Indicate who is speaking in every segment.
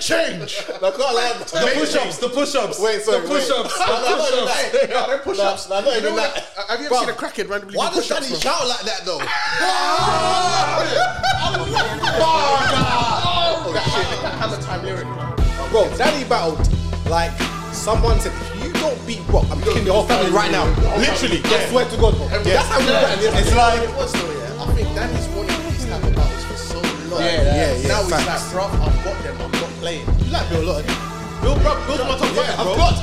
Speaker 1: change.
Speaker 2: No, can't lie.
Speaker 3: The push-ups, the push-ups.
Speaker 2: Wait, sorry,
Speaker 3: the
Speaker 2: wait.
Speaker 3: push-ups,
Speaker 2: No, no,
Speaker 3: the
Speaker 2: no, no, no,
Speaker 3: push-ups.
Speaker 2: no,
Speaker 3: Yeah.
Speaker 2: no, they're push-ups. No, no,
Speaker 1: You know
Speaker 2: no,
Speaker 1: what? Have you ever
Speaker 2: Bruv,
Speaker 1: seen a crackhead randomly
Speaker 2: Why
Speaker 1: do
Speaker 2: does
Speaker 1: push-ups?
Speaker 2: Danny
Speaker 1: bro?
Speaker 2: shout like that though?
Speaker 1: That's a time lyric, bro.
Speaker 2: Bro, Danny battled like someone said, if you don't beat Brock, I'm killing the whole family right now. Literally, I swear to God, bro. That's how we got it.
Speaker 1: It's like it was though, yeah. I think Danny's wanted these type of battles for so long.
Speaker 2: Yeah, yeah, yeah,
Speaker 1: Now it's like,
Speaker 2: facts.
Speaker 1: bruv, I've got them. I'm not playing.
Speaker 2: You like Bill Lotton.
Speaker 1: Bill, bruv, Bill's my top
Speaker 2: Yeah, I've got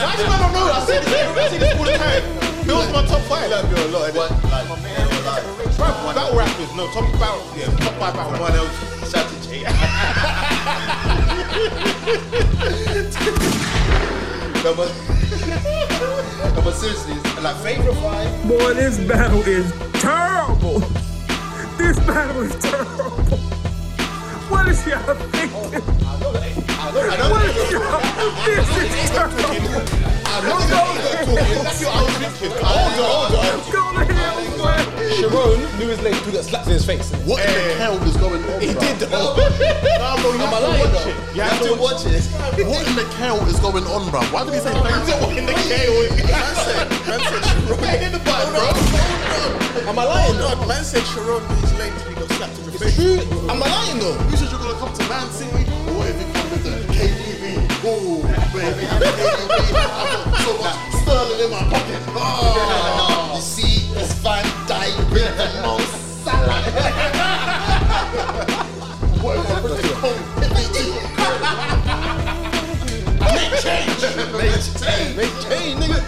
Speaker 1: Why did I not know that? I see this, I see this all the time. Bill's my top five.
Speaker 2: like Bill Lotton.
Speaker 1: But like, my man, like, bruv, battle rappers, no top battle, yeah, top five battle. One else, shout to Jay. no, but, no, but seriously, it's like favorite five.
Speaker 4: Boy, this battle is terrible. This battle is terrible. What is y'all thinking?
Speaker 1: I don't
Speaker 4: What is y'all? This is terrible. Go ahead, boy.
Speaker 2: Sharon knew his lady who got slapped in his face.
Speaker 1: What in the hell was going on?
Speaker 2: He did though.
Speaker 1: No, bro, you have to watch it. You have to watch it. What in the hell is going on, bro? Why did he say what in the hell? Man in the bottom, bro.
Speaker 2: Am I lying though?
Speaker 1: Man said Sharon with his leg till he got slapped in the
Speaker 2: It's
Speaker 1: face.
Speaker 2: true. Am I lying though?
Speaker 1: You said you're gonna come to Man City, or what if you come with the KDB? Ooh, Oh, baby, I'm the KDB. I've got so much sterling in my pocket. Oh, you see, it's Van Dyke with the most salad. What if I put the cold Make change! Make change! Make change, nigga!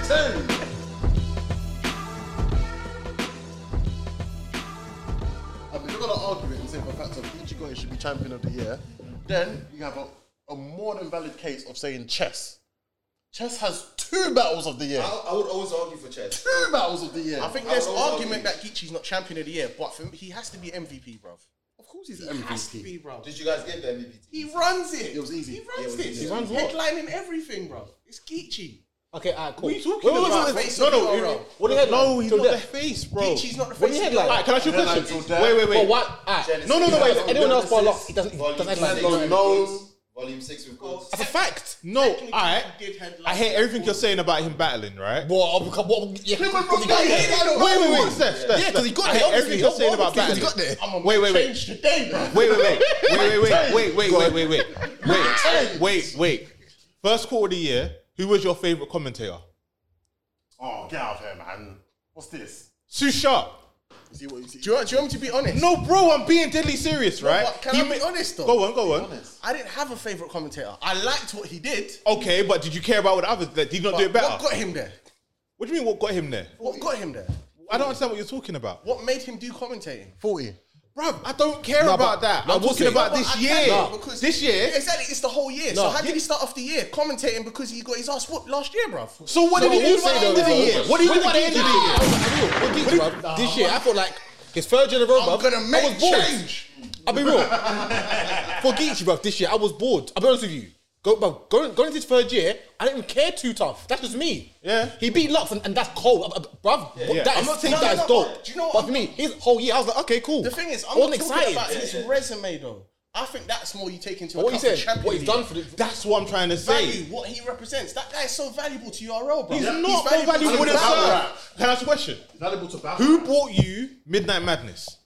Speaker 1: I mean, if you're gonna argue it and say for facts of Ichigo should be champion of the year, then you have a, a more than valid case of saying chess. Chess has two battles of the year.
Speaker 5: I, I would always argue for chess.
Speaker 1: Two battles of the year.
Speaker 5: I
Speaker 1: I think
Speaker 5: think that-
Speaker 6: There's
Speaker 5: I would
Speaker 6: argument that
Speaker 5: argue.
Speaker 6: Geechee's not champion of the year, but for me, he has to be MVP, bro.
Speaker 1: of course he's
Speaker 6: He has to
Speaker 1: MVP.
Speaker 6: be, bro.
Speaker 5: Did you guys get the MVP?
Speaker 6: He runs it.
Speaker 1: It was easy.
Speaker 6: He runs
Speaker 5: was
Speaker 6: this.
Speaker 5: easy. He
Speaker 2: runs what?
Speaker 6: Headlining everything, bro. It's Geechee.
Speaker 2: Okay, alright, cool.
Speaker 6: What are you talking about? Face
Speaker 2: No,
Speaker 6: of
Speaker 2: no.
Speaker 6: the
Speaker 2: you-
Speaker 6: world.
Speaker 2: What the headline?
Speaker 3: No, he's
Speaker 2: Till
Speaker 3: not
Speaker 2: death.
Speaker 3: the face, bro.
Speaker 6: Geechee's not the
Speaker 2: What
Speaker 6: face.
Speaker 2: the
Speaker 6: of the
Speaker 2: headline?
Speaker 3: Alright, can I ask you a
Speaker 5: Headline
Speaker 3: question?
Speaker 5: till death.
Speaker 3: Wait, wait,
Speaker 2: But ah.
Speaker 3: wait.
Speaker 2: what? Alright.
Speaker 5: Genesis.
Speaker 3: No, no, no, wait.
Speaker 5: Genesis.
Speaker 2: Anyone else but Locke, he doesn't. He
Speaker 5: Volume
Speaker 2: doesn't
Speaker 5: six
Speaker 2: headline. No,
Speaker 5: with Golden
Speaker 2: no.
Speaker 5: Goals. Volume six with goals.
Speaker 3: That's a fact. No, alright.
Speaker 6: He did headline.
Speaker 3: I hear everything you're saying about him battling, right?
Speaker 2: What? what- what- Yeah.
Speaker 3: Wait, wait, wait, Steph, Steph.
Speaker 2: Yeah, 'cause he got
Speaker 3: I
Speaker 2: there,
Speaker 3: hear
Speaker 2: obviously.
Speaker 3: everything you're saying about
Speaker 2: Obviously, 'cause
Speaker 3: battling.
Speaker 2: he got there.
Speaker 3: I'm wait, wait, wait.
Speaker 6: Change today, bro.
Speaker 3: Wait, wait, wait, wait, wait, wait, wait, wait, wait, wait, wait, wait, wait, wait. First quarter of the year, who was your favorite commentator?
Speaker 1: Oh, get out of here, man. What's this?
Speaker 3: Susha.
Speaker 1: You see what you see?
Speaker 6: Do you, want, do you want me to be honest?
Speaker 3: No, bro, I'm being deadly serious, right?
Speaker 6: but can
Speaker 3: He
Speaker 6: I be honest, though?
Speaker 3: Go on, go on.
Speaker 6: I didn't have a favorite commentator. I liked what he did.
Speaker 3: Okay, but did you care about what others did? Did you not
Speaker 6: but
Speaker 3: do it better?
Speaker 6: What got him there?
Speaker 3: What do you mean? What got him there?
Speaker 6: What got him there?
Speaker 3: I don't understand what you're talking about,
Speaker 6: What made him do commentating?
Speaker 1: 40.
Speaker 3: bro. I don't care
Speaker 2: No,
Speaker 3: about
Speaker 2: but-
Speaker 3: that.
Speaker 2: no,
Speaker 3: I'm
Speaker 2: I'm
Speaker 3: talking
Speaker 2: talking-
Speaker 3: about
Speaker 6: No,
Speaker 3: this
Speaker 6: but I
Speaker 3: year.
Speaker 6: can though, because-
Speaker 3: this year.
Speaker 6: Yeah, exactly, it's the whole
Speaker 2: No.
Speaker 6: year. So how did he start off the year commentating because he got his ass whooped last year, bro?
Speaker 3: So what
Speaker 2: No,
Speaker 3: did he do
Speaker 2: we'll
Speaker 3: by
Speaker 2: say
Speaker 3: the end
Speaker 2: though,
Speaker 3: of the
Speaker 2: though.
Speaker 3: year? What do you
Speaker 2: What
Speaker 3: think at
Speaker 2: did
Speaker 3: the end of the year?
Speaker 2: What did you, bruv? This year, I felt like his third year in a row, bruv.
Speaker 6: I'm gonna
Speaker 2: I
Speaker 6: make
Speaker 2: was bored.
Speaker 6: change.
Speaker 2: I'll be real. For Geechee, bruv, this year, I was bored. I'll be honest with you. Go, bruv, going, going into his third year, I didn't care too tough. That's just me.
Speaker 3: Yeah.
Speaker 2: He beat Lux, and, and that's cold. Uh, uh, Bruv,
Speaker 3: yeah.
Speaker 2: that
Speaker 3: I'm
Speaker 2: is-
Speaker 3: not saying-
Speaker 2: that
Speaker 6: No,
Speaker 2: is
Speaker 6: no, no,
Speaker 2: dope.
Speaker 6: do you know what?
Speaker 2: But for me, his whole year, I was like, okay, cool.
Speaker 6: The thing is,
Speaker 2: I
Speaker 6: I'm not
Speaker 2: wasn't
Speaker 6: talking
Speaker 2: excited.
Speaker 6: about his resume though. I think that's more you take into
Speaker 2: What he
Speaker 6: account.
Speaker 2: said,
Speaker 6: the Champions
Speaker 2: what he's
Speaker 6: League.
Speaker 2: done for the.
Speaker 3: That's what I'm trying to say.
Speaker 6: value, what he represents. That guy is so valuable to URL, bro.
Speaker 3: He's not more
Speaker 6: to
Speaker 3: valuable than
Speaker 6: the club.
Speaker 3: Sir. Can I ask a question?
Speaker 1: Valuable to battle.
Speaker 3: Who bought you Midnight Madness?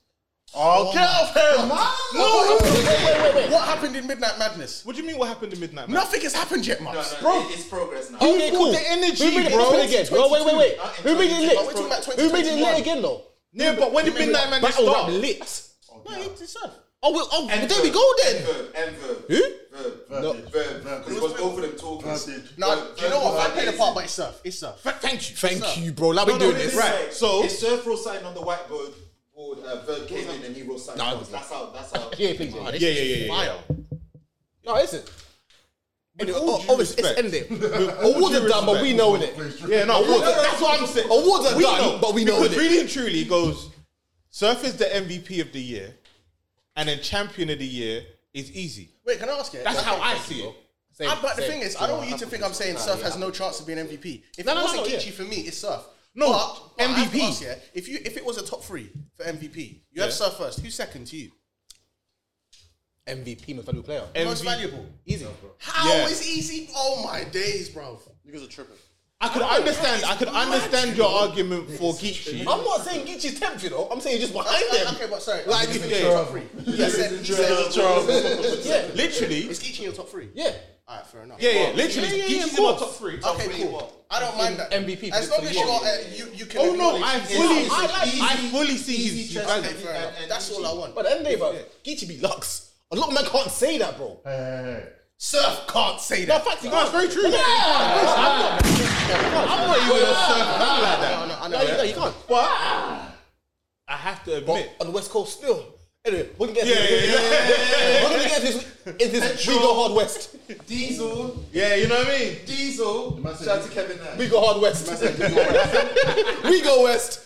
Speaker 1: Oh, get out of here, man.
Speaker 6: No,
Speaker 1: No.
Speaker 6: wait, wait, wait, wait. What happened in Midnight Madness?
Speaker 3: What do you mean? What happened in Midnight Madness?
Speaker 6: Nothing has happened yet, man.
Speaker 5: No, no,
Speaker 3: Bro.
Speaker 5: it- It's progress now.
Speaker 2: Okay,
Speaker 3: brought
Speaker 2: cool.
Speaker 3: the energy,
Speaker 2: Who made it
Speaker 3: bro?
Speaker 2: lit again? No, wait, wait, wait.
Speaker 5: Not in
Speaker 2: Who made it
Speaker 5: 2022.
Speaker 6: We're talking about
Speaker 2: lit? Who made it
Speaker 6: 2021.
Speaker 2: lit again though?
Speaker 3: Yeah, but when did Midnight Madness
Speaker 2: Battle rap
Speaker 3: start?
Speaker 2: lit.
Speaker 6: No, he deserved.
Speaker 2: Oh, well, oh
Speaker 5: And
Speaker 2: well, there
Speaker 5: verb.
Speaker 2: we go
Speaker 5: And
Speaker 2: then.
Speaker 5: verb. And verb.
Speaker 2: Who?
Speaker 5: Verb.
Speaker 1: No.
Speaker 5: Verb. Because it was both of them talking.
Speaker 1: Verb.
Speaker 6: No,
Speaker 5: Verb.
Speaker 6: do you know
Speaker 5: Verb.
Speaker 6: what? I played a
Speaker 5: Verb.
Speaker 6: part, but it's surf. It's surf.
Speaker 2: Thank you, thank you, bro. Like we
Speaker 3: No,
Speaker 2: doing
Speaker 3: no,
Speaker 2: this.
Speaker 3: it's right.
Speaker 5: Like,
Speaker 3: So-
Speaker 5: if Surf wrote something on the whiteboard, board, uh, Verb came in and he wrote something
Speaker 2: No,
Speaker 5: else. That's how. That's how.
Speaker 2: Yeah, please. Oh, Yeah,
Speaker 3: Yeah, yeah, yeah, yeah. yeah.
Speaker 2: No, listen. Anyway,
Speaker 3: all
Speaker 2: oh,
Speaker 3: due
Speaker 2: oh, it's, it's
Speaker 3: respect.
Speaker 2: ended.
Speaker 3: all
Speaker 2: Awards
Speaker 3: due
Speaker 2: are done, but
Speaker 3: respect.
Speaker 2: we know in it.
Speaker 3: Yeah, no,
Speaker 2: Awards
Speaker 3: no,
Speaker 2: are,
Speaker 3: no,
Speaker 2: that's what I'm saying. Awards are
Speaker 3: We
Speaker 2: done,
Speaker 3: know,
Speaker 2: but we know in
Speaker 3: because
Speaker 2: it.
Speaker 3: really and truly it goes. Surf is the MVP of the year, and then champion of the year is easy.
Speaker 6: Wait, can I ask you?
Speaker 3: That's how I see it.
Speaker 2: Same,
Speaker 6: Ah, but the
Speaker 2: same.
Speaker 6: thing is, I don't want you to think I'm saying Surf has no chance of being MVP. If
Speaker 2: No,
Speaker 6: it
Speaker 2: no,
Speaker 6: wasn't
Speaker 2: no, yeah.
Speaker 6: Geechee for me, it's Surf.
Speaker 3: No,
Speaker 6: But- but I have to
Speaker 3: MVP.
Speaker 6: ask you, if you if it was a top three for MVP, you have
Speaker 3: Yeah.
Speaker 6: Surf first. Who's second to you?
Speaker 2: MVP, most valuable player.
Speaker 6: MVP.
Speaker 7: Most valuable.
Speaker 2: Easy.
Speaker 7: How
Speaker 6: Yeah.
Speaker 7: is easy? Oh my days, bro.
Speaker 1: Niggas are tripping.
Speaker 6: I could understand. I could understand your argument for Geechee.
Speaker 2: I'm not saying Geechee's 10th, you know. I'm saying just behind them.
Speaker 7: Okay, but sorry.
Speaker 2: Like,
Speaker 7: He's in
Speaker 2: yeah.
Speaker 7: your top three. He said, he said,
Speaker 2: Yeah.
Speaker 6: Literally.
Speaker 7: is Geechee in your top three?
Speaker 2: Yeah.
Speaker 7: All right, fair enough.
Speaker 6: Yeah, yeah. Literally.
Speaker 2: Yeah, yeah, yeah,
Speaker 6: Geechee's
Speaker 2: of
Speaker 6: in my
Speaker 2: course.
Speaker 6: top three.
Speaker 7: Okay, cool. I don't mind that.
Speaker 2: MVP
Speaker 7: As long as you
Speaker 2: position.
Speaker 7: are, uh, you, you can.
Speaker 6: Oh no,
Speaker 7: acknowledge
Speaker 6: I
Speaker 7: his-
Speaker 6: fully,
Speaker 2: I like
Speaker 6: I fully see his
Speaker 5: easy
Speaker 6: his
Speaker 5: chess
Speaker 6: value.
Speaker 5: game.
Speaker 7: Fair enough.
Speaker 5: And- and
Speaker 7: That's all I want.
Speaker 2: But at the end of the day, bro, Geechee be Lux. A lot of men can't say that, bro.
Speaker 7: Surf can't say
Speaker 2: No,
Speaker 7: that.
Speaker 2: fact, you
Speaker 6: No, it's very true. I'm not- I'm not even a surf down like that.
Speaker 2: No, no, you, no, you can't. But,
Speaker 6: I have to
Speaker 2: but
Speaker 6: admit.
Speaker 2: on the West Coast, still. Anyway, we're gonna get
Speaker 6: Yeah,
Speaker 2: this.
Speaker 6: yeah, yeah,
Speaker 2: We're gonna get this. Is this we go hard west?
Speaker 5: Diesel,
Speaker 6: Yeah, you know what I mean?
Speaker 5: Diesel. Shout out to Kevin Nash.
Speaker 2: We go hard west. we go west.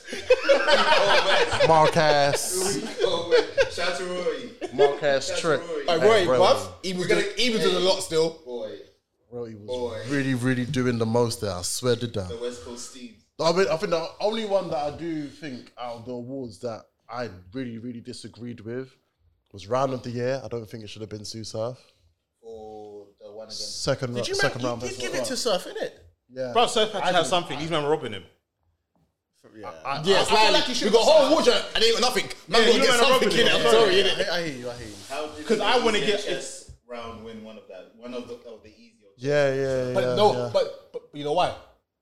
Speaker 1: Marcus.
Speaker 5: Oh, wait. Shout out to Roy.
Speaker 1: Marcus Trick.
Speaker 2: Like Roy,
Speaker 1: bro.
Speaker 2: bruv, he was
Speaker 5: gonna-
Speaker 2: doing, he was doing a lot still.
Speaker 5: Boy,
Speaker 1: Bro, he was
Speaker 5: Boy.
Speaker 1: really, really doing the most there. I swear to God.
Speaker 5: the West Coast Steve.
Speaker 1: I, mean, I think the only one that I do think out of the awards that I really, really disagreed with was round of the year. I don't think it should have been Susaf.
Speaker 5: Or the one against
Speaker 1: Second, ro-
Speaker 7: Did you
Speaker 1: second
Speaker 7: man,
Speaker 1: round.
Speaker 7: you did
Speaker 1: versus
Speaker 7: give it to Surf, innit?
Speaker 1: yeah.
Speaker 6: Bro, Surf had to have something. These men were robbing him.
Speaker 2: Yeah,
Speaker 7: I feel
Speaker 2: slightly.
Speaker 7: like he
Speaker 2: we
Speaker 7: should
Speaker 2: got
Speaker 7: have
Speaker 2: whole water and ain't got nothing. Man,
Speaker 6: Yeah,
Speaker 2: yeah,
Speaker 6: you
Speaker 2: get
Speaker 6: man are
Speaker 2: something
Speaker 6: robbing
Speaker 2: in it.
Speaker 6: him.
Speaker 2: I'm sorry,
Speaker 6: Yeah.
Speaker 2: innit?
Speaker 7: I, I hear you. I hear you.
Speaker 6: Because I wanna get-
Speaker 5: chess round win one of that one of the of the easier.
Speaker 1: Yeah, yeah, yeah.
Speaker 2: But no,
Speaker 1: yeah.
Speaker 2: but, but you know why?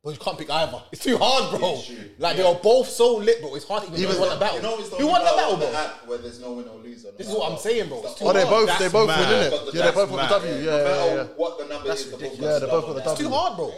Speaker 2: But you can't pick either. It's too hard, bro. Like they are both so lit, bro. It's hard to even, know
Speaker 1: Even
Speaker 2: who won
Speaker 1: the-
Speaker 2: the battle.
Speaker 5: You know, it's the
Speaker 2: Who
Speaker 5: only
Speaker 2: won the
Speaker 5: part
Speaker 2: battle,
Speaker 5: of the
Speaker 2: bro?
Speaker 5: app where there's no win or loser. No
Speaker 2: This is
Speaker 5: matter
Speaker 2: what I'm saying, bro. It's too
Speaker 1: oh, they
Speaker 2: hard.
Speaker 1: both, they
Speaker 6: That's
Speaker 1: both
Speaker 6: mad.
Speaker 1: win,
Speaker 5: Got the-
Speaker 1: innit? Yeah, they
Speaker 5: that's
Speaker 1: both got the
Speaker 6: mad.
Speaker 1: W.
Speaker 5: No
Speaker 1: Yeah, yeah,
Speaker 5: matter
Speaker 1: yeah.
Speaker 5: what the number is, the both
Speaker 1: Yeah, they both got the
Speaker 2: It's too
Speaker 1: W.
Speaker 2: hard, bro.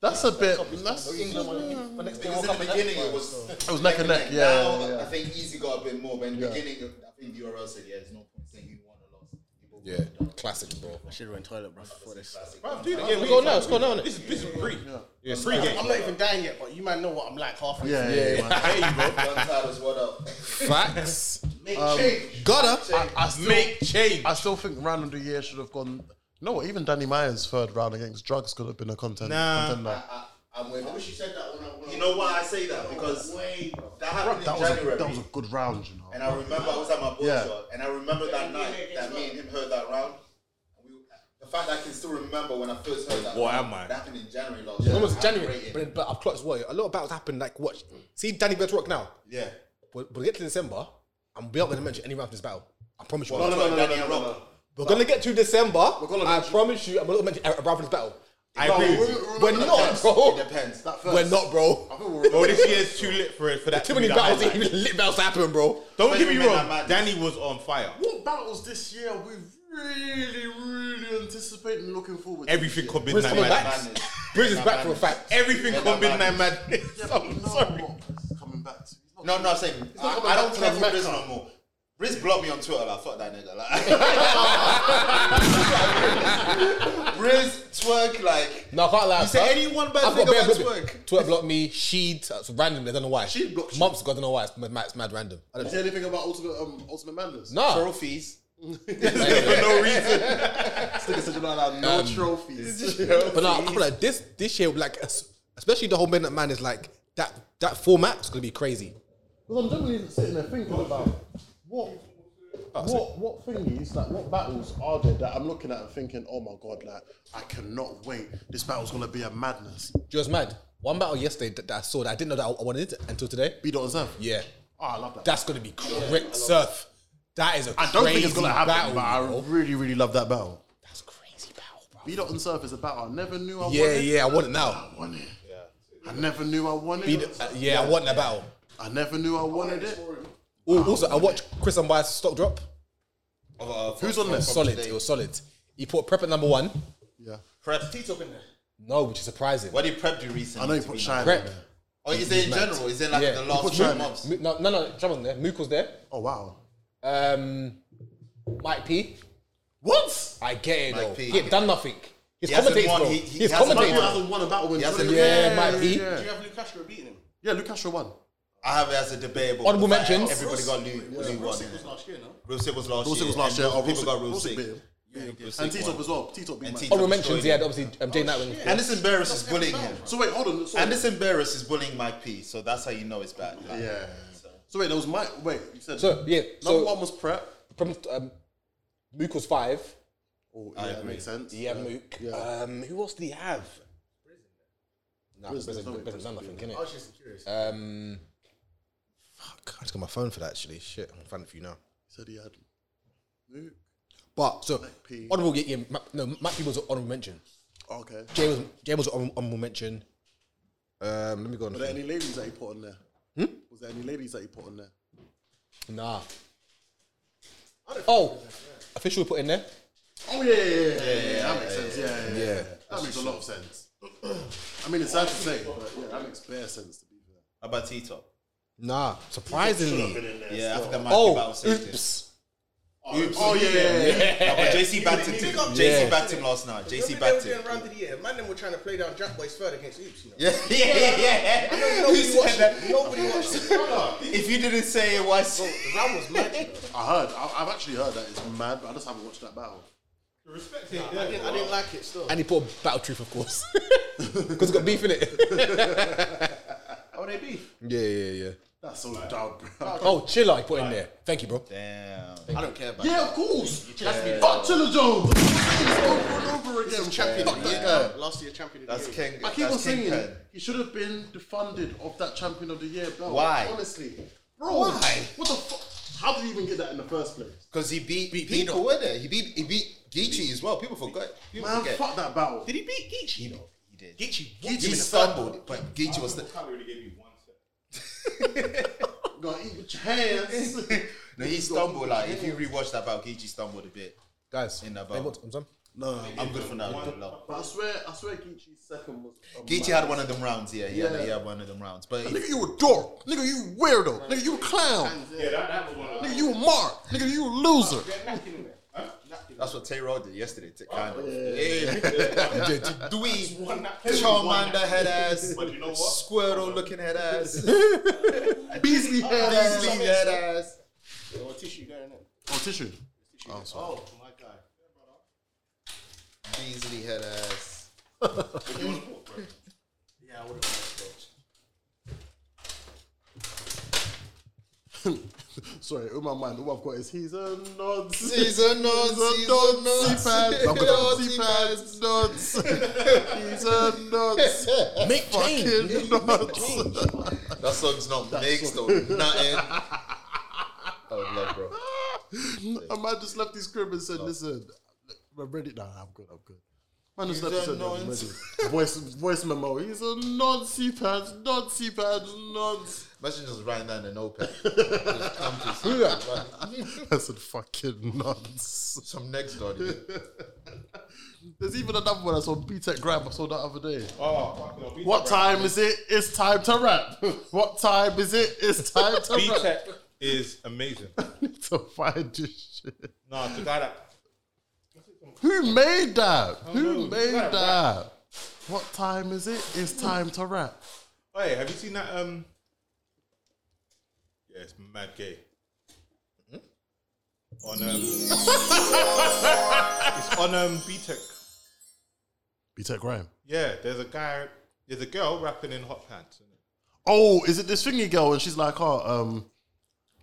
Speaker 1: That's a bit. That's, it
Speaker 2: The next day,
Speaker 5: Because
Speaker 2: woke up
Speaker 5: in the
Speaker 2: and-
Speaker 5: beginning it was
Speaker 1: was neck and neck. Yeah,
Speaker 5: now
Speaker 1: yeah,
Speaker 5: I
Speaker 1: yeah.
Speaker 5: think Easy got a bit more, but in the beginning I think URL said yeah, there's no point saying you won or lost. You both
Speaker 2: Yeah,
Speaker 5: got the W.
Speaker 2: classic, bro.
Speaker 7: Should have went toilet, bro. For this.
Speaker 5: Classic.
Speaker 6: Yeah, we go now. Let's go now. This is this is free. Yeah, it's free game.
Speaker 7: I'm not even dying yet, but you might know what I'm like halfway.
Speaker 1: Yeah,
Speaker 7: through.
Speaker 1: yeah, yeah. man.
Speaker 5: One side is what up.
Speaker 2: Facts.
Speaker 5: Make change.
Speaker 2: Gotta.
Speaker 1: I, I still,
Speaker 6: Make change.
Speaker 1: I still think round of the year should have gone. No, even Danny Meyer's third round against drugs could have been a content,
Speaker 6: Nah.
Speaker 1: contender.
Speaker 5: I, I'm with.
Speaker 7: I wish you said that when I when
Speaker 5: You know why I say that? Because that happened
Speaker 1: That
Speaker 5: in
Speaker 1: was, a,
Speaker 5: January.
Speaker 1: that was a good round, you know.
Speaker 5: And I remember I was at my boys'
Speaker 1: Yeah.
Speaker 5: yard, and I remember that night that me and him heard that round. And we, the fact that I can still remember when I first heard that.
Speaker 6: Boy,
Speaker 5: round,
Speaker 6: am I.
Speaker 5: That happened in January last
Speaker 2: It
Speaker 5: year.
Speaker 2: was January,
Speaker 5: Rated.
Speaker 2: but, but I've clocked as well. A lot of battles happen. Like watch, see Danny Bird's work now.
Speaker 5: Yeah.
Speaker 2: But but we get to December, and we're not going to mention any round from this battle. I promise you.
Speaker 5: no, no, no, no, no, no.
Speaker 2: We're going to get to December. We're gonna I promise you, I'm not going to mention a a round from this battle.
Speaker 6: I agree. with you.
Speaker 2: We're not, bro.
Speaker 5: It depends. That first.
Speaker 2: We're not, bro.
Speaker 6: Bro, this year is too lit for it for that.
Speaker 2: Too
Speaker 6: to
Speaker 2: many
Speaker 6: be the
Speaker 2: battles,
Speaker 6: highlight.
Speaker 2: even lit battles to happen, bro.
Speaker 6: Don't get me
Speaker 5: Especially when
Speaker 6: wrong.
Speaker 5: that
Speaker 6: Danny was on fire.
Speaker 1: What battles this year are we really, really anticipating and looking forward
Speaker 6: Everything called
Speaker 2: Bridge
Speaker 6: Midnight
Speaker 2: coming
Speaker 6: Madness.
Speaker 2: back. Bridge is back for a fact.
Speaker 6: Everything called
Speaker 5: Midnight
Speaker 6: Midnight Madness. I'm sorry.
Speaker 1: coming back to. He's not-
Speaker 5: No, no, I'm saying I,
Speaker 1: coming
Speaker 5: I
Speaker 1: back
Speaker 5: don't
Speaker 1: to
Speaker 5: care
Speaker 1: the
Speaker 5: for Riz no more. Riz blocked me on Twitter. Like, fuck that nigga. Like, Riz twerk like.
Speaker 2: No, I can't lie.
Speaker 5: You say
Speaker 2: bruv.
Speaker 5: anyone bad
Speaker 2: I've
Speaker 5: thing
Speaker 2: got bare
Speaker 5: about
Speaker 2: block-
Speaker 5: twerk.
Speaker 2: Twerk blocked me. Sheed. It's random. I don't know why.
Speaker 1: Sheed blocked you.
Speaker 2: Mumps. God, I don't know why. It's mad, it's mad random. I don't
Speaker 1: Is
Speaker 2: know.
Speaker 1: there anything about Ultimate, um, Ultimate Madness?
Speaker 2: Nah.
Speaker 5: Trophies.
Speaker 6: For no reason.
Speaker 1: This nigga said you're not allowed no trophies.
Speaker 2: Um, But no, I feel like this this year, like es- especially the whole Midnight Man is like that that format's gonna be crazy.
Speaker 1: Because I'm generally sitting there thinking about what, what, what thingies, like what battles are there that I'm looking at and thinking, oh my god, like I cannot wait. This battle's gonna be a madness.
Speaker 2: Just mad. One battle yesterday that, that I saw that I didn't know that I wanted it until today.
Speaker 1: B dot Zev.
Speaker 2: Yeah,
Speaker 1: Oh, I love that.
Speaker 2: that's gonna be quick surf. That is a
Speaker 1: I don't
Speaker 2: crazy
Speaker 1: think it's gonna
Speaker 2: battle.
Speaker 1: happen, but I
Speaker 2: bro.
Speaker 1: really, really love that battle.
Speaker 2: That's crazy battle, bro.
Speaker 1: B dot and Surf is a battle I never knew I
Speaker 2: Yeah,
Speaker 1: wanted.
Speaker 2: yeah, I want it now.
Speaker 1: I want it. I never knew I wanted
Speaker 2: Be
Speaker 1: it.
Speaker 2: the- uh, yeah, I want that battle.
Speaker 1: I never knew I wanted it.
Speaker 2: Ooh, also, I watched Chris and Bias stock drop.
Speaker 1: Who's on
Speaker 2: It was
Speaker 1: this?
Speaker 2: solid. It was solid. He put prep at number one.
Speaker 1: Yeah.
Speaker 5: Prep. T-top in there.
Speaker 2: No, which is surprising.
Speaker 5: What did prep do recently?
Speaker 1: I know you
Speaker 5: to
Speaker 1: put
Speaker 5: be
Speaker 1: Shine.
Speaker 2: Prep.
Speaker 1: on there.
Speaker 5: Oh, is it in general? Is it like
Speaker 2: yeah.
Speaker 5: the
Speaker 2: he
Speaker 5: last
Speaker 2: put
Speaker 5: three
Speaker 2: Mook-
Speaker 5: months?
Speaker 2: Mook- No, no, no. Jump on there. Mook was there.
Speaker 1: Oh wow.
Speaker 2: Um, Mike P.
Speaker 1: What?
Speaker 2: I get it though.
Speaker 5: P,
Speaker 2: He ain't done nothing. He's
Speaker 5: He hasn't
Speaker 2: commentating,
Speaker 5: won.
Speaker 2: bro.
Speaker 5: He- he
Speaker 2: He's
Speaker 5: hasn't
Speaker 1: Mike
Speaker 5: won.
Speaker 2: commentating.
Speaker 1: P hasn't won a battle win.
Speaker 5: He hasn't-
Speaker 2: Yeah, Mike P.
Speaker 1: yeah.
Speaker 7: you have Luke Castro beating him?
Speaker 1: Yeah, Lucas should won.
Speaker 5: I have it as a debatable.
Speaker 2: Honourable
Speaker 5: Like,
Speaker 2: mentions.
Speaker 5: Everybody got Lou, Lou one.
Speaker 7: It was last year, no?
Speaker 5: Real sick was last
Speaker 1: Real
Speaker 5: year.
Speaker 1: Sick was last
Speaker 5: and
Speaker 1: year.
Speaker 5: those
Speaker 1: Oh, Real
Speaker 5: people
Speaker 1: Sick-
Speaker 5: got
Speaker 1: Real
Speaker 5: real
Speaker 1: Sick
Speaker 5: sick.
Speaker 1: beat him.
Speaker 5: Real Sick
Speaker 1: And T-Top
Speaker 5: won.
Speaker 1: as well. T-Top beat
Speaker 5: And
Speaker 1: Mike P.
Speaker 5: T-Top.
Speaker 2: Honorable mentions. Yeah, obviously um, Jay Nightwing.
Speaker 5: And this embarrass is bullying him.
Speaker 1: So wait, hold on. So,
Speaker 5: And this embarrass is bullying Mike P. So that's how you know it's bad.
Speaker 1: yeah. So wait, there was Mike. Wait, you said
Speaker 2: So yeah,
Speaker 1: number
Speaker 2: so
Speaker 1: one was prep.
Speaker 2: from um, Mook was five. Oh,
Speaker 6: Aye, that makes sense.
Speaker 2: Yeah,
Speaker 6: Yeah.
Speaker 2: Mook.
Speaker 6: Yeah.
Speaker 2: Um, who else did he have? Nah,
Speaker 6: Brisbane,
Speaker 2: Brisbane,
Speaker 6: no,
Speaker 2: Brisbane, done nothing,
Speaker 6: Brisbane.
Speaker 2: innit?
Speaker 8: I
Speaker 9: Oh,
Speaker 8: was just curious.
Speaker 2: Um, fuck, I just got my phone for that actually. Shit, I'm finding it for you now.
Speaker 6: said he had.
Speaker 2: But so
Speaker 6: P.
Speaker 2: honorable, yeah, yeah Ma- no, Matt P was an honorable mention.
Speaker 6: Okay. Were
Speaker 2: Jay was Jay was an honor- honorable mention. Um, let me go on.
Speaker 6: there any ladies that he put on there?
Speaker 1: Hmm?
Speaker 6: Was there any ladies that he put on there?
Speaker 2: Nah. Oh, official put in there.
Speaker 6: Oh yeah, yeah, yeah, yeah, yeah, that makes sense. Yeah, yeah, yeah.
Speaker 2: Yeah.
Speaker 6: That makes a lot of sense. I mean, it's sad to say, but yeah, that makes bare sense to be fair.
Speaker 1: How about T Top?
Speaker 2: Nah, surprisingly.
Speaker 1: Yeah, African Man
Speaker 2: Oh,
Speaker 1: Battle Safety.
Speaker 2: oops.
Speaker 1: Oops.
Speaker 6: Oh yeah, yeah, yeah.
Speaker 1: No, but JC backed him.
Speaker 9: Pick up
Speaker 1: JC
Speaker 2: JC.
Speaker 1: backed him last night. JC
Speaker 9: Remember they were
Speaker 1: backed him.
Speaker 9: doing round of the year. Man, them were trying to play down Jack Boys third against Oops. You know?
Speaker 1: Yeah, yeah, yeah.
Speaker 9: I know
Speaker 1: Who
Speaker 9: nobody
Speaker 1: said
Speaker 9: watched
Speaker 1: that?
Speaker 9: it. Nobody watched it. Brother,
Speaker 1: If you didn't say it, why? say-
Speaker 9: The round was mad. you know.
Speaker 6: I heard. I, I've actually heard that it's mad, but I just haven't watched that battle.
Speaker 9: I didn't, I didn't like it still.
Speaker 2: And he put Battle Truth, of course. Because it's got beef in it.
Speaker 1: Oh, they beef.
Speaker 2: yeah, yeah, yeah.
Speaker 6: That's so dumb, bro.
Speaker 2: Oh, Chiller, he put in there. Thank you, bro.
Speaker 1: Damn.
Speaker 9: I don't care about
Speaker 6: Yeah, of course. Fuck Chilla Jones. It's over and over again.
Speaker 9: champion
Speaker 6: Fuck
Speaker 9: of the
Speaker 6: that
Speaker 9: year.
Speaker 6: guy.
Speaker 9: Last year champion of the
Speaker 1: That's
Speaker 9: year.
Speaker 1: King.
Speaker 6: I keep
Speaker 1: that's
Speaker 6: on saying
Speaker 1: Kingpin.
Speaker 6: he should have been defunded of that champion of the year belt.
Speaker 1: Why?
Speaker 6: Honestly, bro.
Speaker 1: Why?
Speaker 6: What the fuck? How did he even get that in the first place?
Speaker 1: Because he beat, people, were there? He beat he beat Geechee as well. People forgot. People
Speaker 6: Man,
Speaker 1: forget.
Speaker 6: fuck that battle.
Speaker 9: Did he beat Geechee? though?
Speaker 1: He did.
Speaker 9: Geechee whooped him
Speaker 1: Geechee
Speaker 9: in the
Speaker 1: stumbled, but Geechee was. The,
Speaker 6: Gotta eat with your hands.
Speaker 1: no, he stumbled. Like if you rewatch that about Geechee stumbled a bit.
Speaker 2: Guys,
Speaker 1: In that
Speaker 2: they
Speaker 1: battle.
Speaker 2: want I'm sorry.
Speaker 6: no,
Speaker 1: I'm good for now. good luck.
Speaker 6: but I swear, I swear, Geechee's second was. a
Speaker 1: Geechee
Speaker 6: mad-
Speaker 1: had one of them rounds. Yeah, he, Had,
Speaker 6: Yeah.
Speaker 1: he had one of them rounds. But
Speaker 6: Nigga, you a dork. Nigga, you weirdo. Nigga, you a clown.
Speaker 10: Yeah, that, that was one of
Speaker 6: Nigga, you a mark. Nigga, you a loser.
Speaker 1: that's what Tay Rod did yesterday. t-
Speaker 6: Oh,
Speaker 1: Kind of.
Speaker 6: Do we?
Speaker 10: One napkin.
Speaker 1: Charmander head ass.
Speaker 10: But you know what?
Speaker 1: Squirrel looking head ass.
Speaker 6: Beasley head ass.
Speaker 1: Beasley head ass.
Speaker 9: There was tissue there, innit?
Speaker 6: Oh, tissue.
Speaker 10: Oh, my guy.
Speaker 1: Beasley head ass.
Speaker 10: Yeah, I would have.
Speaker 6: Sorry, in my mind, all I've got is he's a nods.
Speaker 1: Season nuts. Season nuts.
Speaker 6: Naughty pants, nuts. He's a nuts.
Speaker 2: Make change.
Speaker 6: Fucking nuts.
Speaker 1: That song's not mixed or nothing. Oh, love, bro.
Speaker 6: A man just left his crib and said, listen, I'm ready. Nah, I'm good, I'm good. Man just left
Speaker 1: a
Speaker 6: and said, "No, I'm
Speaker 1: nonce."
Speaker 6: ready. Voice, voice memo. He's a Nazi pants, Nazi pants, nuts.
Speaker 1: Imagine just writing that in a notepad. Just come to some-
Speaker 6: I said, fucking nuts.
Speaker 1: some next door. dude.
Speaker 6: There's even another one I saw BTEC grab. I saw that other day.
Speaker 10: Oh, fuck no.
Speaker 6: What time is it? It's time to rap. What time is it? It's time to
Speaker 5: B
Speaker 6: rap.
Speaker 5: Tech is amazing.
Speaker 6: need to find this shit.
Speaker 5: Nah, the guy that
Speaker 6: Who made that? Who
Speaker 5: no,
Speaker 6: made
Speaker 5: you gotta
Speaker 6: that? What time is it? It's time to rap.
Speaker 5: Hey, have you seen that? Um, yeah, it's mad gay. Hmm? On um, it's on um BTEC.
Speaker 6: BTEC Graham.
Speaker 5: Yeah, there's a guy, there's a girl rapping in hot pants. innit?
Speaker 6: Oh, is it this thingy girl? And she's like, oh, um,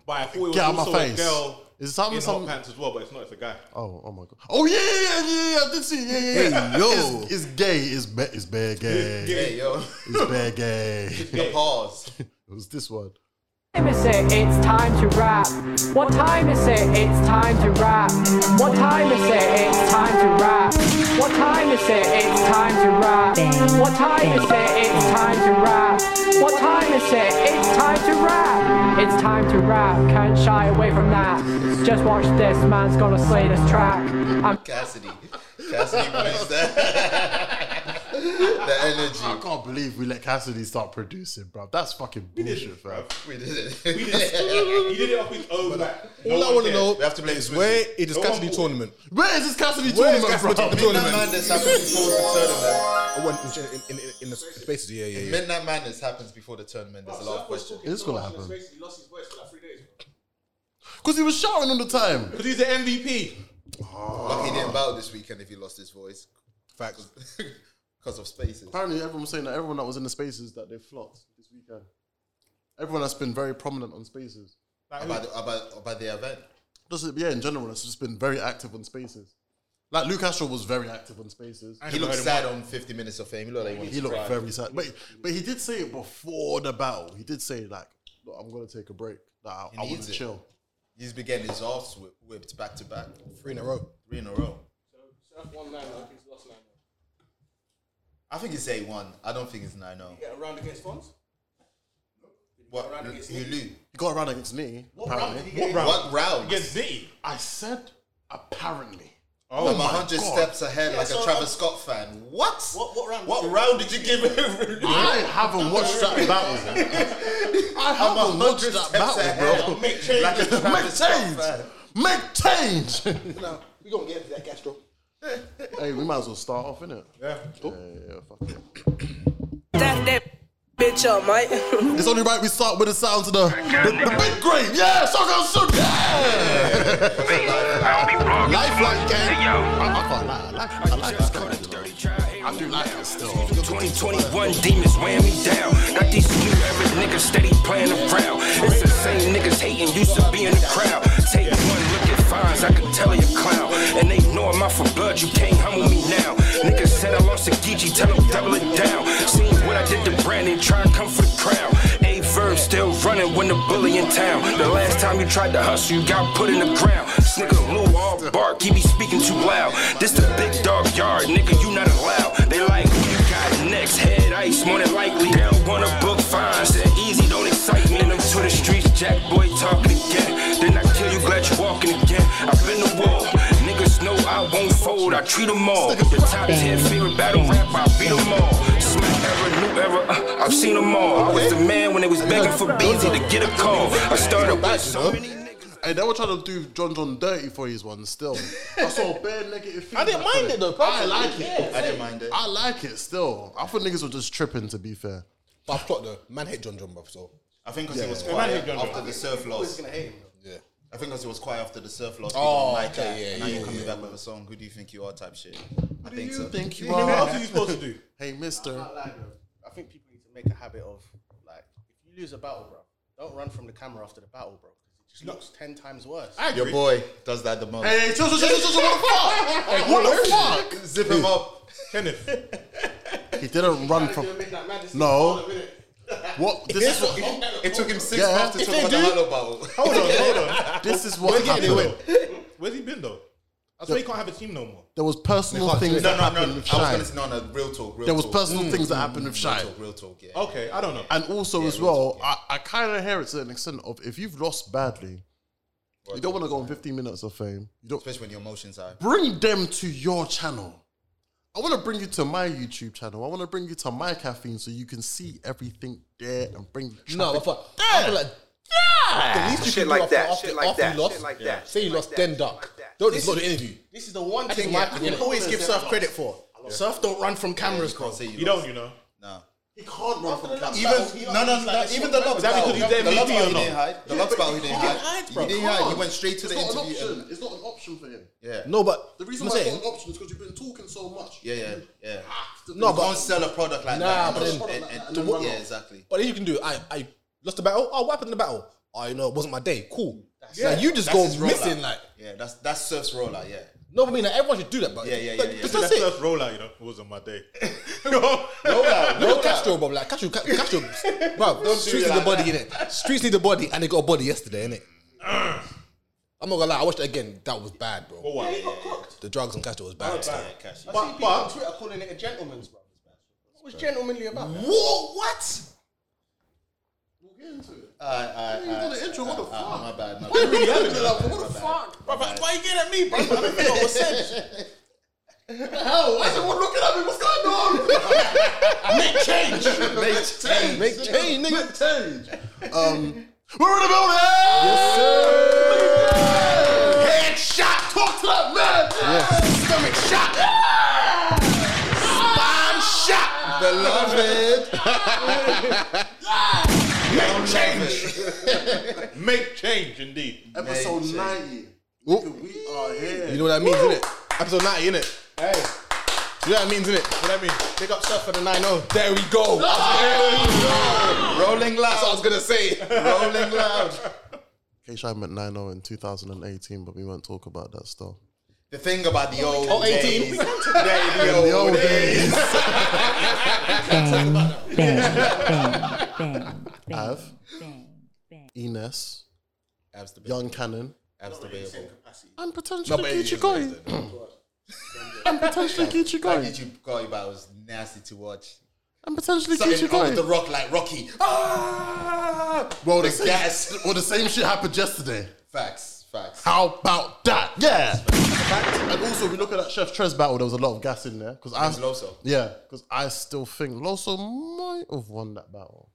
Speaker 5: But I thought it was
Speaker 6: Get out my
Speaker 5: also
Speaker 6: face.
Speaker 5: a girl
Speaker 6: Is it something-
Speaker 5: in
Speaker 6: something-
Speaker 5: hot pants as well, but it's not. It's a guy.
Speaker 6: oh, oh my god. Oh yeah, yeah, yeah, yeah. I did see. Yeah, yeah, yeah.
Speaker 1: Hey, yo.
Speaker 6: it's, it's gay. It's ba- it's bad gay.
Speaker 1: Hey, yo.
Speaker 6: It's bad gay. it
Speaker 1: The pause.
Speaker 6: was this one.
Speaker 11: time is it? It's time to rap. What time is it? It's time to rap. What time is it? It's time to rap. What time is it? It's time to rap. What time is it? It's time to rap. What time is it? It's time to rap. It's time to rap. Can't shy away from that. Just watch this man's gonna slay this track. I'm
Speaker 1: Cassidy. Cassidy brings that. the
Speaker 6: I
Speaker 1: energy.
Speaker 6: can't believe we let Cassidy start producing, bro. That's fucking bullshit, fam.
Speaker 1: We did it.
Speaker 5: He did it off his own
Speaker 1: uh,
Speaker 5: back. No
Speaker 2: All I
Speaker 5: one
Speaker 2: want to
Speaker 5: cares.
Speaker 2: know
Speaker 1: We have to blame Swizzy.
Speaker 2: where it is
Speaker 5: No
Speaker 2: Cassidy
Speaker 5: one-
Speaker 2: tournament.
Speaker 6: Where is this Cassidy
Speaker 2: Where is
Speaker 6: tournament,
Speaker 2: Cassidy
Speaker 6: bro?
Speaker 2: tournament?
Speaker 1: Midnight Madness happens before the tournament.
Speaker 2: I want in, in, in, in the spaces. Yeah, yeah, yeah.
Speaker 1: Midnight Madness happens before the tournament. There's a lot of questions.
Speaker 6: It's gonna happen
Speaker 9: He lost his voice for like three days.
Speaker 6: because he was shouting all the time.
Speaker 5: Because he's the MVP.
Speaker 1: Lucky he didn't battle this weekend if he lost his voice.
Speaker 2: Facts.
Speaker 1: Because of spaces.
Speaker 6: Apparently, everyone was saying that everyone that was in the spaces that they flopped this weekend. Everyone that's been very prominent on spaces.
Speaker 5: Like,
Speaker 1: About, about, about the event.
Speaker 7: Just yeah, in general, it's just been very active on Spaces. Like Luke Castro was very active on Spaces.
Speaker 1: He looked sad on 50 Minutes of Fame. He looked like he wanted
Speaker 7: He
Speaker 1: to
Speaker 7: looked
Speaker 1: cry.
Speaker 7: very sad, but but he did say it before the battle. He did say like, "Look, "I'm gonna take a break. Like, I,
Speaker 1: He
Speaker 7: I want
Speaker 1: needs
Speaker 7: to
Speaker 1: it.
Speaker 7: chill."
Speaker 1: He's been getting his ass whip- whipped back to back.
Speaker 2: Three in a row.
Speaker 1: Three in a row.
Speaker 5: Surf one nine, I think he's lost nine.
Speaker 1: I think it's 8 1. I don't think it's 9 0.
Speaker 5: Get a round against Fons?
Speaker 1: What?
Speaker 5: round
Speaker 1: Lu-
Speaker 5: against
Speaker 1: You
Speaker 5: Nick?
Speaker 1: lose.
Speaker 7: He got around against me. apparently,
Speaker 1: What round? What round?
Speaker 12: Against Zitty.
Speaker 7: I said apparently.
Speaker 1: Oh, I'm a hundred
Speaker 7: Oh God.
Speaker 1: steps ahead like
Speaker 5: so
Speaker 1: a Travis Scott fan. What?
Speaker 5: What- what round
Speaker 1: What
Speaker 5: was it?
Speaker 1: round did you give him?
Speaker 7: I haven't watched that battle. I haven't watched that battle, bro.
Speaker 1: Make change. Like a Travis Scott fan.
Speaker 7: Make change. Make change.
Speaker 6: Now, we gonna get to that Castro.
Speaker 7: hey, we might as well start off, innit? Yeah. Yeah, yeah, fuck it.
Speaker 13: That that bitch up, mate.
Speaker 7: It's only right we start with the sounds of the, the, the big grave. Yeah, shotgun shoot. Yeah. Lifeline gang. I, I can't lie. I like, I like this kind of shit, I do like it still.
Speaker 13: 2021 demons weighing me down. Got these new average niggas steady playing around. It's the same niggas hating used to be in the crowd. Take one look at fines, I can tell you clown. And they know I'm out for blood, you can't humble me now. Niggas said I lost a Geechee, tell them double it down. Seen what I did to Brandon, try and come for the crown. A verb still running when the bully in town. The last time you tried to hustle, you got put in the ground. Snigger Lou all bark, he be speaking too loud. This the big dog yard, nigga, you not allowed. They like who you got next, head ice, more than likely. They don't wanna book fine, said easy, don't excite me. And I'm to the streets, Jack Boy talking again. Then I kill you, glad you walking again. I've been the wall. Niggas know I won't fold, I treat them all. The top 10 favorite battle rap, I beat them all. Smack era, new era, uh, I've seen them all. I was the man when they was begging for Beezy to get a call. I started with so many niggas.
Speaker 7: Hey, they were trying to do John John dirty for his one still. I saw bare negative things. I
Speaker 6: didn't mind it, though,
Speaker 7: I like it.
Speaker 1: I didn't mind it.
Speaker 7: I like it still. I thought niggas were just tripping, to be fair.
Speaker 2: But I plot though. Man hate John John, bruv. So
Speaker 1: I think because he was
Speaker 12: yeah. Man,
Speaker 1: quiet
Speaker 12: he don't know.
Speaker 1: after the surf loss.
Speaker 2: yeah.
Speaker 1: I think because he was quiet after the surf loss.
Speaker 2: Oh,
Speaker 1: people didn't
Speaker 2: okay,
Speaker 1: it.
Speaker 2: yeah,
Speaker 1: And now
Speaker 2: yeah,
Speaker 1: you're coming
Speaker 2: yeah.
Speaker 1: back with a song. Who do you think you are? Type shit. I
Speaker 7: Do
Speaker 1: think
Speaker 7: you
Speaker 1: so.
Speaker 7: think you
Speaker 12: What else
Speaker 7: are?
Speaker 12: are you supposed to do?
Speaker 7: Hey, mister.
Speaker 6: I think people need to make a habit of like, if you lose a battle, bro, don't run from the camera after the battle, bro, because it just looks ten times worse.
Speaker 1: Your boy does that the most.
Speaker 7: Hey, chill, chill, chill, chill, chill, what the fuck? What the fuck?
Speaker 1: Zip him up.
Speaker 12: Kenneth.
Speaker 7: He didn't run from. No. What? This is what.
Speaker 1: It took him six
Speaker 7: Yeah.
Speaker 1: months to
Speaker 7: If
Speaker 1: talk about the hollow bottle.
Speaker 12: Hold on, hold on.
Speaker 7: This is what happened.
Speaker 12: Where's he been though? That's why you can't have a team no more.
Speaker 7: There was personal things
Speaker 1: No, no,
Speaker 7: that
Speaker 1: no. I
Speaker 7: happened
Speaker 1: was
Speaker 7: with
Speaker 1: gonna
Speaker 7: Shine.
Speaker 1: say no, no. Real talk. Real
Speaker 7: There was
Speaker 1: talk.
Speaker 7: personal
Speaker 1: Mm,
Speaker 7: things that happened
Speaker 1: Real
Speaker 7: with Shine.
Speaker 1: talk. Real talk. Yeah.
Speaker 12: Okay, I don't know.
Speaker 7: And also as well, I, I kind of hear it to an extent of if you've lost badly, you don't want to go on 15 minutes of fame. You don't
Speaker 1: Especially when your emotions are.
Speaker 7: bring them to your channel. I want to bring you to my YouTube channel. I want to bring you to my caffeine so you can see everything there and bring the traffic.
Speaker 2: No, but fuck. I feel like the least you
Speaker 13: Shit
Speaker 2: can
Speaker 13: like
Speaker 2: do after,
Speaker 13: that,
Speaker 2: after,
Speaker 13: shit like
Speaker 2: after
Speaker 13: that,
Speaker 2: you lost,
Speaker 13: shit like that,
Speaker 2: say you
Speaker 13: shit
Speaker 2: lost,
Speaker 13: like
Speaker 2: then
Speaker 13: that,
Speaker 2: duck.
Speaker 13: shit like that.
Speaker 2: Don't explode the interview.
Speaker 6: This is the one thing
Speaker 2: think
Speaker 6: I
Speaker 2: I
Speaker 6: can
Speaker 2: get it.
Speaker 6: always give Surf credit for. Surf don't run from cameras,
Speaker 1: Can't
Speaker 6: cause
Speaker 1: say you.
Speaker 12: You don't, you know.
Speaker 1: No.
Speaker 7: He can't run from camera.
Speaker 1: Even no, no, no. Even the locks.
Speaker 12: that because you didn't
Speaker 1: the
Speaker 12: meet
Speaker 1: locks
Speaker 12: me or
Speaker 1: battle he
Speaker 12: not?
Speaker 1: didn't hide. The locks battle he didn't hide.
Speaker 7: can't hide,
Speaker 1: He didn't hide. He went straight to the
Speaker 7: It's not an
Speaker 1: interview.
Speaker 7: option.
Speaker 1: and-
Speaker 7: It's not an option for him.
Speaker 1: Yeah.
Speaker 2: No, but
Speaker 7: The reason
Speaker 2: I'm
Speaker 7: why it's
Speaker 2: saying,
Speaker 7: not an option is because you've been talking so much.
Speaker 1: Yeah, yeah, yeah.
Speaker 2: No,
Speaker 1: you
Speaker 2: but-
Speaker 1: can't sell a product like
Speaker 2: Nah,
Speaker 1: that.
Speaker 2: but
Speaker 1: and-
Speaker 2: then-
Speaker 1: and- and-
Speaker 7: the what-
Speaker 1: yeah, exactly.
Speaker 2: but then you can do. I I lost the battle. Oh, what happened in the battle? Oh, you know, it wasn't my day. Cool. Yeah, like, you just
Speaker 1: That's
Speaker 2: go
Speaker 1: his rollout.
Speaker 2: missing. Like,
Speaker 1: Yeah, that's that's Surf's rollout. Yeah.
Speaker 2: no, I mean, like, everyone should do that. But
Speaker 1: Yeah, yeah,
Speaker 2: but
Speaker 1: yeah, yeah.
Speaker 2: Just
Speaker 12: That
Speaker 2: that's it.
Speaker 12: first rollout, you know, it wasn't my day. no.
Speaker 2: No Castro, bro. Like Castro, Ca- Castro, bro. Streets need
Speaker 1: like
Speaker 2: the body in it. Streets need the body, and they got a body yesterday, innit? I'm not gonna lie. I watched it again. That was bad, bro.
Speaker 1: Oh,
Speaker 12: What?
Speaker 2: The drugs on Castro was bad.
Speaker 1: Cash.
Speaker 12: But, but
Speaker 6: Twitter calling it a gentleman's, bro. What was gentlemanly about? that?
Speaker 1: Whoa, what?
Speaker 7: We'll get into it.
Speaker 1: Alright, alright,
Speaker 7: You done
Speaker 1: alright.
Speaker 7: the intro, what the
Speaker 1: Ah,
Speaker 7: fuck?
Speaker 1: My bad. My
Speaker 7: Why are
Speaker 1: bad.
Speaker 7: you
Speaker 1: My
Speaker 7: yelling at
Speaker 1: bad,
Speaker 7: them? What
Speaker 1: my
Speaker 7: the
Speaker 1: bad.
Speaker 7: fuck?
Speaker 6: Bro, but why you getting at me, bro? I don't even know what was said.
Speaker 7: Hell, why is everyone looking at me? What's going on?
Speaker 6: Make change.
Speaker 7: Make change.
Speaker 2: Make change, nigga.
Speaker 7: Make change. Um, we're in the building. Yes, sir. Headshot. Talk to that man. Stomach shot. Spine shot.
Speaker 1: Beloved.
Speaker 12: make change indeed.
Speaker 7: Episode
Speaker 1: change.
Speaker 7: 90. We are here.
Speaker 2: You know what that means, innit? Episode 90, innit? Hey. You know what that means, innit?
Speaker 12: What I mean?
Speaker 2: Big up stuff for the 9 0. There we go. There we go.
Speaker 1: Rolling
Speaker 2: That's what I
Speaker 1: loud.
Speaker 2: was going to say.
Speaker 1: Rolling loud.
Speaker 7: K Shine went 9 0 in 2018, but we won't talk about that still.
Speaker 6: The thing about the old
Speaker 7: Oh, 18.
Speaker 6: days, the old,
Speaker 7: The old
Speaker 6: days.
Speaker 7: days.
Speaker 6: Bang,
Speaker 7: bang, bang, Av, Ines, Young Cannon,
Speaker 1: Abs debatable.
Speaker 7: and
Speaker 6: No,
Speaker 7: potentially
Speaker 6: but it is,
Speaker 7: Gucci
Speaker 6: it is, it
Speaker 7: Goy. And potentially Gucci
Speaker 6: That
Speaker 7: Goy.
Speaker 6: Gucci Goy battle was nasty to watch.
Speaker 7: And potentially
Speaker 6: Something
Speaker 7: Gucci
Speaker 6: up with the
Speaker 7: Goy.
Speaker 6: rock like Rocky. Ah!
Speaker 7: Well,
Speaker 6: the
Speaker 7: the same,
Speaker 6: gas.
Speaker 7: well, the same shit happened yesterday.
Speaker 6: Facts, facts.
Speaker 7: How about that? Yeah. And also, we look at that Chef Trez battle. Oh, There was a lot of gas in there because I,
Speaker 6: Against Loso.
Speaker 7: yeah, because I still think Loso might have won that battle.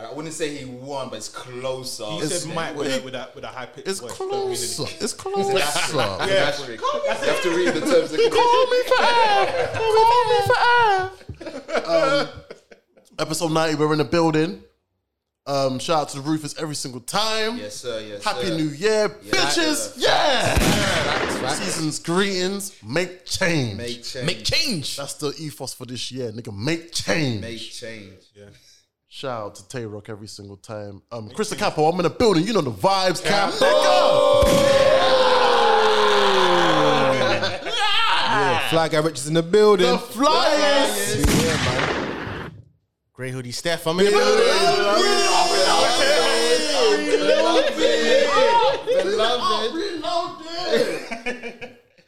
Speaker 6: I wouldn't say he won, but it's closer.
Speaker 1: He said Mike with a, with a, with a high pitch.
Speaker 7: It's
Speaker 1: voice. Don't mean
Speaker 7: closer.
Speaker 1: anything.
Speaker 7: It's closer.
Speaker 6: Yeah. You have to read the terms and
Speaker 7: Call
Speaker 6: conditions.
Speaker 7: me for F. Call me for F. Um, episode 90, we're in the building. Um, shout out to the Rufus every single time.
Speaker 6: Yes, sir. Yes,
Speaker 7: Happy
Speaker 6: sir.
Speaker 7: New Year,
Speaker 6: Yeah.
Speaker 7: bitches.
Speaker 6: Yeah.
Speaker 7: Yeah.
Speaker 6: Facts, facts.
Speaker 7: Season's greetings. Make change.
Speaker 6: Make change.
Speaker 14: Make change.
Speaker 7: That's E the ethos for this year, nigga. Make change.
Speaker 6: Make change.
Speaker 7: Shout out to Tay Rock every single time. Um, Chris the Capo, I'm in the building. You know the vibes, Cap.
Speaker 2: Yeah, Fly Guy Richards in the building.
Speaker 7: The flyers.
Speaker 15: Grey hoodie Steph, I'm in the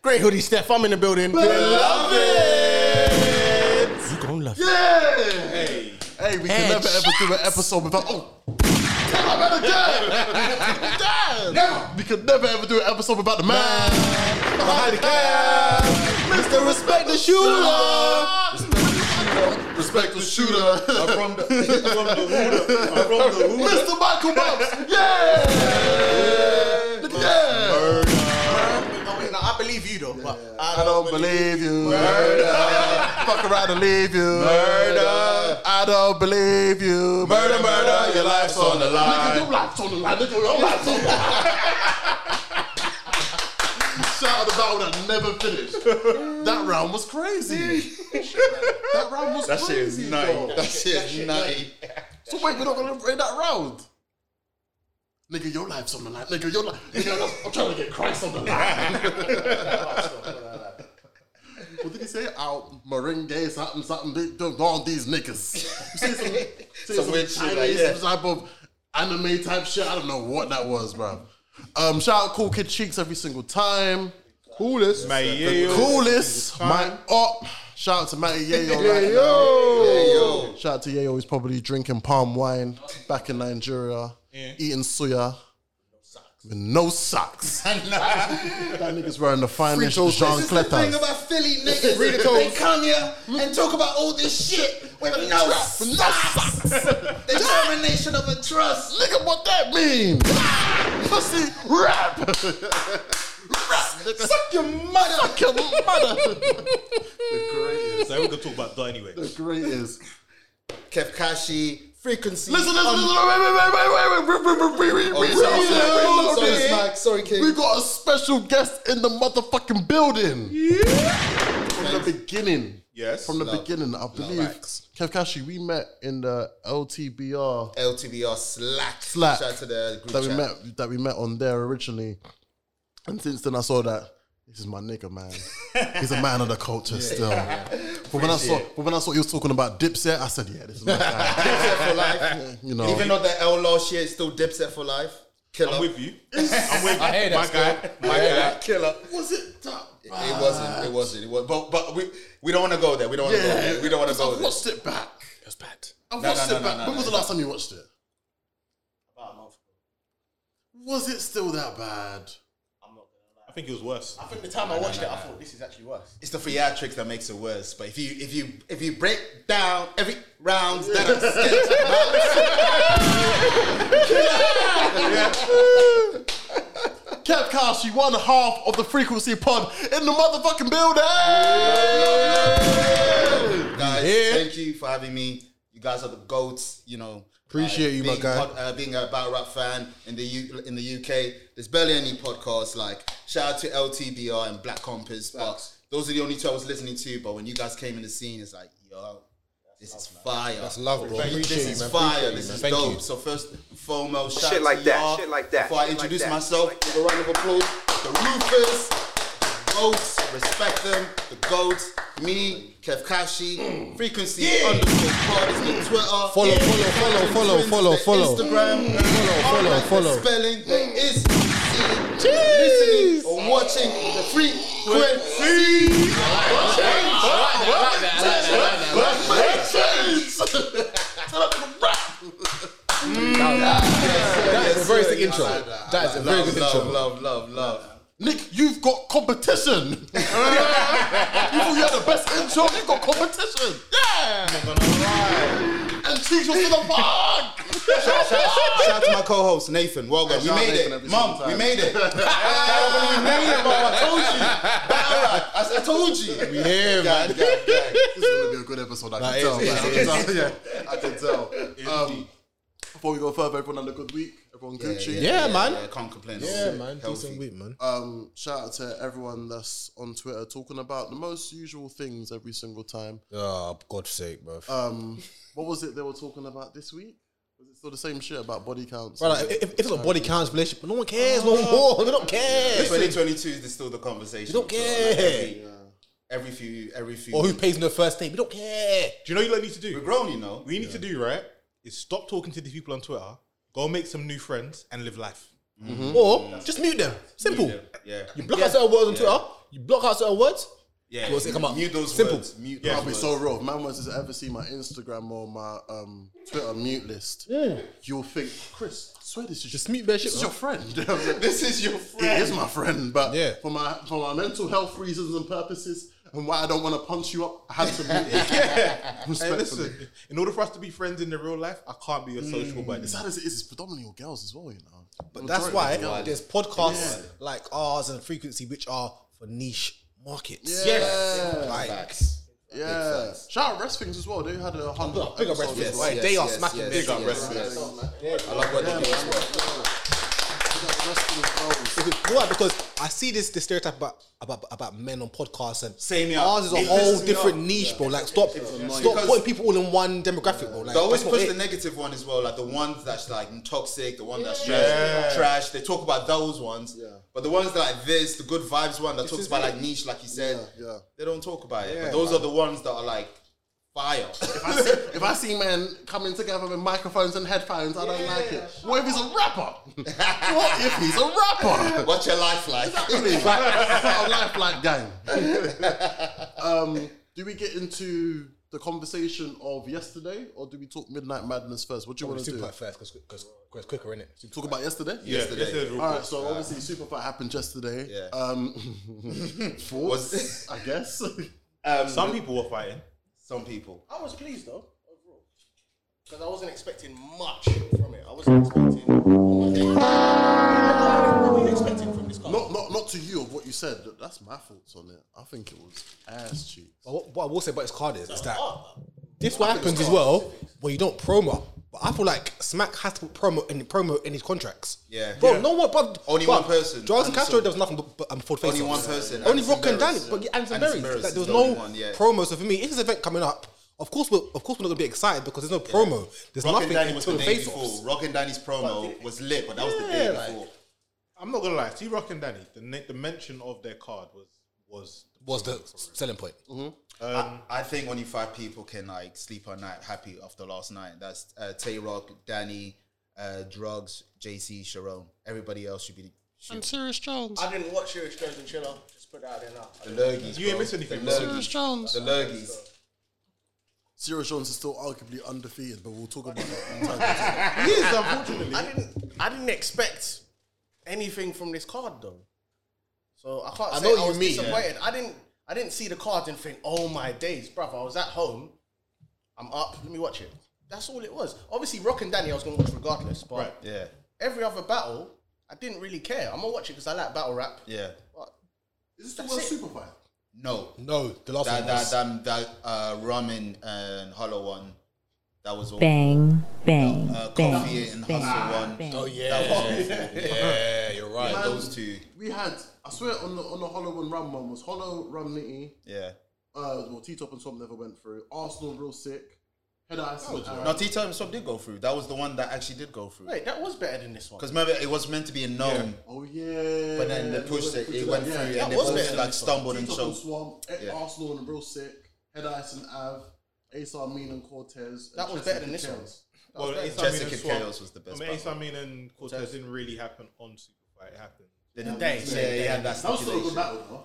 Speaker 15: Grey hoodie Steph, I'm in the building. You gon' love it.
Speaker 7: Hey, we can never ever do an episode without. Oh, damn, I better get it. Damn. We could never ever do an episode without the man. Behind the cam. Mr. Respect the Shooter. Respect the Shooter.
Speaker 6: From the, from the Huda. From the Huda.
Speaker 7: Mr. Michael Bumps. Yeah. Yeah.
Speaker 15: No, I believe you though, but I
Speaker 7: I don't believe you. Murder. Fuck around and leave you. Murder. I don't believe you. Murder, murder. Your life's on the line. Nigga, your life's on the line. Nigga, your life's on the line. Shout out the battle that never finished. That round was crazy. that round was
Speaker 6: That shit is
Speaker 7: crazy.
Speaker 6: nutty.
Speaker 7: though.
Speaker 6: That shit is nutty.
Speaker 7: So wait, we're not gonna play that round. Nigga, your life's on the line. Nigga, your life. Nigga, I'm trying to get Christ on the line. what did he say? I'll merengue something, something. They don't go on these niggas. You say some, say
Speaker 6: Some
Speaker 7: some
Speaker 6: weird
Speaker 7: Chinese
Speaker 6: shit like, yeah.
Speaker 7: type of anime type shit. I don't know what that was, bro. Um, shout out Cool Kid Cheeks every single time.
Speaker 2: Coolest.
Speaker 1: My yeah.
Speaker 7: Coolest, my up. Shout out to Matty Yayo right now. Shout out to Yayo, he's probably drinking palm wine back in Nigeria, eating suya. With no socks. that nigga's wearing the finest Jean
Speaker 6: Thing
Speaker 7: Cletas.
Speaker 6: about Philly niggas, they come here and talk about all this shit with no socks. Determination of a trust.
Speaker 7: Look at what that means. Pussy rap. rap. Suck your mother. Suck your mother. the
Speaker 1: So we're gonna talk about that anyway.
Speaker 7: greatest. The greatest.
Speaker 6: Kefkashi, frequency.
Speaker 7: Listen, listen, listen, wait, wait, wait, wait, wait, wait, wait, wait, wait, wait,
Speaker 6: sorry,
Speaker 7: wait,
Speaker 6: sorry,
Speaker 7: wait,
Speaker 6: sorry,
Speaker 7: wait,
Speaker 6: Smack, sorry, King.
Speaker 7: We got a special guest in the motherfucking building. From the beginning.
Speaker 1: Yes.
Speaker 7: From the beginning, I believe. Kev Kashi, we met in the LTBR
Speaker 6: LTBR Slack.
Speaker 7: Slack
Speaker 6: Shout out to the group
Speaker 7: that we
Speaker 6: chat.
Speaker 7: met that we met on there originally. And since then I saw that this is my nigga, man. He's a man of the culture still. But when I saw but when I saw he was talking about Dipset, I said, yeah, this is my guy.
Speaker 6: Dipset for life.
Speaker 7: You know.
Speaker 6: Even though the L Law shit is still Dipset for life. Killer.
Speaker 1: I'm with you. I'm with you.
Speaker 15: hear
Speaker 1: My
Speaker 15: that,
Speaker 1: guy. My guy.
Speaker 6: Killer.
Speaker 7: Was it that
Speaker 6: It wasn't. It wasn't. It was. But but we we don't want to go there. We don't want to go
Speaker 7: Yeah,
Speaker 6: there. We don't want to
Speaker 7: because
Speaker 6: go
Speaker 7: I've
Speaker 6: there.
Speaker 7: watched it back. It's bad. I've
Speaker 6: No,
Speaker 7: watched
Speaker 6: no,
Speaker 7: it
Speaker 6: no,
Speaker 7: back.
Speaker 6: no,
Speaker 7: when
Speaker 6: no,
Speaker 7: was the
Speaker 6: no.
Speaker 7: last time you watched it?
Speaker 15: About a month ago.
Speaker 7: Was it still that bad?
Speaker 15: I'm not gonna lie.
Speaker 1: I think it was worse.
Speaker 15: I think the time I watched it, I thought this is actually worse.
Speaker 6: It's the theatrics that makes it worse. But if you if you if you break down every round that I'm sketched
Speaker 7: Kev Kashi, one half of the frequency pod in the motherfucking building.
Speaker 6: about, guys, thank you for having me. You guys are the goats. You know,
Speaker 2: Appreciate you, my
Speaker 6: being
Speaker 2: guy.
Speaker 6: pod- uh, being a battle rap fan in the U- in the UK, there's barely any podcasts. Like shout out to LTBR and Black Compass, but those are the only two I was listening to. But when you guys came in the scene, it's like yo,
Speaker 1: This is fire.
Speaker 2: That's love, bro.
Speaker 1: This
Speaker 2: Appreciate
Speaker 1: is
Speaker 2: you, man.
Speaker 1: fire.
Speaker 2: Appreciate
Speaker 1: This
Speaker 2: you,
Speaker 1: is
Speaker 2: man. Thank
Speaker 1: dope.
Speaker 2: you.
Speaker 1: So first, FOMO, shout
Speaker 5: Shit
Speaker 1: out
Speaker 5: like
Speaker 1: to
Speaker 5: that,
Speaker 1: y'all.
Speaker 5: shit like that,
Speaker 1: Before I
Speaker 5: shit like
Speaker 1: introduce
Speaker 5: that,
Speaker 1: myself, give a round of applause. The Roofers, Goats, respect them. The Goats, me, Kevkashi, Frequency underscore pod is the
Speaker 2: Follow,
Speaker 1: Twitter.
Speaker 2: follow,
Speaker 1: Yeah.
Speaker 2: follow, follow,
Speaker 1: Frequency Twins is
Speaker 2: follow,
Speaker 1: the
Speaker 2: follow.
Speaker 1: Instagram.
Speaker 2: follow,
Speaker 1: All right,
Speaker 2: follow.
Speaker 1: The spelling there is C. listening or watching the Frequency.
Speaker 2: That is a very sick intro. That is a very good
Speaker 1: Love,
Speaker 2: intro.
Speaker 1: love, love, love.
Speaker 7: Nick, you've got competition. you thought you had the best intro, you've got competition. Yeah. And she's just in the bag.
Speaker 1: Shout, shout, shout out to my co-host Nathan. Well done. We
Speaker 7: Shout out
Speaker 1: made
Speaker 7: Nathan
Speaker 1: it,
Speaker 7: every
Speaker 1: mom.
Speaker 7: single
Speaker 1: We
Speaker 7: time.
Speaker 1: made it. Shout out to we made it, mom. I told you. Battle rap. I said, I told you. We
Speaker 2: Yeah, man.
Speaker 1: gang, gang, gang.
Speaker 7: This is gonna be a good episode. I
Speaker 2: Nah, it
Speaker 7: can tell.
Speaker 2: is,
Speaker 7: man. I
Speaker 2: it
Speaker 7: can tell. Yeah, I can tell. Um, before we go further, everyone had a good week. Everyone Gucci.
Speaker 2: Yeah, man.
Speaker 1: Can't complain.
Speaker 2: Yeah, man.
Speaker 1: Healthy.
Speaker 2: Decent week, man.
Speaker 7: Um, shout out to everyone that's on Twitter talking about the most usual things every single time.
Speaker 6: Ah,
Speaker 2: Oh, God's sake, bro.
Speaker 7: Um, what was it they were talking about this week? Was it still the same shit about body counts?
Speaker 2: Bro, like, if, if it's a body counts relationship, no one cares no
Speaker 16: Oh.
Speaker 2: more. They don't care.
Speaker 1: 2022 is still the conversation.
Speaker 2: They don't
Speaker 1: So, like,
Speaker 2: care.
Speaker 1: every, every few, every few.
Speaker 2: Or who pays in the first date. We don't care.
Speaker 16: Do you know what you lot need to do?
Speaker 1: We're grown, you know.
Speaker 16: What you need to do, right, is stop talking to these people on Twitter, go make some new friends, Mm. and live life.
Speaker 2: Mm. Or just mute them. Simple.
Speaker 1: Yeah.
Speaker 2: You block out certain words on
Speaker 1: Yeah.
Speaker 2: Twitter. You block out certain words.
Speaker 1: Yeah.
Speaker 2: What's it come up?
Speaker 1: Mute those
Speaker 2: Simple.
Speaker 1: words. Mute
Speaker 16: Yeah.
Speaker 1: those
Speaker 7: I'll be
Speaker 1: words.
Speaker 7: so real. If man wants to ever see my Instagram or my um, Twitter mute list, you'll think, Chris, I swear this is
Speaker 2: Just
Speaker 7: just
Speaker 2: mute their shit.
Speaker 7: this is your friend.
Speaker 1: This is your
Speaker 7: It
Speaker 1: friend.
Speaker 7: is my friend, but
Speaker 2: Yeah.
Speaker 7: for my for my mental health reasons and purposes, and why I don't want to punch you up, I had to mute it.
Speaker 16: Hey,
Speaker 7: Respectfully.
Speaker 16: listen, in order for us to be friends in the real life, I can't be your social buddy.
Speaker 7: As sad as it is, it's predominantly all girls as well, you know.
Speaker 2: But that's
Speaker 7: Majority
Speaker 2: why
Speaker 7: of girls.
Speaker 2: there's podcasts like ours and Frequency, which are for niche markets.
Speaker 7: Yeah.
Speaker 2: Like,
Speaker 7: Yeah. Shout out Rest Things as well. They had a hundred.
Speaker 2: big up Rest
Speaker 7: episodes as
Speaker 2: Things.
Speaker 7: well.
Speaker 2: Like, they are smacking
Speaker 1: yes,
Speaker 2: big
Speaker 1: yes,
Speaker 2: up
Speaker 1: yes,
Speaker 2: wrestling.
Speaker 1: yes. I love what they do as well.
Speaker 7: Big up Rest Things girls.
Speaker 2: Why? Because I see this, this stereotype about, about about men on podcasts and
Speaker 1: Same here.
Speaker 2: ours is a
Speaker 1: It
Speaker 2: whole
Speaker 1: pisses me
Speaker 2: different
Speaker 1: off.
Speaker 2: niche, bro. Like stop stop
Speaker 1: Because-
Speaker 2: putting people all in one demographic, bro. Like
Speaker 1: They always
Speaker 2: that's not
Speaker 1: push
Speaker 2: it.
Speaker 1: the negative one as well, like the ones that's like toxic, the one that's trash, trash. They talk about those ones, but the ones that like this, the good vibes one that talks about like niche, like you said,
Speaker 7: Yeah, yeah.
Speaker 1: they don't talk about it. but those are the ones that are like fire.
Speaker 7: If I see men coming together with microphones and headphones, I don't like it. What if he's a rapper? what if he's a rapper?
Speaker 1: What's your life like?
Speaker 7: It's like- it's not a life like gang. um, do we get into the conversation of yesterday, or do we talk Midnight Madness first? What do you want to do?
Speaker 2: Super first because it's quicker, innit? Super
Speaker 7: Talk about yesterday.
Speaker 16: Yeah,
Speaker 1: Yesterday.
Speaker 16: this is real
Speaker 7: All right,
Speaker 16: quick.
Speaker 7: so obviously super fight happened yesterday.
Speaker 1: Yeah.
Speaker 7: Um, thoughts,
Speaker 1: Was-
Speaker 7: I guess.
Speaker 1: Um,
Speaker 16: Some people were fighting.
Speaker 1: some people.
Speaker 6: I was pleased though overall because I wasn't expecting much from it. I wasn't expecting. What were you expecting from this card?
Speaker 7: not, not, not to you of what you said. That's my thoughts on it. I think it was ass cheeks.
Speaker 2: What, what I will say about this card is, is that this what happens as well where you don't promo. But I feel like Smack has to put promo in promo in his contracts.
Speaker 1: Yeah.
Speaker 2: bro,
Speaker 1: Yeah.
Speaker 2: no one. Bro,
Speaker 1: Only
Speaker 2: bro,
Speaker 1: one person.
Speaker 2: Jonathan
Speaker 1: Anderson.
Speaker 2: Castro, there was nothing but, but um, Ford
Speaker 1: Only
Speaker 2: face-offs.
Speaker 1: one person,
Speaker 2: Only
Speaker 1: Anderson
Speaker 2: Rock and Danny,
Speaker 1: Barris.
Speaker 2: but yeah, Anderson,
Speaker 1: Anderson
Speaker 2: Berries.
Speaker 1: Barris
Speaker 2: Like, there was
Speaker 1: is the only
Speaker 2: no
Speaker 1: one, yeah.
Speaker 2: promo. So for me, if this event coming up, of course we're of course we're not gonna be excited because there's no promo. There's
Speaker 1: Rock
Speaker 2: nothing
Speaker 1: and Danny was
Speaker 2: until the
Speaker 1: the day
Speaker 2: face-offs.
Speaker 1: before. Rock and Danny's promo was lit, but that was the
Speaker 2: Yeah,
Speaker 1: day
Speaker 2: like-
Speaker 1: before.
Speaker 16: I'm not gonna lie. See, Rock and Danny, the, na- the mention of their card was was
Speaker 2: Was the selling point? um,
Speaker 1: I think only five people can like sleep at night happy after last night. That's uh, Tay Rock, Danny, uh, Drugs, JC, Sharon. Everybody else should be. Should be
Speaker 6: I didn't watch Serious Jones and Chiller. Just put that out there now. I
Speaker 1: the
Speaker 6: didn't-
Speaker 1: Lurgies.
Speaker 16: You ain't
Speaker 1: bro.
Speaker 16: missing anything,
Speaker 1: The
Speaker 16: bro.
Speaker 1: Lurgies. The Lurgies.
Speaker 7: Zero Jones is still arguably undefeated, but we'll talk about that.
Speaker 16: he is unfortunately.
Speaker 6: I didn't. I didn't expect anything from this card though. So I can't.
Speaker 2: I
Speaker 6: say
Speaker 2: know
Speaker 6: I
Speaker 2: what you
Speaker 6: was
Speaker 2: mean,
Speaker 6: Disappointed. I didn't. I didn't see the cards and think, "Oh my days, bruv, I was at home. I'm up. Let me watch it." That's all it was. Obviously, Rock and Danny, I was gonna watch regardless. But
Speaker 16: Right.
Speaker 1: Yeah.
Speaker 6: every other battle, I didn't really care. I'm gonna watch it because I like battle rap.
Speaker 1: Yeah.
Speaker 6: But
Speaker 7: Is this the world
Speaker 6: it.
Speaker 7: super fight?
Speaker 1: No.
Speaker 2: No, the last
Speaker 1: That
Speaker 2: one.
Speaker 1: that
Speaker 2: was-
Speaker 1: that, that uh, ramen and hollow one. That was all.
Speaker 17: Bang, bang,
Speaker 1: Uh,
Speaker 17: bang,
Speaker 1: coffee and hustle one.
Speaker 17: bang.
Speaker 2: Oh yeah, yeah, you're right.
Speaker 1: Yeah, those two.
Speaker 7: We had, I swear, on the on the Hollow and Rum one was Hollow Rum Nitty.
Speaker 1: Yeah.
Speaker 7: Uh, well, T Top and Swamp never went through. Arsenal real sick.
Speaker 1: No, Tea Time Swap did go through. That was the one that actually did go through.
Speaker 6: Wait, that was better than this one.
Speaker 1: Because remember, it was meant to be a gnome.
Speaker 7: Oh yeah.
Speaker 1: But then they pushed it. It went
Speaker 7: Yeah,
Speaker 1: through,
Speaker 7: yeah,
Speaker 1: and they
Speaker 7: that was
Speaker 1: both
Speaker 7: better.
Speaker 1: like stumbled and
Speaker 7: Tito
Speaker 1: choked.
Speaker 7: Swamp, at
Speaker 1: Yeah.
Speaker 7: Arsenal and real sick. Head Ice and Av, Ace Armin and Cortez.
Speaker 6: That was better than this one.
Speaker 18: Well,
Speaker 7: That was
Speaker 18: Ace
Speaker 7: better.
Speaker 18: Armin
Speaker 1: Jessica
Speaker 18: and Swamp-
Speaker 1: Chaos was the best
Speaker 18: I mean, Ace
Speaker 1: battle.
Speaker 18: Armin and Cortez didn't really happen on Super Fight. It happened.
Speaker 1: The day, yeah, yeah, yeah, that's
Speaker 7: That was still a good battle, though.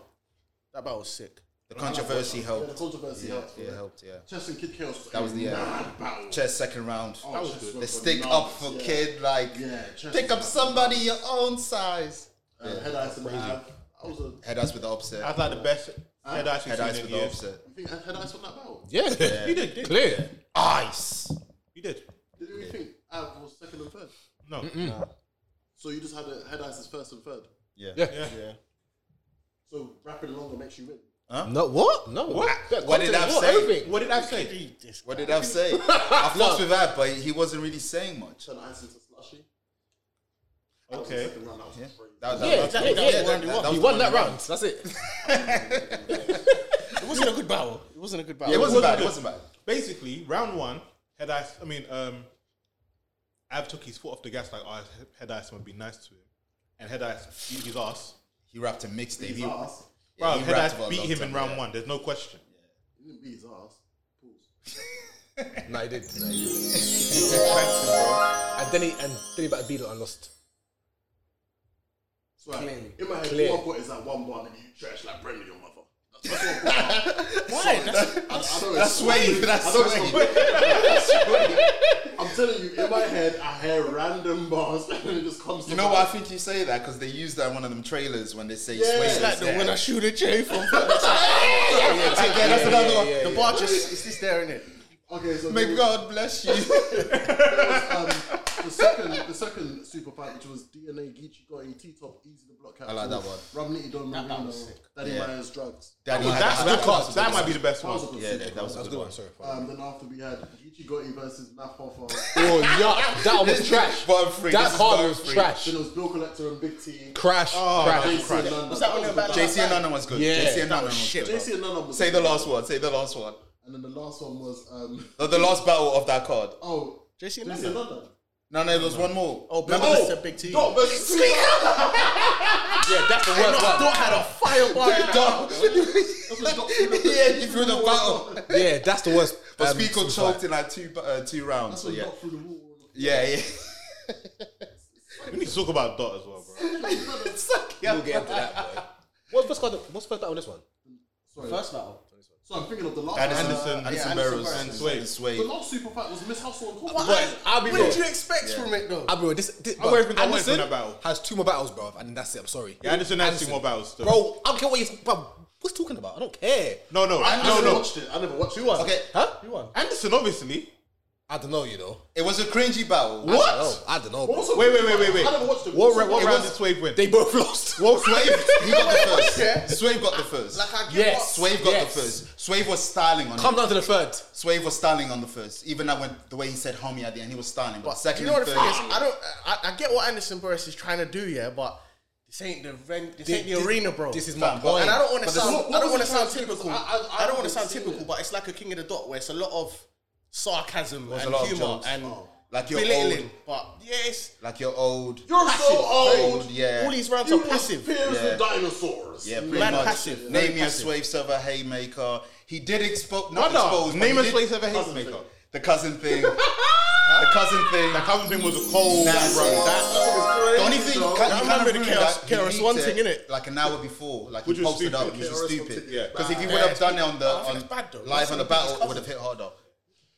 Speaker 6: That battle was sick.
Speaker 1: The controversy
Speaker 7: Yeah, the
Speaker 1: helped.
Speaker 7: controversy
Speaker 1: Yeah,
Speaker 7: helped.
Speaker 1: yeah, helped. Yeah,
Speaker 7: Chess and Kid Chaos.
Speaker 1: that was the yeah.
Speaker 7: mad battle.
Speaker 1: Chess second round.
Speaker 7: Oh, That was Chess good.
Speaker 1: They
Speaker 7: was
Speaker 1: stick
Speaker 7: nice,
Speaker 1: up for
Speaker 7: yeah.
Speaker 1: kid like
Speaker 7: Yeah, Chess
Speaker 1: pick
Speaker 7: was
Speaker 1: up
Speaker 7: nice.
Speaker 1: somebody your own size.
Speaker 7: Uh, Head Ice and Av. That was a.
Speaker 1: Head us with the upset.
Speaker 18: That's like the best head ice we've
Speaker 1: Head
Speaker 18: seen
Speaker 1: us
Speaker 18: in
Speaker 1: with the
Speaker 18: years.
Speaker 1: upset.
Speaker 7: You think Head Ice won that battle?
Speaker 2: Yeah,
Speaker 18: You did, did you?
Speaker 2: clear.
Speaker 1: Ice.
Speaker 18: You did.
Speaker 7: Did we think Av was second and third?
Speaker 18: No.
Speaker 7: So you just had a Head Ice as first and third.
Speaker 1: Yeah.
Speaker 2: Yeah.
Speaker 18: Yeah.
Speaker 7: So rapid longer makes you win.
Speaker 2: No, what? No. What?
Speaker 1: What did Av say?
Speaker 18: What did I say?
Speaker 1: What did I say? I fucked with that, but he wasn't really saying much.
Speaker 7: Turn Ice into slushy.
Speaker 18: Okay.
Speaker 7: Second round, that was
Speaker 1: Yeah.
Speaker 7: crazy.
Speaker 1: That, that,
Speaker 2: Yeah,
Speaker 1: that,
Speaker 2: yeah, yeah.
Speaker 1: that- that was
Speaker 2: He
Speaker 1: the
Speaker 2: won
Speaker 1: one
Speaker 2: that
Speaker 1: he
Speaker 2: round. That's it.
Speaker 6: It wasn't a good battle. It wasn't a good battle.
Speaker 1: It wasn't bad.
Speaker 18: good.
Speaker 1: It wasn't bad.
Speaker 18: Basically, round one, head ice. I mean, um, Ab took his foot off the gas like, oh, head ice would be nice to him, and head ice beat his ass.
Speaker 1: He rapped a mixtape. He,
Speaker 7: ass.
Speaker 1: yeah,
Speaker 18: Bro,
Speaker 1: he
Speaker 18: head
Speaker 1: rapped
Speaker 18: ice
Speaker 1: for a
Speaker 18: beat
Speaker 1: long
Speaker 18: him
Speaker 1: time,
Speaker 18: in round
Speaker 1: yeah.
Speaker 18: one. There's no question.
Speaker 7: He didn't beat his ass. Pause.
Speaker 2: No, he did. No, he did.
Speaker 1: Thanks, bro.
Speaker 2: And then he and then he about to beat it and lost.
Speaker 7: So like, in my head,
Speaker 2: Clear.
Speaker 7: what I put is that one one and you trash like Brenda, your mother. That's what I put.
Speaker 6: Why? That's,
Speaker 7: I- I know
Speaker 1: That's
Speaker 7: it's-
Speaker 1: way. That's
Speaker 7: I know it's
Speaker 1: way.
Speaker 7: completely- I'm telling you, in my head, I hear random bars and it just comes.
Speaker 1: You know why I think you say that? Because they use that in one of them trailers when they say yeah,
Speaker 7: It's like
Speaker 6: the when I shoot a J from
Speaker 1: that's another one.
Speaker 6: the bar just it's just there in it.
Speaker 7: Okay, so
Speaker 1: May
Speaker 7: there was,
Speaker 1: God bless you.
Speaker 7: um, the second, the second super fight, which was DNA Geechee got a T top easy to block out.
Speaker 1: I like that one.
Speaker 7: Ramniti Don Marino, Daddy
Speaker 1: Yeah.
Speaker 7: Myers drugs.
Speaker 1: Daddy had
Speaker 18: That's
Speaker 1: that-
Speaker 18: the
Speaker 1: that-
Speaker 18: card. That might be the best
Speaker 7: That was a
Speaker 18: one.
Speaker 7: good
Speaker 1: Yeah,
Speaker 7: super
Speaker 1: that, that was a good one.
Speaker 2: Sorry.
Speaker 7: fight. Um, then after we had Geechee Gotti versus Mafofa.
Speaker 2: Oh yeah, that one was trash.
Speaker 1: Bun free,
Speaker 2: That
Speaker 1: this is
Speaker 2: hard
Speaker 1: bun
Speaker 2: was
Speaker 1: free.
Speaker 2: trash.
Speaker 7: then it was Bill Collector and Big T.
Speaker 2: Crash. Crash.
Speaker 7: JC and Nana.
Speaker 6: Was that when they were battling?
Speaker 1: JC and Nana was good.
Speaker 2: Yeah.
Speaker 1: JC and Nana was good.
Speaker 7: JC and Nana was
Speaker 1: Say the last one. Say the last one.
Speaker 7: And then the last one was um
Speaker 1: The, the last battle of that card.
Speaker 7: oh
Speaker 6: JC and
Speaker 7: JC
Speaker 6: Nana.
Speaker 7: Nana.
Speaker 1: No, no, there was one more.
Speaker 6: Oh, Bill
Speaker 1: Remember-
Speaker 6: versus Big T.
Speaker 7: Dot versus T.
Speaker 2: Yeah, that's the worst one.
Speaker 6: Dot had a fireball.
Speaker 1: Dog.
Speaker 7: That's when Dot threw the-
Speaker 1: yeah, you threw the battle.
Speaker 2: Yeah, that's the worst.
Speaker 1: But
Speaker 2: um,
Speaker 1: Speako
Speaker 2: suicide.
Speaker 1: choked in like two uh, two rounds.
Speaker 7: That's
Speaker 1: So
Speaker 7: when
Speaker 1: yeah,
Speaker 7: Dot threw the wall.
Speaker 1: yeah, yeah.
Speaker 18: We need to talk about Dot as well, bro.
Speaker 2: We'll get into that, boy. What's first card? What's first battle on this one?
Speaker 7: Sorry.
Speaker 6: First battle.
Speaker 7: So I'm thinking of the last
Speaker 1: Anderson,
Speaker 7: one.
Speaker 1: Anderson,
Speaker 18: Anderson,
Speaker 1: Anderson
Speaker 18: yeah,
Speaker 1: Burrows
Speaker 18: Anderson
Speaker 1: and
Speaker 18: Burrows.
Speaker 1: Sway.
Speaker 7: The last super fight was Miss Hustle and Court.
Speaker 2: But I'll be
Speaker 6: What
Speaker 2: real.
Speaker 6: did you expect from it though?
Speaker 2: I'll be real. This, this
Speaker 18: I'm away from- I'm away
Speaker 2: Anderson
Speaker 18: from that battle.
Speaker 2: has two more battles, bro, and that's it. I'm sorry.
Speaker 18: Yeah, Anderson has two more battles still.
Speaker 2: Bro, I don't care what you. Bro, what's talking about? I don't care.
Speaker 18: No, no,
Speaker 7: I
Speaker 18: no,
Speaker 7: never
Speaker 18: no.
Speaker 7: watched it. I never watched it.
Speaker 1: Okay,
Speaker 2: Huh?
Speaker 18: Anderson, obviously.
Speaker 2: I don't know. You know.
Speaker 1: it was a cringy battle.
Speaker 2: I don't know. I don't know. bro.
Speaker 7: Also,
Speaker 18: Wait, wait, wait, wait, wait.
Speaker 7: I never watched it.
Speaker 18: What, ra- what
Speaker 7: It
Speaker 18: round
Speaker 7: was-
Speaker 18: did Swave win?
Speaker 2: They both lost.
Speaker 1: Well, Sway, he got the first. Sway got the first.
Speaker 2: Yes.
Speaker 1: Sway got
Speaker 2: yes.
Speaker 1: the first. Sway was styling on.
Speaker 2: Come
Speaker 1: him.
Speaker 2: down to the third.
Speaker 1: Sway was styling on the first. Even that when the way he said "homie" at the end, he was styling. But,
Speaker 6: But
Speaker 1: second,
Speaker 6: you know what
Speaker 1: and
Speaker 6: the
Speaker 1: third,
Speaker 6: thing is? I don't. I, I get what Anderson Burris is trying to do, yeah, but this ain't the ren- this ain't the
Speaker 2: This-
Speaker 6: arena, bro.
Speaker 2: This is my
Speaker 1: Fam, but-
Speaker 2: point.
Speaker 6: and I don't want to
Speaker 1: But there's-
Speaker 6: sound.
Speaker 1: what-
Speaker 7: what
Speaker 6: I don't
Speaker 7: was
Speaker 6: want to
Speaker 7: he trying
Speaker 6: sound
Speaker 7: to do? 'Cause
Speaker 6: typical. I,
Speaker 7: I- I- I
Speaker 6: don't want to
Speaker 7: haven't
Speaker 6: sound
Speaker 7: seen
Speaker 6: typical,
Speaker 7: it.
Speaker 6: but it's like a King of the Dot where it's a lot of sarcasm
Speaker 1: There's a
Speaker 6: and
Speaker 1: lot of
Speaker 6: humor
Speaker 1: jokes.
Speaker 6: and
Speaker 1: Like you're
Speaker 6: belittling.
Speaker 1: old.
Speaker 6: But yes,
Speaker 1: like you're old.
Speaker 7: You're so old.
Speaker 1: old. Yeah.
Speaker 6: all these rounds
Speaker 7: You
Speaker 6: are
Speaker 7: was
Speaker 6: passive.
Speaker 7: Peers
Speaker 1: Yeah.
Speaker 7: with dinosaurs.
Speaker 1: yeah, pretty
Speaker 6: Man
Speaker 1: much.
Speaker 6: passive, very
Speaker 1: Name your
Speaker 6: passive.
Speaker 1: Sway server haymaker. He did expose.
Speaker 18: Oh,
Speaker 1: Not
Speaker 18: no.
Speaker 1: expose. but
Speaker 18: Name
Speaker 1: he
Speaker 18: a
Speaker 1: did-
Speaker 18: Sway ever hate maker.
Speaker 1: The cousin thing. the cousin thing.
Speaker 18: That cousin thing was a cold
Speaker 1: Nah,
Speaker 18: one, bro.
Speaker 1: bro,
Speaker 18: That,
Speaker 1: The only thing you can't,
Speaker 6: I
Speaker 1: you can't
Speaker 6: remember the
Speaker 1: prove
Speaker 6: Chaos-
Speaker 1: that he
Speaker 6: Chaos
Speaker 1: leaked
Speaker 6: one thing, innit?
Speaker 1: Like an hour before, like
Speaker 18: Which
Speaker 1: he
Speaker 18: was
Speaker 1: posted up,
Speaker 18: stupid.
Speaker 1: which was
Speaker 7: Chaos one
Speaker 1: stupid.
Speaker 7: took it
Speaker 1: Because if he
Speaker 7: back.
Speaker 1: would have done it on the
Speaker 6: I think
Speaker 1: on
Speaker 6: it's bad, though.
Speaker 1: live on the battle,
Speaker 6: It's
Speaker 1: it
Speaker 6: disgusting.
Speaker 1: would have hit harder.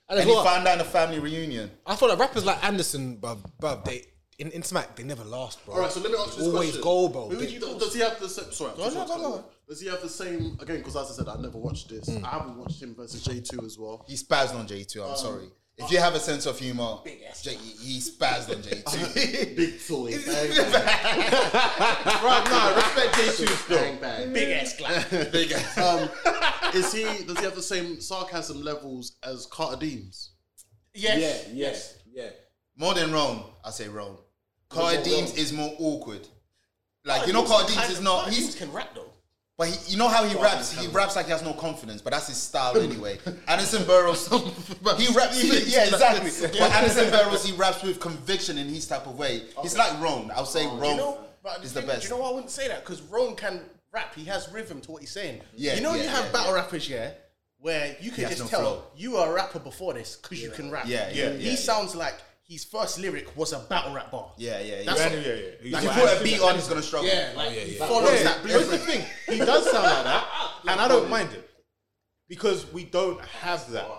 Speaker 2: And
Speaker 1: And
Speaker 2: as
Speaker 1: he
Speaker 2: well,
Speaker 1: found out in a family reunion.
Speaker 2: I feel like rappers like Anderson, bruv, bruv, they in, in smack they never last, bro.
Speaker 7: All right, so let me ask you this
Speaker 2: Always
Speaker 7: question.
Speaker 2: go, bro.
Speaker 7: Who would
Speaker 2: They-
Speaker 7: you- does he have the same? Sorry, I'm just
Speaker 2: no,
Speaker 7: about to
Speaker 2: go,
Speaker 7: cut
Speaker 2: go.
Speaker 7: you. Does he have the same again? Because as I said, I never watched this.
Speaker 19: Mm.
Speaker 7: I haven't watched him versus J two as well.
Speaker 1: He spazzed on J2, I'm sorry. If you have a sense of humor, J- E, he spazzed on E J2.
Speaker 7: Big toy. bang,
Speaker 18: right, nah, respect
Speaker 1: E
Speaker 18: J2
Speaker 7: bang,
Speaker 18: still.
Speaker 7: bang.
Speaker 6: big ass clap.
Speaker 1: Big ass.
Speaker 7: Um, is he? Does he have the same sarcasm levels as Carter Deems?
Speaker 6: Yes.
Speaker 2: yes, yeah.
Speaker 1: More than Rome, I say Rome. Cardi Deems is more awkward. Like, you know, Cardi
Speaker 6: Cardi
Speaker 1: Deems
Speaker 6: Kind
Speaker 1: is
Speaker 6: of-
Speaker 1: not.
Speaker 6: Cardi
Speaker 1: He's
Speaker 6: Deems can rap though.
Speaker 1: But he, you know how he raps? He raps like he has no confidence, but that's his style anyway. Anderson Burrows, he raps, yeah, exactly. But Anderson Burrows, he raps with conviction in his type of way. He's like Rome. I'll say
Speaker 6: Do
Speaker 1: Rome
Speaker 6: you know, but
Speaker 1: is
Speaker 6: do
Speaker 1: the
Speaker 6: you-
Speaker 1: best.
Speaker 6: Do you know why I wouldn't say that? Because Rome can rap. He has rhythm to what he's saying.
Speaker 1: Yeah,
Speaker 6: You know,
Speaker 1: yeah,
Speaker 6: you have
Speaker 1: yeah,
Speaker 6: battle rappers, yeah, where you
Speaker 1: He
Speaker 6: can
Speaker 1: has
Speaker 6: just
Speaker 1: no
Speaker 6: tell
Speaker 1: flow.
Speaker 6: you are a rapper before this because you can rap.
Speaker 1: Yeah, yeah,
Speaker 6: He
Speaker 1: yeah,
Speaker 6: sounds like his first lyric was a battle rap bar.
Speaker 1: Yeah, yeah, yeah.
Speaker 6: That's
Speaker 1: Yeah,
Speaker 6: what-
Speaker 1: yeah, yeah. Like,
Speaker 6: Like,
Speaker 1: if
Speaker 6: if you
Speaker 1: you put a beat on, he's gonna struggle.
Speaker 6: Yeah, like,
Speaker 1: Oh, yeah,
Speaker 6: he
Speaker 1: yeah.
Speaker 6: follows
Speaker 1: Yeah.
Speaker 6: that.
Speaker 5: But here's the thing: he does sound like that, and I don't mind it because we don't have that.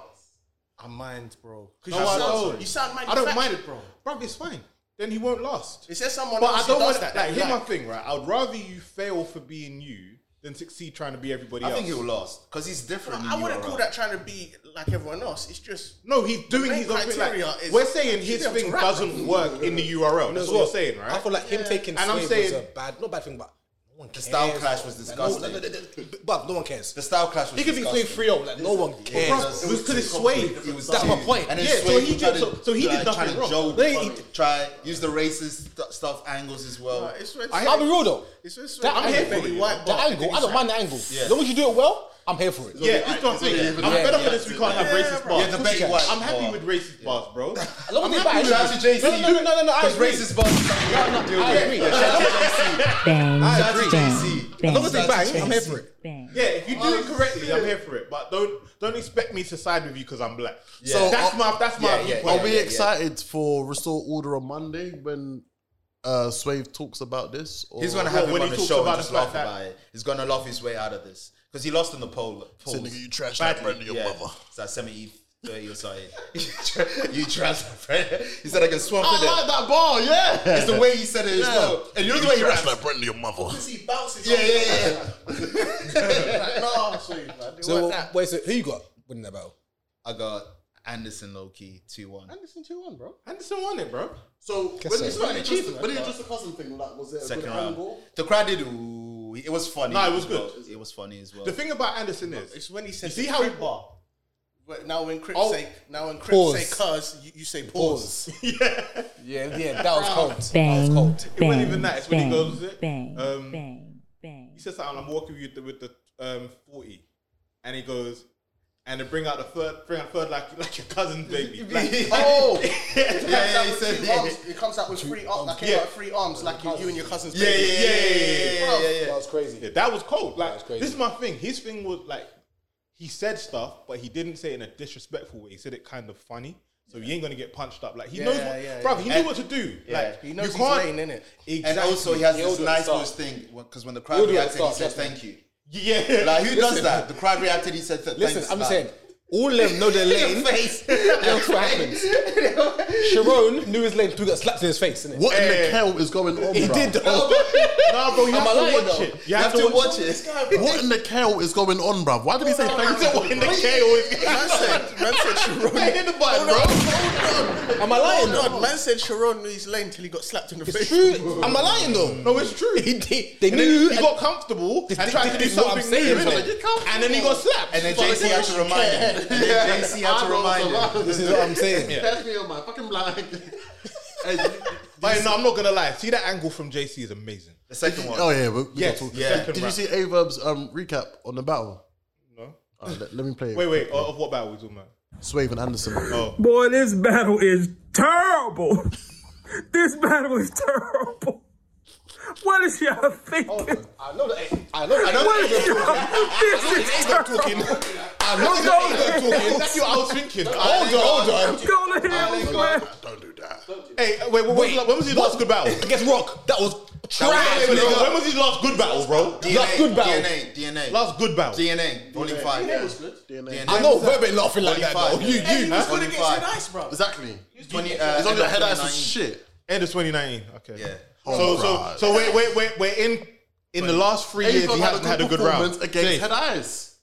Speaker 6: I mind, bro.
Speaker 5: No, I don't.
Speaker 6: You sound
Speaker 5: I don't mind
Speaker 6: manufactured,
Speaker 5: it, bro. Bro, it's fine. Then he won't last.
Speaker 6: Is there someone
Speaker 5: But
Speaker 6: else
Speaker 5: I don't
Speaker 6: who
Speaker 5: want
Speaker 6: does that that
Speaker 5: Like,
Speaker 6: you
Speaker 5: here's my
Speaker 6: like?
Speaker 5: thing, right? I'd rather you fail for being you than succeed trying to be everybody
Speaker 1: I
Speaker 5: else.
Speaker 1: think he'll last because he's different.
Speaker 6: I wouldn't call that trying to be like everyone else. It's just
Speaker 5: No, he's doing
Speaker 6: main
Speaker 5: his own thing.
Speaker 6: criteria
Speaker 5: Like,
Speaker 6: is-
Speaker 5: we're saying
Speaker 6: you
Speaker 5: his
Speaker 6: should be able
Speaker 5: thing
Speaker 6: to rap.
Speaker 5: doesn't work in the URL. That's what you're saying, right?
Speaker 2: I feel like him taking
Speaker 5: And
Speaker 2: and
Speaker 5: I'm
Speaker 2: was
Speaker 5: saying-
Speaker 2: a bad, not bad thing, but no one
Speaker 1: The
Speaker 2: cares.
Speaker 1: style clash was
Speaker 2: Like, no-
Speaker 1: disgusting.
Speaker 2: no- no- no- no- But no one cares.
Speaker 1: The style clash was
Speaker 2: He could be
Speaker 1: disgusting.
Speaker 2: Sway free up, like no one cares.
Speaker 1: Bro, it was
Speaker 2: to the
Speaker 1: Sway.
Speaker 2: That's my point.
Speaker 1: And then
Speaker 2: yeah,
Speaker 1: Sway
Speaker 2: so he
Speaker 1: tried
Speaker 2: did.
Speaker 1: to-
Speaker 2: So, so he
Speaker 1: tried-
Speaker 2: did
Speaker 1: tried
Speaker 2: nothing
Speaker 1: to
Speaker 2: wrong.
Speaker 1: joke,
Speaker 2: No, he-
Speaker 1: try use the racist st- stuff angles as well.
Speaker 6: it's- it's-
Speaker 2: I'll be real though.
Speaker 6: It's, it's,
Speaker 2: That
Speaker 6: I'm
Speaker 2: I'm here for
Speaker 6: Betty
Speaker 2: it.
Speaker 6: White
Speaker 2: The
Speaker 6: bar.
Speaker 2: angle, I don't mind the angle.
Speaker 1: Yeah.
Speaker 2: As long as you do it well, I'm here for it.
Speaker 5: yeah, that's what I'm saying. I'm fed up with this. We can't have racist bars.
Speaker 1: Yeah, the Betty White
Speaker 5: I'm happy
Speaker 1: bar.
Speaker 5: with racist bars, bro.
Speaker 2: As long
Speaker 5: I'm
Speaker 2: as they
Speaker 5: happy
Speaker 2: buy
Speaker 5: with
Speaker 2: it.
Speaker 1: Shout out to JC.
Speaker 2: No, no, no, no, no, no, I
Speaker 1: Because
Speaker 2: agree.
Speaker 1: racist bars is something you can't deal
Speaker 2: I
Speaker 1: with.
Speaker 2: agree.
Speaker 11: Bang.
Speaker 2: I
Speaker 1: Shout out to
Speaker 2: agree.
Speaker 1: JC.
Speaker 2: As long as they
Speaker 1: Shout out to
Speaker 2: bang, I'm here for it.
Speaker 11: Bang.
Speaker 5: Yeah, if you do it correctly, I'm here for it. But don't don't expect me to side with you because I'm black. So
Speaker 19: So,
Speaker 5: that's
Speaker 19: uh,
Speaker 5: my that's my
Speaker 1: yeah, yeah,
Speaker 5: viewpoint.
Speaker 19: Are we
Speaker 1: yeah.
Speaker 19: excited for Restore Order on Monday when uh, Swave talks about this? Or
Speaker 1: He's gonna have
Speaker 5: Well,
Speaker 1: him
Speaker 5: when
Speaker 1: on
Speaker 5: he
Speaker 1: the
Speaker 5: talks
Speaker 1: show
Speaker 5: about
Speaker 1: and just
Speaker 5: it like
Speaker 1: laugh
Speaker 5: that.
Speaker 1: about it. He's gonna laugh his way out of this because he lost in the poll.
Speaker 19: Say,
Speaker 1: polls.
Speaker 19: nigga, you trashed that
Speaker 1: Badly,
Speaker 19: friend of your
Speaker 1: yeah.
Speaker 19: mother.
Speaker 1: It's like 70, 30 or something. you tra- you trashed my friend. He said I can swamp
Speaker 19: I
Speaker 1: in it.
Speaker 19: like that bar, yeah.
Speaker 1: It's the way he said it as well. And you know the way he raps.
Speaker 19: trashed that friend of your mother.
Speaker 6: He bounces.
Speaker 1: Yeah, yeah, yeah.
Speaker 6: No, sweet, man. They
Speaker 2: So
Speaker 6: weren't that.
Speaker 2: wait, so who you got winning that battle?
Speaker 1: I got Anderson low key 2 1.
Speaker 5: Anderson two one, bro. Anderson won it, bro.
Speaker 19: So when
Speaker 2: so.
Speaker 19: it's not
Speaker 2: It's
Speaker 19: just when it's just a cousin thing, like was it a
Speaker 1: Second
Speaker 19: good
Speaker 1: round.
Speaker 19: angle?
Speaker 1: The crowd did. Ooh, it was funny.
Speaker 5: No, it was
Speaker 1: as well.
Speaker 5: good.
Speaker 1: It was funny as well.
Speaker 5: The thing about Anderson is,
Speaker 6: It's when he says.
Speaker 5: You see how he-
Speaker 6: bar. But now when Crip
Speaker 2: Oh.
Speaker 6: say now when Crip
Speaker 2: Pause.
Speaker 6: say cuz you, you say pause.
Speaker 2: Pause. Yeah, yeah, that was cold. That was
Speaker 11: Bang.
Speaker 2: cold.
Speaker 5: it wasn't even that. It's when he goes, it?
Speaker 11: Bang.
Speaker 5: um,
Speaker 11: Bang. Bang.
Speaker 5: he says something. I'm walking with the, with the um, forty, and he goes, and they bring out the third, bring out the third like like your cousin's baby. Like,
Speaker 6: Oh,
Speaker 5: yeah,
Speaker 1: yeah,
Speaker 6: He
Speaker 1: he said.
Speaker 6: comes out with two arms. He comes out with three arms. Like
Speaker 5: Yeah.
Speaker 6: yeah. three arms, like you, you and your cousins.
Speaker 1: Yeah, yeah,
Speaker 6: baby.
Speaker 1: yeah, yeah, yeah, yeah, yeah, yeah.
Speaker 2: That was crazy.
Speaker 5: Yeah, that was cold. Like
Speaker 2: was crazy.
Speaker 5: this is my thing. His thing was like he said stuff, but he didn't say it in a disrespectful way. He said it kind of funny. So you ain't gonna get punched up. Like he
Speaker 6: Yeah,
Speaker 5: knows, what,
Speaker 6: yeah,
Speaker 5: bruv,
Speaker 6: yeah.
Speaker 5: He knew
Speaker 1: And-
Speaker 5: what to do.
Speaker 1: yeah.
Speaker 5: Like
Speaker 6: He knows
Speaker 5: you
Speaker 6: he's
Speaker 5: can't.
Speaker 6: lane, innit?
Speaker 5: Exactly.
Speaker 1: And also, he has
Speaker 2: He'll
Speaker 1: this
Speaker 2: do it
Speaker 1: nice
Speaker 2: start.
Speaker 1: little thing because when the
Speaker 2: He'll
Speaker 1: crowd
Speaker 2: do it
Speaker 1: reacted, he
Speaker 2: start,
Speaker 1: said
Speaker 2: trust me.
Speaker 1: thank you.
Speaker 5: yeah.
Speaker 1: Like who does that? The crowd reacted. He said th- thanks.
Speaker 2: Listen, I'm
Speaker 1: like,
Speaker 2: just saying, all of them know their lane.
Speaker 1: Face.
Speaker 2: That's what happens. Sharon knew his lane through got slapped in his face, innit?
Speaker 19: What in the hell is going on?
Speaker 2: He
Speaker 19: bruv?
Speaker 2: did though.
Speaker 5: Nah, bro, you
Speaker 2: Am
Speaker 5: have
Speaker 2: I
Speaker 5: to
Speaker 2: lying,
Speaker 5: watch
Speaker 2: though?
Speaker 5: it.
Speaker 1: You have to watch it.
Speaker 19: What in the hell is going on, bruv? Why did he say thank you?
Speaker 5: What in the KO?
Speaker 6: Man said, man said Sharon.
Speaker 5: Hit the button, bro.
Speaker 2: Am I lying
Speaker 6: Hold on,
Speaker 2: though?
Speaker 6: man said Sharon knew his lane till he got slapped in the
Speaker 2: It's
Speaker 6: face.
Speaker 2: true. Am I lying though?
Speaker 5: No, it's true.
Speaker 2: He did. They
Speaker 5: And then
Speaker 2: knew.
Speaker 5: he got comfortable
Speaker 2: This-
Speaker 5: and tried
Speaker 2: this
Speaker 5: to do
Speaker 2: is what I'm
Speaker 5: something new.
Speaker 2: saying,
Speaker 5: innit? And then he got slapped.
Speaker 1: And then JC had to remind him. And then JC had to remind him.
Speaker 2: This is what I'm saying.
Speaker 19: Catch me on my fucking blind.
Speaker 5: But no, I'm not gonna lie. See that angle from JC is amazing.
Speaker 1: The second one.
Speaker 19: Oh yeah, we, we
Speaker 5: Yes,
Speaker 19: got to-
Speaker 5: yeah. second
Speaker 19: Did you
Speaker 5: round.
Speaker 19: see Averb's um, recap on the battle?
Speaker 5: No.
Speaker 19: All right, let, let me play it.
Speaker 5: Wait, wait. uh, Of of what battle we talking about?
Speaker 19: Swave and Anderson.
Speaker 4: Boy, this battle is terrible. this battle is terrible. What is y'all thinking?
Speaker 2: I know that. I know that.
Speaker 4: What is y'all? This is terrible.
Speaker 2: I know that.
Speaker 5: Talking. That's what I was thinking.
Speaker 2: Hold on, hold on.
Speaker 4: Go to hell, man.
Speaker 19: Don't do that.
Speaker 5: Hey, wait, wait, wait. When was his last good battle?
Speaker 2: Against Rock, that was trash.
Speaker 5: Wait, wait, wait,
Speaker 2: bro.
Speaker 5: When was his last good battle, bro?
Speaker 2: That's good battle.
Speaker 1: DNA. DNA.
Speaker 5: Last good battle.
Speaker 1: DNA. Volume five.
Speaker 19: DNA.
Speaker 1: DNA.
Speaker 2: I know Verb ain't laughing like that though.
Speaker 1: Twenty-five.
Speaker 2: You,
Speaker 1: Hey,
Speaker 2: you.
Speaker 1: he was good against Red Ice,
Speaker 2: bro.
Speaker 19: Exactly.
Speaker 1: Twenty. uh,
Speaker 19: It's on your
Speaker 1: end
Speaker 19: head
Speaker 1: of
Speaker 19: ass as
Speaker 1: 2019.
Speaker 19: shit.
Speaker 5: End of 2019. Okay.
Speaker 1: Yeah.
Speaker 5: So,
Speaker 19: Oh,
Speaker 5: so,
Speaker 19: right.
Speaker 5: so wait, wait, wait. We're in. In the last three years,
Speaker 19: Averb
Speaker 5: he hasn't had a good round.
Speaker 19: performance against
Speaker 5: Jay.
Speaker 19: Head Eyes.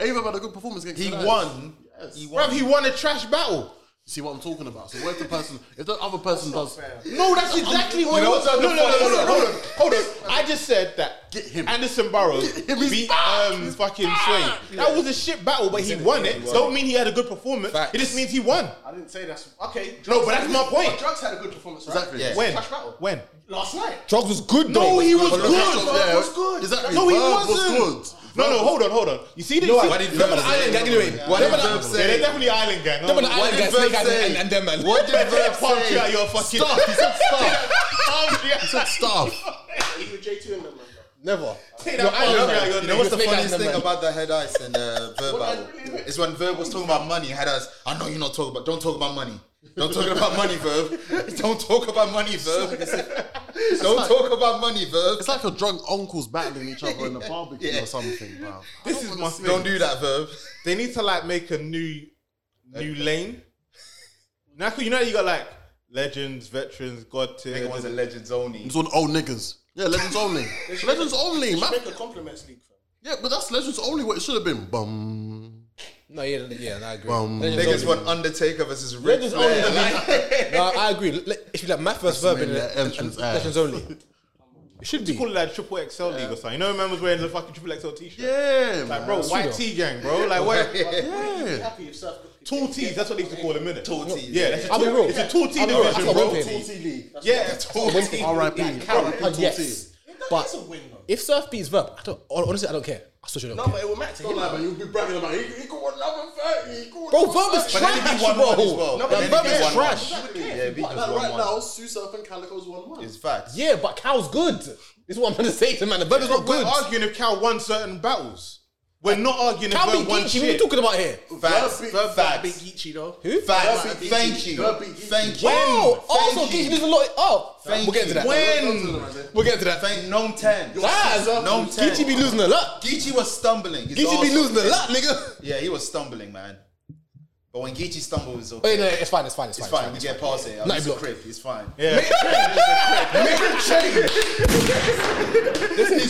Speaker 19: Avery had a good performance against
Speaker 1: He
Speaker 19: Head Eyes.
Speaker 1: won.
Speaker 19: Yes.
Speaker 1: He won.
Speaker 5: Bruv, he won a trash battle.
Speaker 19: See what I'm talking about. So what if the person, if the other person does,
Speaker 5: No, that's exactly what.
Speaker 1: You know
Speaker 5: it was.
Speaker 1: what's
Speaker 5: No,
Speaker 1: on
Speaker 5: no,
Speaker 1: the
Speaker 5: no, no,
Speaker 1: phone?
Speaker 5: no, hold on, hold on. I just said that
Speaker 19: Get him.
Speaker 5: Anderson Burrows
Speaker 19: him, he's
Speaker 5: beat
Speaker 19: back.
Speaker 5: um fucking Sway. That was a shit battle, but he won it. Don't mean he had a good performance. It just means he won.
Speaker 6: I didn't say that's okay.
Speaker 5: No, but that's my point.
Speaker 6: Drugs had a good performance, right?
Speaker 19: Exactly.
Speaker 1: Yeah.
Speaker 5: When?
Speaker 6: Trash battle.
Speaker 5: When?
Speaker 6: Last night.
Speaker 20: Drugs was good though.
Speaker 5: No, he was
Speaker 20: But
Speaker 5: good.
Speaker 20: look, Drugs was
Speaker 5: Drugs
Speaker 20: there.
Speaker 5: was good.
Speaker 20: Is that-
Speaker 5: No, he
Speaker 20: Verb was
Speaker 5: wasn't.
Speaker 20: good.
Speaker 5: No, no,
Speaker 20: Verb-
Speaker 5: hold on, hold on. You see, they,
Speaker 20: No,
Speaker 5: see
Speaker 20: why did
Speaker 5: remember
Speaker 20: Verb
Speaker 5: the island
Speaker 20: say-
Speaker 5: gang anyway.
Speaker 20: What did
Speaker 5: Remember the-
Speaker 20: Verb say?
Speaker 5: Yeah, they're definitely island gang.
Speaker 20: Remember the island gang, Snake and- and- and them, man.
Speaker 5: What did Verb
Speaker 20: say?
Speaker 5: say? your fucking
Speaker 20: Stop, he said stop.
Speaker 5: He said
Speaker 20: stop.
Speaker 21: You were J2 in them, man.
Speaker 20: Never.
Speaker 21: Take
Speaker 20: Your
Speaker 21: that
Speaker 20: island
Speaker 21: ball,
Speaker 20: gang.
Speaker 21: man.
Speaker 1: You know what's the
Speaker 20: Snake
Speaker 1: funniest
Speaker 20: and them, man.
Speaker 1: thing about the head ice and uh, Verb battle? It's when Verb was talking about money. Head ice, I know you're not talking about. Don't talk about money. Don't talk about money, Verb. Don't talk about money, Verb. Don't talk about money, Verb.
Speaker 7: It's like your drunk uncles battling each other in a barbecue or something, bro.
Speaker 5: This is my thing.
Speaker 1: Don't do that, Verb.
Speaker 5: They need to like make a new new lane. Now, 'cause you know, you got like legends, veterans, god tier.
Speaker 1: It was a legends only.
Speaker 7: It's on old niggas. Yeah, legends only. legends only,
Speaker 6: They should
Speaker 7: man.
Speaker 6: make a compliments league. fam.
Speaker 7: Yeah, but that's legends only. What it should have been. Bum.
Speaker 2: No, yeah, yeah, no, I agree.
Speaker 7: Bum.
Speaker 1: Niggas want Undertaker versus Ric
Speaker 2: Legends only.
Speaker 1: Flair.
Speaker 2: no, I agree. Le- It should be like math versus verb and,
Speaker 7: mainly
Speaker 2: and,
Speaker 7: entrance,
Speaker 2: and
Speaker 7: aye.
Speaker 2: legends only. It should be.
Speaker 5: Call it like triple XL league or something. You know, man was wearing the fucking triple XL t-shirt.
Speaker 7: Yeah,
Speaker 5: Like,
Speaker 7: man.
Speaker 5: bro, white
Speaker 2: Pseudo.
Speaker 5: T gang, bro. Like, what?
Speaker 7: Yeah.
Speaker 6: Happy if Surf could-
Speaker 5: Tall tees, that's what they used to call them, innit? Tall
Speaker 1: tees,
Speaker 5: Yeah, that's a
Speaker 2: I'll be
Speaker 5: tall-
Speaker 2: real.
Speaker 5: It's a tall T
Speaker 2: I'll be real, that's
Speaker 5: division,
Speaker 2: what
Speaker 5: bro.
Speaker 2: we're paying.
Speaker 5: Yeah, tall tees.
Speaker 7: R.I.P.
Speaker 2: Uh,
Speaker 7: Yes.
Speaker 2: Yes. But
Speaker 6: That's a win, though.
Speaker 2: if surf beats verb, I don't, honestly, I don't care. I still don't
Speaker 6: No,
Speaker 2: care.
Speaker 6: but it will matter.
Speaker 19: Don't lie, man. You'll be bragging about it. He, he got another 30. He got
Speaker 2: Bro,
Speaker 19: another
Speaker 2: verb is
Speaker 19: 30.
Speaker 1: But then he
Speaker 2: trash,
Speaker 1: beat one one as
Speaker 2: bro.
Speaker 1: well.
Speaker 6: No, but
Speaker 1: Then he
Speaker 2: Verb
Speaker 1: beat
Speaker 2: is
Speaker 1: one one.
Speaker 2: trash.
Speaker 1: Yeah, he beat
Speaker 19: Like,
Speaker 1: one
Speaker 19: right
Speaker 1: one.
Speaker 19: now, Sue Surf and Calico's one one.
Speaker 1: It's facts.
Speaker 2: Yeah, but Cal's good. This is what I'm trying to say to man. The verb is not
Speaker 5: We're
Speaker 2: good.
Speaker 5: arguing if Cal won certain battles. We're not arguing if
Speaker 2: Cal
Speaker 5: Verb
Speaker 2: beat
Speaker 5: won
Speaker 2: Geechee. What are you
Speaker 5: shit.
Speaker 2: talking about here?
Speaker 1: Facts.
Speaker 19: Verb beat-
Speaker 6: Big
Speaker 1: Facts.
Speaker 6: Geechee, though.
Speaker 1: Facts.
Speaker 19: Verb beat
Speaker 1: Thank
Speaker 19: Geechee.
Speaker 1: you.
Speaker 19: Verb beat Geechee.
Speaker 1: Thank you.
Speaker 2: Wow.
Speaker 1: Thank
Speaker 2: Also,
Speaker 1: you.
Speaker 2: Geechee is a lot up.
Speaker 1: Thank
Speaker 2: We'll get to
Speaker 1: you.
Speaker 2: that.
Speaker 1: When?
Speaker 2: We'll get to that.
Speaker 1: Thank Gnome 10.
Speaker 2: Guys,
Speaker 1: Gnome 10.
Speaker 2: Geechee be losing a lot.
Speaker 1: Geechee Ah! was stumbling. His
Speaker 2: Geechee be
Speaker 1: arse-
Speaker 2: losing a lot, nigga.
Speaker 1: Yeah, he was stumbling, man. But when Geechee stumbles, it's okay.
Speaker 2: Wait, Oh, no, it's fine, it's fine, it's
Speaker 1: It's
Speaker 2: fine.
Speaker 1: fine. We get past it. I'm
Speaker 2: Night
Speaker 1: just a
Speaker 2: block.
Speaker 1: crip. It's fine.
Speaker 2: It's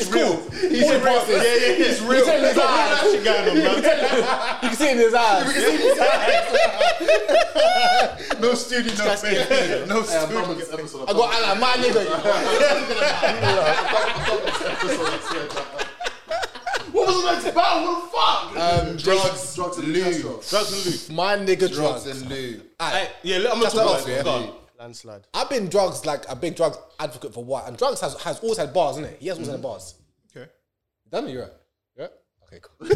Speaker 2: cool. He's in process.
Speaker 5: Yeah, yeah, yeah.
Speaker 2: He's real. You can
Speaker 5: There's a lot of
Speaker 2: tell
Speaker 5: action going on, man.
Speaker 2: in his eyes.
Speaker 1: No studio, no pay. No
Speaker 19: Yeah,
Speaker 1: studio.
Speaker 19: Mummy's episode.
Speaker 2: I got I like my nigga.
Speaker 19: What was the next battle? What the fuck?
Speaker 1: Um, drugs,
Speaker 19: drugs and
Speaker 1: lube.
Speaker 19: Castro.
Speaker 5: Drugs and loot.
Speaker 2: My nigga
Speaker 1: Drugs
Speaker 2: drugs.
Speaker 1: and lube.
Speaker 2: Aight.
Speaker 5: Yeah, I'm gonna
Speaker 2: That's what
Speaker 5: talk about
Speaker 2: I'm
Speaker 5: it.
Speaker 2: saying.
Speaker 5: Go on.
Speaker 6: Landslide.
Speaker 2: I've been drugs like a big drugs advocate for what, and drugs has, has always had bars, isn't it? He has always had bars.
Speaker 5: Okay.
Speaker 2: Damn it, you're right. You're right. Okay, cool.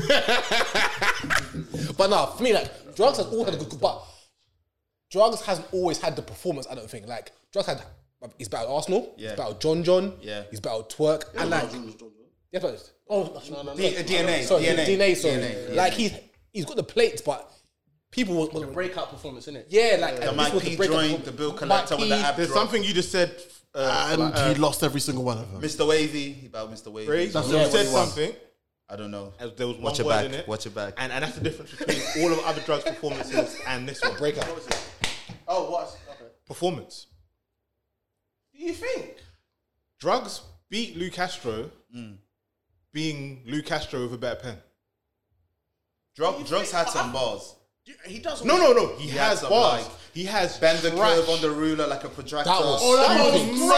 Speaker 2: but no, for me, like drugs has always had a good, good but drugs hasn't always had the performance. I don't think like drugs had. He's battled Arsenal.
Speaker 1: Yeah.
Speaker 2: He's battled John John.
Speaker 1: Yeah.
Speaker 2: He's battled Twerk. and like, yeah, but oh no, no, no,
Speaker 1: D- uh, DNA,
Speaker 2: Sorry,
Speaker 1: DNA,
Speaker 2: DNA. Sorry,
Speaker 1: DNA,
Speaker 2: like he's he's got the plates, but people was, was
Speaker 6: Breakout performance, innit?
Speaker 2: yeah, like and
Speaker 1: The
Speaker 2: this
Speaker 1: Mike
Speaker 2: was
Speaker 1: P
Speaker 2: breakup performance.
Speaker 1: joined, the Bill
Speaker 2: Mike
Speaker 1: Collector with the
Speaker 2: P-
Speaker 1: app
Speaker 5: There's
Speaker 1: drop.
Speaker 5: something you just said. Uh,
Speaker 7: And
Speaker 5: about, uh,
Speaker 7: he lost every single one of them.
Speaker 1: Mr. Wavy, he about Mr. Wavy.
Speaker 5: Ray, you
Speaker 7: That's the only
Speaker 5: said
Speaker 7: one he won.
Speaker 5: something.
Speaker 1: I don't know.
Speaker 5: and There was one
Speaker 1: Watch your
Speaker 5: word
Speaker 1: back,
Speaker 5: in it.
Speaker 1: watch your back.
Speaker 5: And, and that's the difference between all of other drugs performances and this one.
Speaker 2: breakup.
Speaker 6: Oh, what? Okay.
Speaker 5: Performance.
Speaker 6: Do you think?
Speaker 5: Drugs beat Lou Castro
Speaker 2: Mm.
Speaker 5: being Lou Castro with a better pen.
Speaker 1: Drug, drugs had some bars.
Speaker 6: Do- He does.
Speaker 5: No, no, no. He,
Speaker 1: He
Speaker 5: has
Speaker 1: had some,
Speaker 5: bars.
Speaker 1: like,
Speaker 5: he has
Speaker 1: Bend the
Speaker 5: trash.
Speaker 1: curve on the ruler like a protractor.
Speaker 2: That was
Speaker 19: That
Speaker 2: stupid.
Speaker 19: was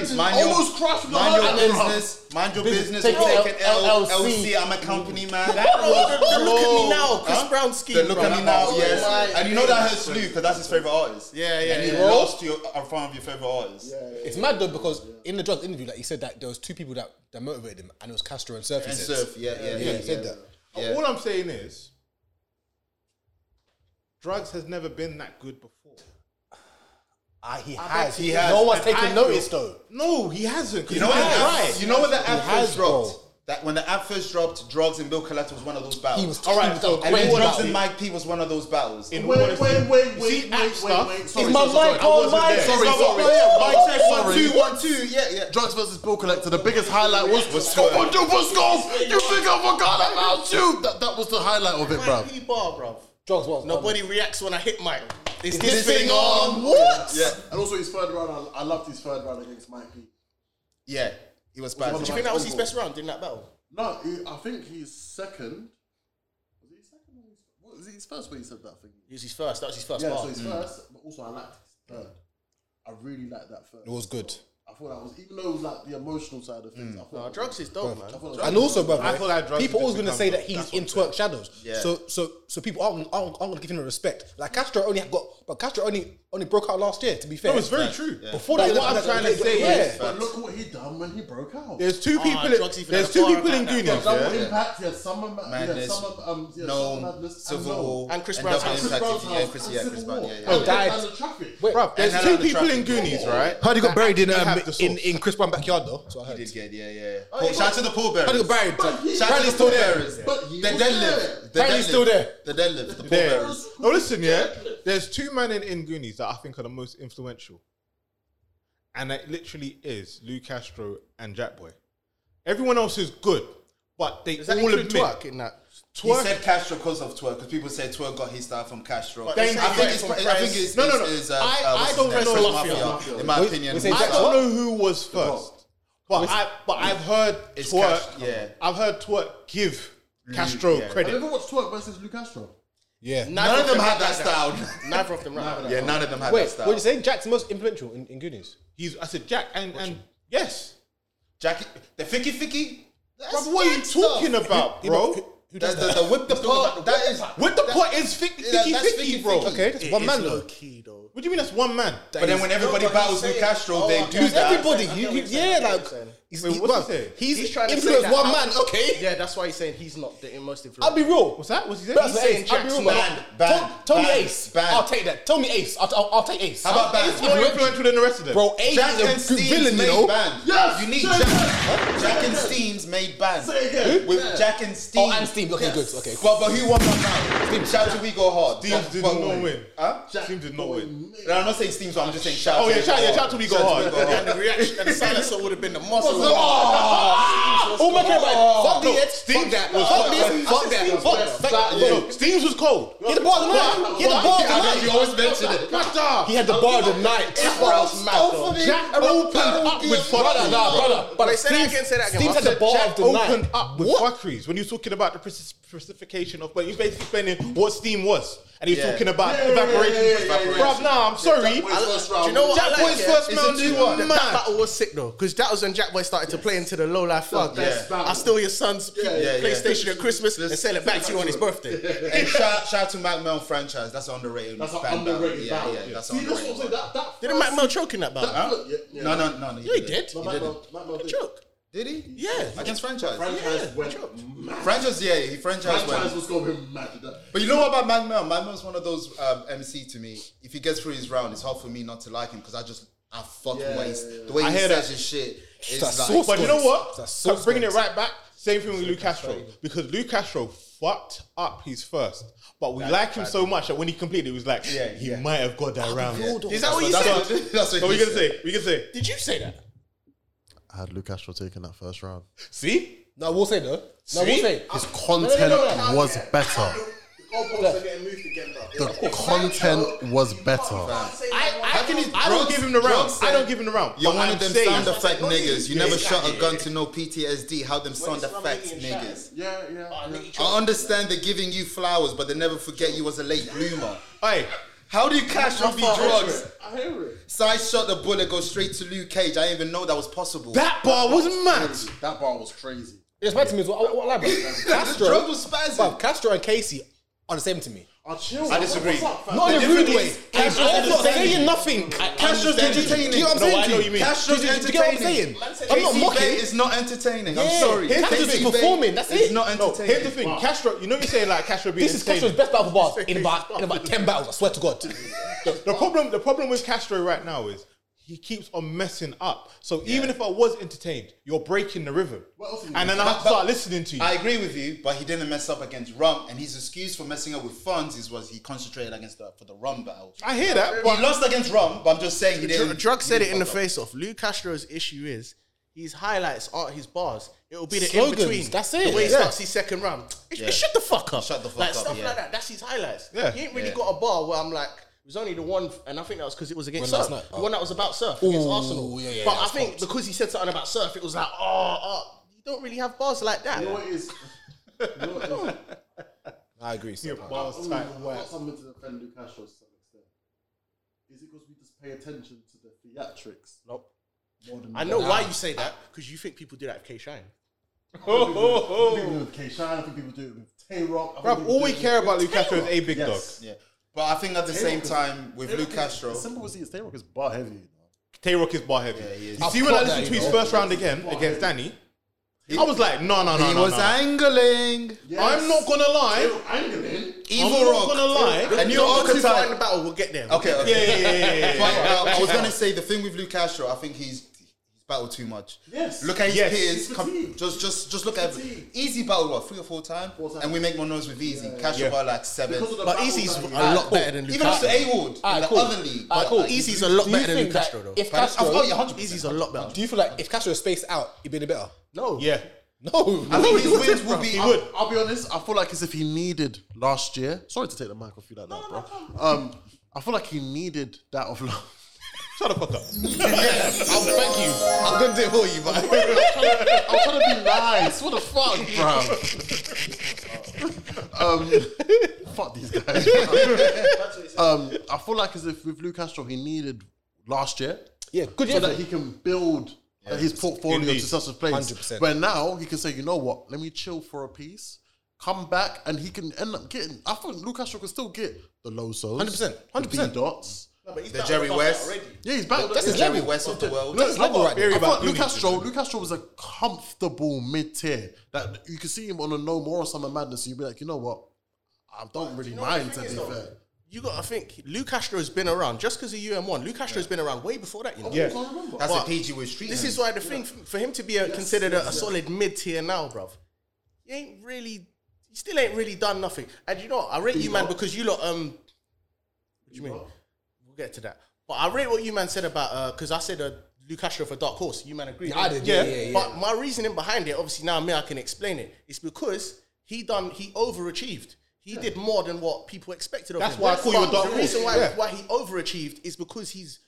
Speaker 19: crazy.
Speaker 1: Mind your,
Speaker 19: Almost crushed the
Speaker 1: mind your
Speaker 19: heart.
Speaker 1: business. Mind your business.
Speaker 2: Take
Speaker 1: Take, take
Speaker 2: it,
Speaker 1: an L,
Speaker 2: LLC.
Speaker 1: LC. I'm a company man.
Speaker 6: Look at me now, Chris
Speaker 1: Huh?
Speaker 6: Brown scheme.
Speaker 1: They look
Speaker 6: bro.
Speaker 1: at me now,
Speaker 6: Oh
Speaker 1: yes.
Speaker 6: my
Speaker 1: and you know that hurts Luke because that's his favorite artist.
Speaker 6: Yeah, yeah,
Speaker 1: And you
Speaker 6: yeah.
Speaker 1: lost your uh, in front of your favorite artist.
Speaker 2: It's mad though because in the drugs interview, like he said that there was two people that, that motivated him, and it was Castro and Surf. he
Speaker 1: And
Speaker 2: said.
Speaker 1: surf, yeah, yeah, yeah.
Speaker 2: he
Speaker 1: yeah.
Speaker 2: said that.
Speaker 1: Yeah.
Speaker 5: All I'm saying is, drugs has never been that good before.
Speaker 2: Ah, he has.
Speaker 1: he has.
Speaker 2: No one's
Speaker 1: And
Speaker 2: taking
Speaker 5: I
Speaker 2: notice
Speaker 5: feel-
Speaker 2: though.
Speaker 5: No, he hasn't. 'cause
Speaker 1: You know
Speaker 5: he
Speaker 1: when the
Speaker 5: has.
Speaker 1: app, you know when the app
Speaker 2: has,
Speaker 1: first dropped.
Speaker 2: bro.
Speaker 1: That when the app first dropped, drugs and Bill Collector was one of those battles.
Speaker 2: He was.
Speaker 5: All right,
Speaker 2: he was a
Speaker 5: so
Speaker 1: and
Speaker 2: great
Speaker 1: then drugs
Speaker 2: guy.
Speaker 1: and Mike P was one of those battles.
Speaker 5: In
Speaker 19: Wait,
Speaker 5: all
Speaker 19: wait,
Speaker 5: honesty-
Speaker 19: wait, wait,
Speaker 5: You see
Speaker 19: wait,
Speaker 5: app
Speaker 19: wait,
Speaker 5: stuff?
Speaker 19: wait.
Speaker 2: Is
Speaker 19: Sorry,
Speaker 2: my
Speaker 19: sorry, sorry.
Speaker 2: mic
Speaker 19: I
Speaker 2: on?
Speaker 19: wasn't
Speaker 2: My
Speaker 19: there.
Speaker 7: Sorry, sorry.
Speaker 1: Mike said one
Speaker 7: Sorry.
Speaker 1: two one two. Yeah, yeah.
Speaker 7: Drugs versus Bill Collector. The biggest highlight was Scoop on Duper Skulls. You think I forgot about you? That, that was the highlight of it, bruv.
Speaker 6: P bar, bro.
Speaker 2: Drugs was
Speaker 6: Nobody reacts when I hit mine. They still
Speaker 7: This
Speaker 6: sitting
Speaker 7: thing on.
Speaker 2: What?
Speaker 1: Yeah,
Speaker 19: And also his third round, I, I loved his third round against Mike P.
Speaker 1: yeah. He was bad.
Speaker 19: Do
Speaker 6: Do you think that was his best round in that battle?
Speaker 19: No, he, I think he's second. Was he his second? Or his, what, was it his first when he said that thing?
Speaker 6: It was his first. That was his first
Speaker 19: yeah,
Speaker 6: bar.
Speaker 19: so his first, but also I liked his third. I really liked that third.
Speaker 2: It was good.
Speaker 19: I thought that was, even though it was like the emotional side of things. I thought
Speaker 6: Nah, drugs is dope, man.
Speaker 19: thought-
Speaker 2: And also, brother,
Speaker 5: I feel like drugs
Speaker 2: people
Speaker 5: are
Speaker 2: always going to
Speaker 5: different
Speaker 2: say that
Speaker 5: kinds of-
Speaker 2: he's in twerk shadows.
Speaker 6: Yeah.
Speaker 2: So, so, so people aren't, aren't, aren't going to give him the respect. Like Castro only got, but Castro only only broke out last year. To be fair,
Speaker 5: No, it's very true.
Speaker 2: Before
Speaker 5: But
Speaker 2: that,
Speaker 5: what I'm
Speaker 2: that's-
Speaker 5: trying to
Speaker 2: that's-
Speaker 5: say
Speaker 2: yeah.
Speaker 5: is-
Speaker 19: But look what he done when he broke out.
Speaker 5: There's two
Speaker 6: Ah,
Speaker 5: people.
Speaker 6: drugs even
Speaker 5: there's
Speaker 6: had
Speaker 5: two
Speaker 6: a bar
Speaker 5: people in
Speaker 6: around that.
Speaker 5: Goonies.
Speaker 19: Double
Speaker 5: Yeah.
Speaker 19: impact, yeah, some of yeah,
Speaker 1: Madness,
Speaker 19: some of um, yeah, some
Speaker 1: Gnome,
Speaker 19: madness,
Speaker 1: Civil War,
Speaker 6: And Chris
Speaker 1: Double
Speaker 6: Brown's house.
Speaker 1: Impact,
Speaker 19: Brown's
Speaker 1: yeah,
Speaker 19: house
Speaker 1: Chris,
Speaker 19: and
Speaker 1: yeah,
Speaker 19: Civil
Speaker 1: Chris Brown,
Speaker 19: War.
Speaker 1: yeah, yeah.
Speaker 19: And
Speaker 2: Oh,
Speaker 19: Dead
Speaker 2: died.
Speaker 19: Man in Traffic.
Speaker 2: Bruv,
Speaker 1: And
Speaker 2: there's
Speaker 1: out
Speaker 2: two
Speaker 1: of the
Speaker 2: people
Speaker 1: traffic.
Speaker 2: in Goonies, right?
Speaker 5: Heard he got
Speaker 2: That
Speaker 5: buried in,
Speaker 2: actually
Speaker 5: um,
Speaker 2: have the
Speaker 5: in-
Speaker 2: sauce. in Chris Brown's backyard though. So I
Speaker 1: He
Speaker 2: heard.
Speaker 1: did get, yeah, yeah.
Speaker 19: yeah,
Speaker 1: Paul- Shout out to the Paul
Speaker 2: Heard he
Speaker 1: Bearers.
Speaker 2: got buried.
Speaker 19: But he-
Speaker 1: Shout out to the
Speaker 19: Bradley's
Speaker 1: Paul
Speaker 19: still there.
Speaker 1: Bearers.
Speaker 19: But he
Speaker 1: They
Speaker 19: was
Speaker 1: dead
Speaker 19: there.
Speaker 1: live. They
Speaker 2: Bradley's
Speaker 1: dead
Speaker 2: still
Speaker 1: live.
Speaker 2: there.
Speaker 1: They dead live. The Paul
Speaker 5: There.
Speaker 1: Bearers.
Speaker 5: No, listen, yeah. There's two men in, in Goonies that I think are the most influential, and it literally is Lou Castro and Jack Boy. Everyone else is good, but they
Speaker 6: Does that
Speaker 5: all
Speaker 6: include
Speaker 5: admit
Speaker 6: twerk in that?
Speaker 1: He
Speaker 5: twerk.
Speaker 1: said Castro because of twerk, because people say twerk got his style from Castro. I
Speaker 6: Thank
Speaker 1: think
Speaker 6: you.
Speaker 1: it's,
Speaker 6: From
Speaker 1: I think it's,
Speaker 5: No, no,
Speaker 1: it's-
Speaker 5: no.
Speaker 1: it's, uh,
Speaker 5: I-
Speaker 1: uh,
Speaker 5: I
Speaker 1: what's
Speaker 5: don't
Speaker 1: his name?
Speaker 5: know
Speaker 1: Fresh
Speaker 5: Mafia.
Speaker 1: in my opinion.
Speaker 2: we say
Speaker 5: I
Speaker 2: Jack-
Speaker 5: don't know who was first, but
Speaker 2: Was-
Speaker 5: I but I've heard
Speaker 1: It's
Speaker 5: twerk.
Speaker 1: Castro. Yeah.
Speaker 5: I've heard twerk give Castro
Speaker 1: yeah.
Speaker 19: I
Speaker 5: credit.
Speaker 19: never watched Twerk versus Lou Castro.
Speaker 2: Yeah.
Speaker 1: None of them had that style.
Speaker 6: Neither of them right.
Speaker 1: Yeah, none of them had
Speaker 2: Wait,
Speaker 1: that
Speaker 2: what are you
Speaker 1: style.
Speaker 2: saying? Jack's the most influential in, in Goonies.
Speaker 5: He's I said Jack and and yes.
Speaker 1: Jackie, the ficky ficky.
Speaker 5: Bruv, what are you talking about, bro?
Speaker 1: That's the, the whip the pot. That is
Speaker 5: With the pot is fick,
Speaker 1: Yeah,
Speaker 5: ficky,
Speaker 1: that's
Speaker 5: ficky,
Speaker 1: ficky,
Speaker 5: bro.
Speaker 1: ficky.
Speaker 2: Okay, that's one man though.
Speaker 6: key though.
Speaker 5: What do you mean that's one man?
Speaker 1: But then when everybody
Speaker 6: No, but
Speaker 1: battles
Speaker 6: he's
Speaker 1: Lou
Speaker 6: saying-
Speaker 1: Castro,
Speaker 6: Oh,
Speaker 1: they
Speaker 6: okay.
Speaker 1: do
Speaker 2: He's
Speaker 1: that.
Speaker 2: everybody.
Speaker 6: I get
Speaker 2: You,
Speaker 6: what
Speaker 2: you,
Speaker 6: you're saying,
Speaker 2: yeah,
Speaker 6: I get what
Speaker 2: like
Speaker 6: you're saying.
Speaker 2: he's,
Speaker 5: Wait,
Speaker 2: he-
Speaker 5: what's
Speaker 2: bruv,
Speaker 5: he saying?
Speaker 2: he's,
Speaker 6: He's trying to say
Speaker 2: influenced
Speaker 6: that
Speaker 2: one
Speaker 6: I'm-
Speaker 2: man. Okay,
Speaker 6: Yeah, that's why he's saying he's not the most
Speaker 2: I'll be
Speaker 6: influential.
Speaker 2: real.
Speaker 5: What's that? What's he
Speaker 2: That's
Speaker 5: saying?
Speaker 2: the
Speaker 6: saying
Speaker 2: ace. I'll be
Speaker 6: Jack's
Speaker 2: real.
Speaker 6: banned,
Speaker 2: Tell-
Speaker 1: banned,
Speaker 2: Tell me
Speaker 1: banned,
Speaker 2: ace.
Speaker 1: banned.
Speaker 2: I'll take that. Tell me ace. I'll, I'll, I'll take ace.
Speaker 1: How about
Speaker 2: I'll-
Speaker 1: banned?
Speaker 2: Ace
Speaker 5: More
Speaker 2: is-
Speaker 5: influential than the rest of them.
Speaker 2: Bro, ace
Speaker 1: Jack and
Speaker 2: is a good
Speaker 1: Steens
Speaker 2: villain, you
Speaker 1: made
Speaker 2: know.
Speaker 1: band.
Speaker 19: Yes,
Speaker 1: you need
Speaker 19: say
Speaker 1: Jack.
Speaker 19: it.
Speaker 1: Huh? Jack and Steens made band.
Speaker 19: Say it again.
Speaker 1: Who? With
Speaker 19: Yeah.
Speaker 1: Jack and Steens.
Speaker 2: Oh, and Steam. Okay, good. Okay, cool.
Speaker 1: But, but who won that round? Shout out to We Go Hard.
Speaker 5: Steams
Speaker 1: But-
Speaker 5: did
Speaker 1: but-
Speaker 5: not win.
Speaker 1: Huh?
Speaker 19: Jack
Speaker 5: Team did not
Speaker 19: Boy,
Speaker 5: win.
Speaker 19: mate.
Speaker 1: No, I'm not saying Steams, but I'm just saying shout
Speaker 5: Oh
Speaker 1: out to
Speaker 5: yeah,
Speaker 1: We
Speaker 5: shout
Speaker 1: Go
Speaker 5: yeah,
Speaker 1: Hard.
Speaker 5: shout to we go
Speaker 1: Shout out
Speaker 5: hard.
Speaker 1: to We Go Hard.
Speaker 6: And the reaction and the silencer would have been the muscle.
Speaker 2: Oh, oh my god! man. Fuck the edge. Fuck
Speaker 5: Steams
Speaker 2: that.
Speaker 5: was
Speaker 2: Fuck
Speaker 5: fucking-
Speaker 2: this. Fuck that. Fuck that.
Speaker 5: No, Steams was cold.
Speaker 2: He had the ball of the night. He had the ball of
Speaker 1: I
Speaker 2: the
Speaker 1: think you
Speaker 2: night.
Speaker 1: always mention it.
Speaker 2: He had the
Speaker 1: Oh,
Speaker 2: ball of the night.
Speaker 5: Jack opened up with
Speaker 2: Brother,
Speaker 5: fuckeries.
Speaker 2: nah, brother. But
Speaker 6: Wait, say that again, say that again.
Speaker 2: Steam
Speaker 6: I
Speaker 2: had the
Speaker 6: said
Speaker 2: ball of
Speaker 5: Jack
Speaker 2: the night.
Speaker 5: opened up with
Speaker 2: What?
Speaker 5: fuckeries when he was talking about the precip- precipitation of, but he's basically explaining what steam was, and he was
Speaker 1: Yeah.
Speaker 5: talking about
Speaker 19: Yeah, yeah,
Speaker 5: evaporation.
Speaker 19: yeah, yeah, yeah, yeah.
Speaker 5: Bruv, nah, I'm sorry.
Speaker 19: Jack Boy's first round.
Speaker 6: Do you know what?
Speaker 5: Jack
Speaker 6: I like
Speaker 5: Boy's
Speaker 6: it.
Speaker 5: first
Speaker 6: It's
Speaker 5: round
Speaker 6: a
Speaker 5: is
Speaker 6: two-one.
Speaker 5: mad.
Speaker 6: That battle was sick though, because that was when Jack Boy started to play into the low life thug.
Speaker 19: best battle.
Speaker 6: I stole your son's
Speaker 1: yeah, yeah.
Speaker 6: PlayStation at Christmas and sell it back to you on his birthday.
Speaker 1: And shout, shout out to Mac Mel franchise. That's an underrated.
Speaker 19: That's an
Speaker 1: band
Speaker 19: underrated
Speaker 1: Yeah,
Speaker 19: battle.
Speaker 1: yeah, that's an
Speaker 19: See, that's what I'm
Speaker 1: underrated.
Speaker 19: saying. That that
Speaker 6: Didn't Matt Mel choke in that battle?
Speaker 19: That foot, yeah, yeah.
Speaker 1: No, no, no. no
Speaker 6: Yeah, he did.
Speaker 19: No,
Speaker 1: He
Speaker 19: Matt
Speaker 1: didn't.
Speaker 19: Mel- Matt Mel did.
Speaker 6: Choke.
Speaker 1: Did he?
Speaker 6: Yeah.
Speaker 1: Against franchise.
Speaker 19: Franchise went mad.
Speaker 1: franchise, yeah, he franchise
Speaker 19: Franchise
Speaker 1: went.
Speaker 19: was going mad at that.
Speaker 1: But you know what about Mac Mel? Mac Mel's one of those um, MC to me. If he gets through his round, it's hard for me not to like him because I just I fuck with what he's the way
Speaker 5: I
Speaker 1: he
Speaker 5: hear
Speaker 1: says
Speaker 5: that.
Speaker 1: his shit. It's
Speaker 2: That's
Speaker 1: like,
Speaker 2: sauce,
Speaker 5: But you know what?
Speaker 2: That's so
Speaker 5: I'm bringing it right back. Same thing with Lou Castro because Lou Castro fucked up his first, but we like him so much that when he completed, it was like
Speaker 1: Yeah,
Speaker 5: he
Speaker 1: yeah.
Speaker 5: might have got that round.
Speaker 6: Is that what you
Speaker 1: that's
Speaker 6: said?
Speaker 1: what- that's what
Speaker 5: So we're
Speaker 1: he
Speaker 5: gonna
Speaker 1: said.
Speaker 5: say, we're gonna say,
Speaker 2: Did you say that?
Speaker 19: I had Lou Castro taking that first round.
Speaker 5: see,
Speaker 2: No, we'll say though. No, we'll
Speaker 5: See?
Speaker 2: say.
Speaker 19: His content was better.
Speaker 6: Goalposts are getting moved again, bro.
Speaker 19: The content was better.
Speaker 5: I, I,
Speaker 1: can he-
Speaker 5: I don't
Speaker 1: drugs-
Speaker 5: give him the round.
Speaker 1: drugs
Speaker 5: I don't
Speaker 1: said-
Speaker 5: give him the round.
Speaker 1: You're
Speaker 5: But
Speaker 1: one
Speaker 5: I'm
Speaker 1: of them
Speaker 5: saying-
Speaker 1: sound effect niggas. You
Speaker 5: Yeah,
Speaker 1: never
Speaker 5: yeah,
Speaker 1: shot a
Speaker 5: yeah.
Speaker 1: gun to know PTSD. How them sound
Speaker 6: it's
Speaker 1: effect
Speaker 6: rubbing in
Speaker 1: niggas.
Speaker 19: Yeah, yeah.
Speaker 1: I understand they're giving you flowers, but they never forget you was a late bloomer.
Speaker 5: Hey,
Speaker 1: How do you cash off your drugs?
Speaker 19: I hear it.
Speaker 1: Side shot the bullet, go straight to Luke Cage. I didn't even know that was possible.
Speaker 5: that bar was mad.
Speaker 19: That bar was crazy.
Speaker 2: It's mad to me as well. What, what, like, bruv? Castro,
Speaker 1: drug was spazzing.
Speaker 2: bruv, Castro and Casey are the same to me.
Speaker 19: I chill.
Speaker 1: I disagree.
Speaker 2: Not in a rude
Speaker 1: difference
Speaker 2: way. I'm
Speaker 1: is Oh, Castro's
Speaker 2: not
Speaker 1: entertaining.
Speaker 2: saying nothing.
Speaker 1: Castro's entertaining.
Speaker 2: Do you know what
Speaker 1: No,
Speaker 2: I'm saying?
Speaker 1: I know
Speaker 2: to
Speaker 1: what you mean. Castro's
Speaker 2: Do you- do you get what I'm saying?
Speaker 1: entertaining.
Speaker 2: I'm not
Speaker 1: Casey Bay
Speaker 2: mocking.
Speaker 1: is not entertaining. I'm
Speaker 2: Yeah,
Speaker 1: sorry.
Speaker 2: here's the
Speaker 1: Casey
Speaker 2: thing.
Speaker 1: Bay
Speaker 2: Performing, that's
Speaker 1: is
Speaker 2: it.
Speaker 1: not
Speaker 5: No,
Speaker 1: entertaining.
Speaker 5: here's the thing, Castro. You know you say like Castro being
Speaker 2: This is Castro's
Speaker 5: entertaining.
Speaker 2: best battle bars in about in about ten battles. I swear to God.
Speaker 5: The problem, the problem with Castro right now is he keeps on messing up. So even if I was entertained, you're breaking the rhythm,
Speaker 19: else you
Speaker 5: and then I have to
Speaker 1: But-
Speaker 5: start listening to you.
Speaker 1: I agree with you, but he didn't mess up against Rum, and his excuse for messing up with funds is was he concentrated against the, for the Rum battle.
Speaker 5: I hear that,
Speaker 1: He
Speaker 5: but
Speaker 1: lost against Rum, but I'm just saying he
Speaker 6: Dr-
Speaker 1: didn't.
Speaker 6: Drug said
Speaker 1: he
Speaker 6: it in the
Speaker 1: fucked up.
Speaker 6: face off. Lou Castro's issue is his highlights aren't his bars. It'll be the
Speaker 2: Slogans,
Speaker 6: in between.
Speaker 2: that's
Speaker 6: The
Speaker 2: it.
Speaker 6: way he
Speaker 2: Yeah.
Speaker 6: starts his second round. It,
Speaker 1: Yeah.
Speaker 6: shut the fuck up.
Speaker 1: Shut the fuck
Speaker 6: like,
Speaker 1: up,
Speaker 6: Stuff
Speaker 1: yeah.
Speaker 6: like that. That's his highlights.
Speaker 5: Yeah.
Speaker 6: He ain't really
Speaker 1: Yeah.
Speaker 6: got a bar where I'm like, it was only the one, and I think that was because it was against
Speaker 2: When
Speaker 6: Surf.
Speaker 2: last night?
Speaker 6: The one that was about Surf against
Speaker 2: Ooh,
Speaker 6: Arsenal.
Speaker 2: yeah, yeah,
Speaker 6: but
Speaker 2: yeah,
Speaker 6: I
Speaker 2: that's
Speaker 6: think
Speaker 2: fucked.
Speaker 6: because he said something about Surf, it was like, oh, oh, you don't really have bars like that.
Speaker 19: You know what it is? You know what it is?
Speaker 2: I agree.
Speaker 5: your
Speaker 2: so.
Speaker 5: bar's
Speaker 19: Ooh,
Speaker 5: tight.
Speaker 19: I've got something to defend Lou Castro to some extent. Is it because we just pay attention to the theatrics?
Speaker 6: Nope. I know why you say that because you think people do that with K Shine.
Speaker 7: Oh, oh, oh. People do it with K Shine. I think people do it with Tay Rock. I
Speaker 2: Bruv,
Speaker 7: think people
Speaker 2: all
Speaker 7: do
Speaker 2: we
Speaker 7: it with-
Speaker 2: care about Lukaku is a big
Speaker 1: Yes.
Speaker 2: dog.
Speaker 1: Yeah. But I think at the
Speaker 7: Tay
Speaker 1: same
Speaker 7: Rock is-
Speaker 1: time with
Speaker 7: Tay Rock
Speaker 1: Luke
Speaker 7: is-
Speaker 1: Castro,
Speaker 7: As simple as he is, Tay Rock is bar heavy. you know.
Speaker 2: Tay Rock is bar heavy.
Speaker 1: he is.
Speaker 2: you
Speaker 1: I've
Speaker 2: see, when I
Speaker 1: caught that,
Speaker 2: listened to
Speaker 1: you
Speaker 2: his
Speaker 1: know.
Speaker 2: first round again against Danny, I was like, no, no, no,
Speaker 1: he
Speaker 2: no,
Speaker 1: was
Speaker 2: no.
Speaker 1: angling.
Speaker 2: I'm not gonna lie.
Speaker 1: Evil
Speaker 2: I'm not
Speaker 1: Rock.
Speaker 2: gonna lie.
Speaker 1: A new
Speaker 6: Don't go too far in
Speaker 1: archetype.
Speaker 6: the battle. We'll get there.
Speaker 1: Okay, okay.
Speaker 2: Yeah, yeah, yeah, yeah,
Speaker 1: But,
Speaker 2: yeah.
Speaker 1: uh, I was gonna say the thing with Luke Castro, I think he's he's battled too much.
Speaker 7: Yes.
Speaker 1: Look at his
Speaker 2: Yes.
Speaker 1: peers.
Speaker 7: He's
Speaker 1: Com-
Speaker 7: fatigued.
Speaker 1: just just just look at
Speaker 7: fatigued.
Speaker 1: him. Easy battled what, three or four times?
Speaker 7: times.
Speaker 1: And we make more noise with Easy. Castro
Speaker 2: Yeah.
Speaker 1: by like seven.
Speaker 7: Because of the
Speaker 6: But
Speaker 7: battles
Speaker 6: Easy's
Speaker 7: that
Speaker 6: a
Speaker 7: he
Speaker 6: lot
Speaker 7: had.
Speaker 6: better than
Speaker 1: Even
Speaker 6: Luke.
Speaker 1: after A Ward in
Speaker 22: Alright,
Speaker 1: the
Speaker 22: cool.
Speaker 1: other league.
Speaker 22: Alright,
Speaker 1: but,
Speaker 22: cool.
Speaker 1: like,
Speaker 6: Easy's a lot
Speaker 22: Do you
Speaker 6: better than
Speaker 22: think
Speaker 6: Luke
Speaker 22: that
Speaker 6: Castro, though.
Speaker 22: If
Speaker 1: I've- I've got you
Speaker 22: Castro,
Speaker 1: 100%.
Speaker 6: Easy's a lot better.
Speaker 22: do you feel like if Castro was spaced out, he'd been a better?
Speaker 6: No.
Speaker 2: Yeah,
Speaker 22: No,
Speaker 1: I think his wins
Speaker 7: Bro,
Speaker 1: will be
Speaker 2: he would.
Speaker 7: I'll be honest. I feel like as if he needed last year. Sorry to take the mic off you like that, bro. Um, I feel like he needed that of last.
Speaker 2: shut the fuck up.
Speaker 22: I'll thank you. I'm gonna do it for you, man.
Speaker 7: I'm trying to be nice. What the fuck, bro? um, fuck these guys. um, I feel like as if with Lou Castro, he needed last year
Speaker 22: yeah, good
Speaker 7: so
Speaker 22: year.
Speaker 7: that he can build uh, his portfolio
Speaker 2: Indeed.
Speaker 7: to such a place.
Speaker 22: 100%.
Speaker 7: Where now he can say, you know what? Let me chill for a piece. Come back, and he can end up getting. I think Lou Castro can still get the low souls,
Speaker 22: 100%, 100%.
Speaker 7: dots.
Speaker 1: the Jerry West.
Speaker 7: Yeah, he's back.
Speaker 1: That's the Jerry West of the world.
Speaker 7: No, it's not
Speaker 22: level
Speaker 7: about-
Speaker 22: right
Speaker 2: there.
Speaker 7: I
Speaker 2: Very
Speaker 7: thought
Speaker 2: bad
Speaker 7: Luke
Speaker 2: unity,
Speaker 7: Castro,
Speaker 2: man.
Speaker 7: Luke Castro was a comfortable mid tier that you could see him on a No More or Summer Madness, and you'd be like, you know what, I don't really mind to be fair.
Speaker 6: You gotta think. Luke Castro has been around just because of UM1. Luke Castro has been around way before that. You know.
Speaker 2: Yeah.
Speaker 1: That's
Speaker 6: But
Speaker 1: a PG with street.
Speaker 6: This is why the thing for him to be a, considered a, a solid mid tier now, bruv. He ain't really, he still ain't really done nothing. And you know, what? I rate you, man, because you lot. Um, what do you mean? We'll get to that. But I rate what you man said about uh, because I said uh, Luke Castro for Dark Horse. You man agreed.
Speaker 22: Yeah, I did, yeah, yeah, yeah.
Speaker 6: But my reasoning behind it, obviously now me I can explain it. It's because he done he overachieved. He did more than what people expected of
Speaker 2: That's
Speaker 6: him.
Speaker 2: why I call you a
Speaker 6: But
Speaker 2: dark
Speaker 6: The
Speaker 2: horse,
Speaker 6: reason why
Speaker 2: yeah.
Speaker 6: why he overachieved is because he's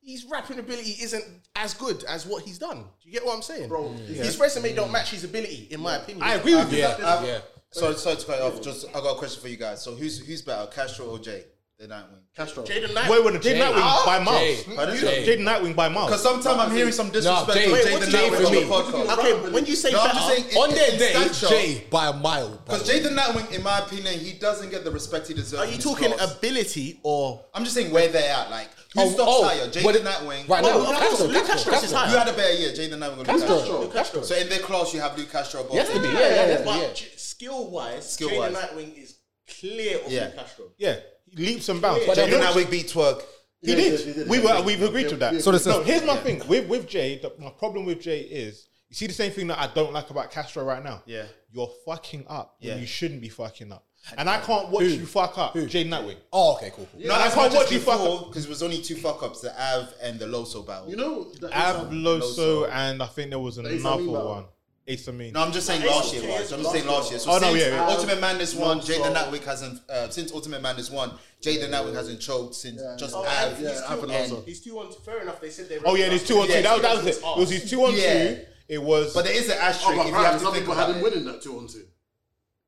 Speaker 6: his rapping ability isn't as good as what he's done. Do you get what I'm saying? Bro, his resume don't match his ability, in my opinion.
Speaker 2: I agree with you.
Speaker 1: yeah. Sorry, sorry to cut you off. Just I got a question for you guys. So who's who's better, Castro or Jay? The Nightwing. Castro.
Speaker 6: Jaden Knight.
Speaker 2: Wait, wait, Jaden Nightwing
Speaker 1: Ah,
Speaker 2: by miles.
Speaker 22: Jay.
Speaker 1: Pardon?
Speaker 2: Jaden Nightwing by
Speaker 1: Because
Speaker 2: miles.
Speaker 1: sometimes I'm hearing some disrespect
Speaker 22: Nah,
Speaker 1: on
Speaker 22: Jay. Wait,
Speaker 1: Jay
Speaker 22: what
Speaker 1: the
Speaker 22: do you mean
Speaker 1: Nightwing
Speaker 22: for
Speaker 1: on the
Speaker 22: me?
Speaker 1: podcast.
Speaker 6: okay, but when you say
Speaker 1: No, I'm
Speaker 6: better,
Speaker 1: just saying
Speaker 22: On their day,
Speaker 1: Jay.
Speaker 22: Jay by a mile. by
Speaker 1: Because
Speaker 22: the way.
Speaker 1: Jay the Nightwing, in my opinion, he doesn't get the respect he deserves.
Speaker 6: are you
Speaker 1: in his
Speaker 6: talking
Speaker 1: class.
Speaker 6: ability or
Speaker 1: I'm just saying where they're at. Like who
Speaker 22: Oh,
Speaker 1: stops
Speaker 22: oh,
Speaker 1: higher, Jay
Speaker 22: but
Speaker 1: the
Speaker 22: it-
Speaker 1: Nightwing?
Speaker 22: Right, no,
Speaker 2: Oh,
Speaker 1: or-
Speaker 6: Luke
Speaker 22: Castro,
Speaker 6: Castro, Luke
Speaker 22: Castro,
Speaker 6: Castro is higher.
Speaker 1: Who had a better year, Jay the Nightwing or Luke
Speaker 22: Castro.
Speaker 1: Castro?
Speaker 22: Luke Castro.
Speaker 1: So in their class, you have Luke Castro. above
Speaker 22: Yes, to
Speaker 1: him.
Speaker 22: be, yeah, yeah, yeah,
Speaker 6: but
Speaker 22: yeah.
Speaker 6: skill wise,
Speaker 1: Skill-wise.
Speaker 6: Jaden Nightwing is clear of
Speaker 1: Yeah.
Speaker 6: Luke Castro.
Speaker 2: Yeah, leaps and bounds.
Speaker 22: But
Speaker 2: You
Speaker 1: Jay the
Speaker 2: know-
Speaker 1: Nightwing beat Twerk.
Speaker 2: He
Speaker 7: Yeah,
Speaker 2: did.
Speaker 7: he did, he did.
Speaker 2: We
Speaker 7: Yeah,
Speaker 2: were,
Speaker 7: yeah,
Speaker 2: we've
Speaker 7: yeah,
Speaker 2: agreed to
Speaker 7: yeah,
Speaker 2: that.
Speaker 7: So this
Speaker 2: no, here's my thing with with Jay. The, my problem with Jay is you see the same thing that I don't like about Castro right now.
Speaker 1: Yeah.
Speaker 2: you're fucking up when
Speaker 1: Yeah.
Speaker 2: you shouldn't be fucking up, and I can't watch you fuck up, Jay Nightwing.
Speaker 22: Oh, okay, cool, cool.
Speaker 1: No,
Speaker 2: I
Speaker 1: that's
Speaker 2: can't
Speaker 1: not
Speaker 2: watch
Speaker 1: just
Speaker 2: you fuck
Speaker 1: before because it was only two fuck ups: the Av and the Loso battle.
Speaker 7: You know, that
Speaker 2: Abloso and I think there was
Speaker 7: Ace
Speaker 2: another
Speaker 7: Amin battle.
Speaker 2: one. Ace Amin.
Speaker 1: no, I'm just saying last year. Right? I'm just saying last year. So
Speaker 2: Oh, no,
Speaker 1: since
Speaker 2: yeah, yeah.
Speaker 1: Ultimate Madness won. Jay the Nightwing hasn't. Uh, since Ultimate Madness won, Jay the Nitwing hasn't choked since just Av.
Speaker 7: yeah,
Speaker 1: and-
Speaker 7: Av and Loso.
Speaker 6: He's two on. Fair enough. They said they.
Speaker 2: Oh yeah, there's two on two.
Speaker 1: Yeah,
Speaker 2: That, that was it. It was his two on
Speaker 1: Yeah.
Speaker 2: two. It was.
Speaker 1: But there is an asterisk
Speaker 7: Oh, but
Speaker 1: if you
Speaker 7: right,
Speaker 1: have to
Speaker 7: some
Speaker 1: think
Speaker 7: people had
Speaker 1: about
Speaker 7: him
Speaker 1: it.
Speaker 7: winning that two on two.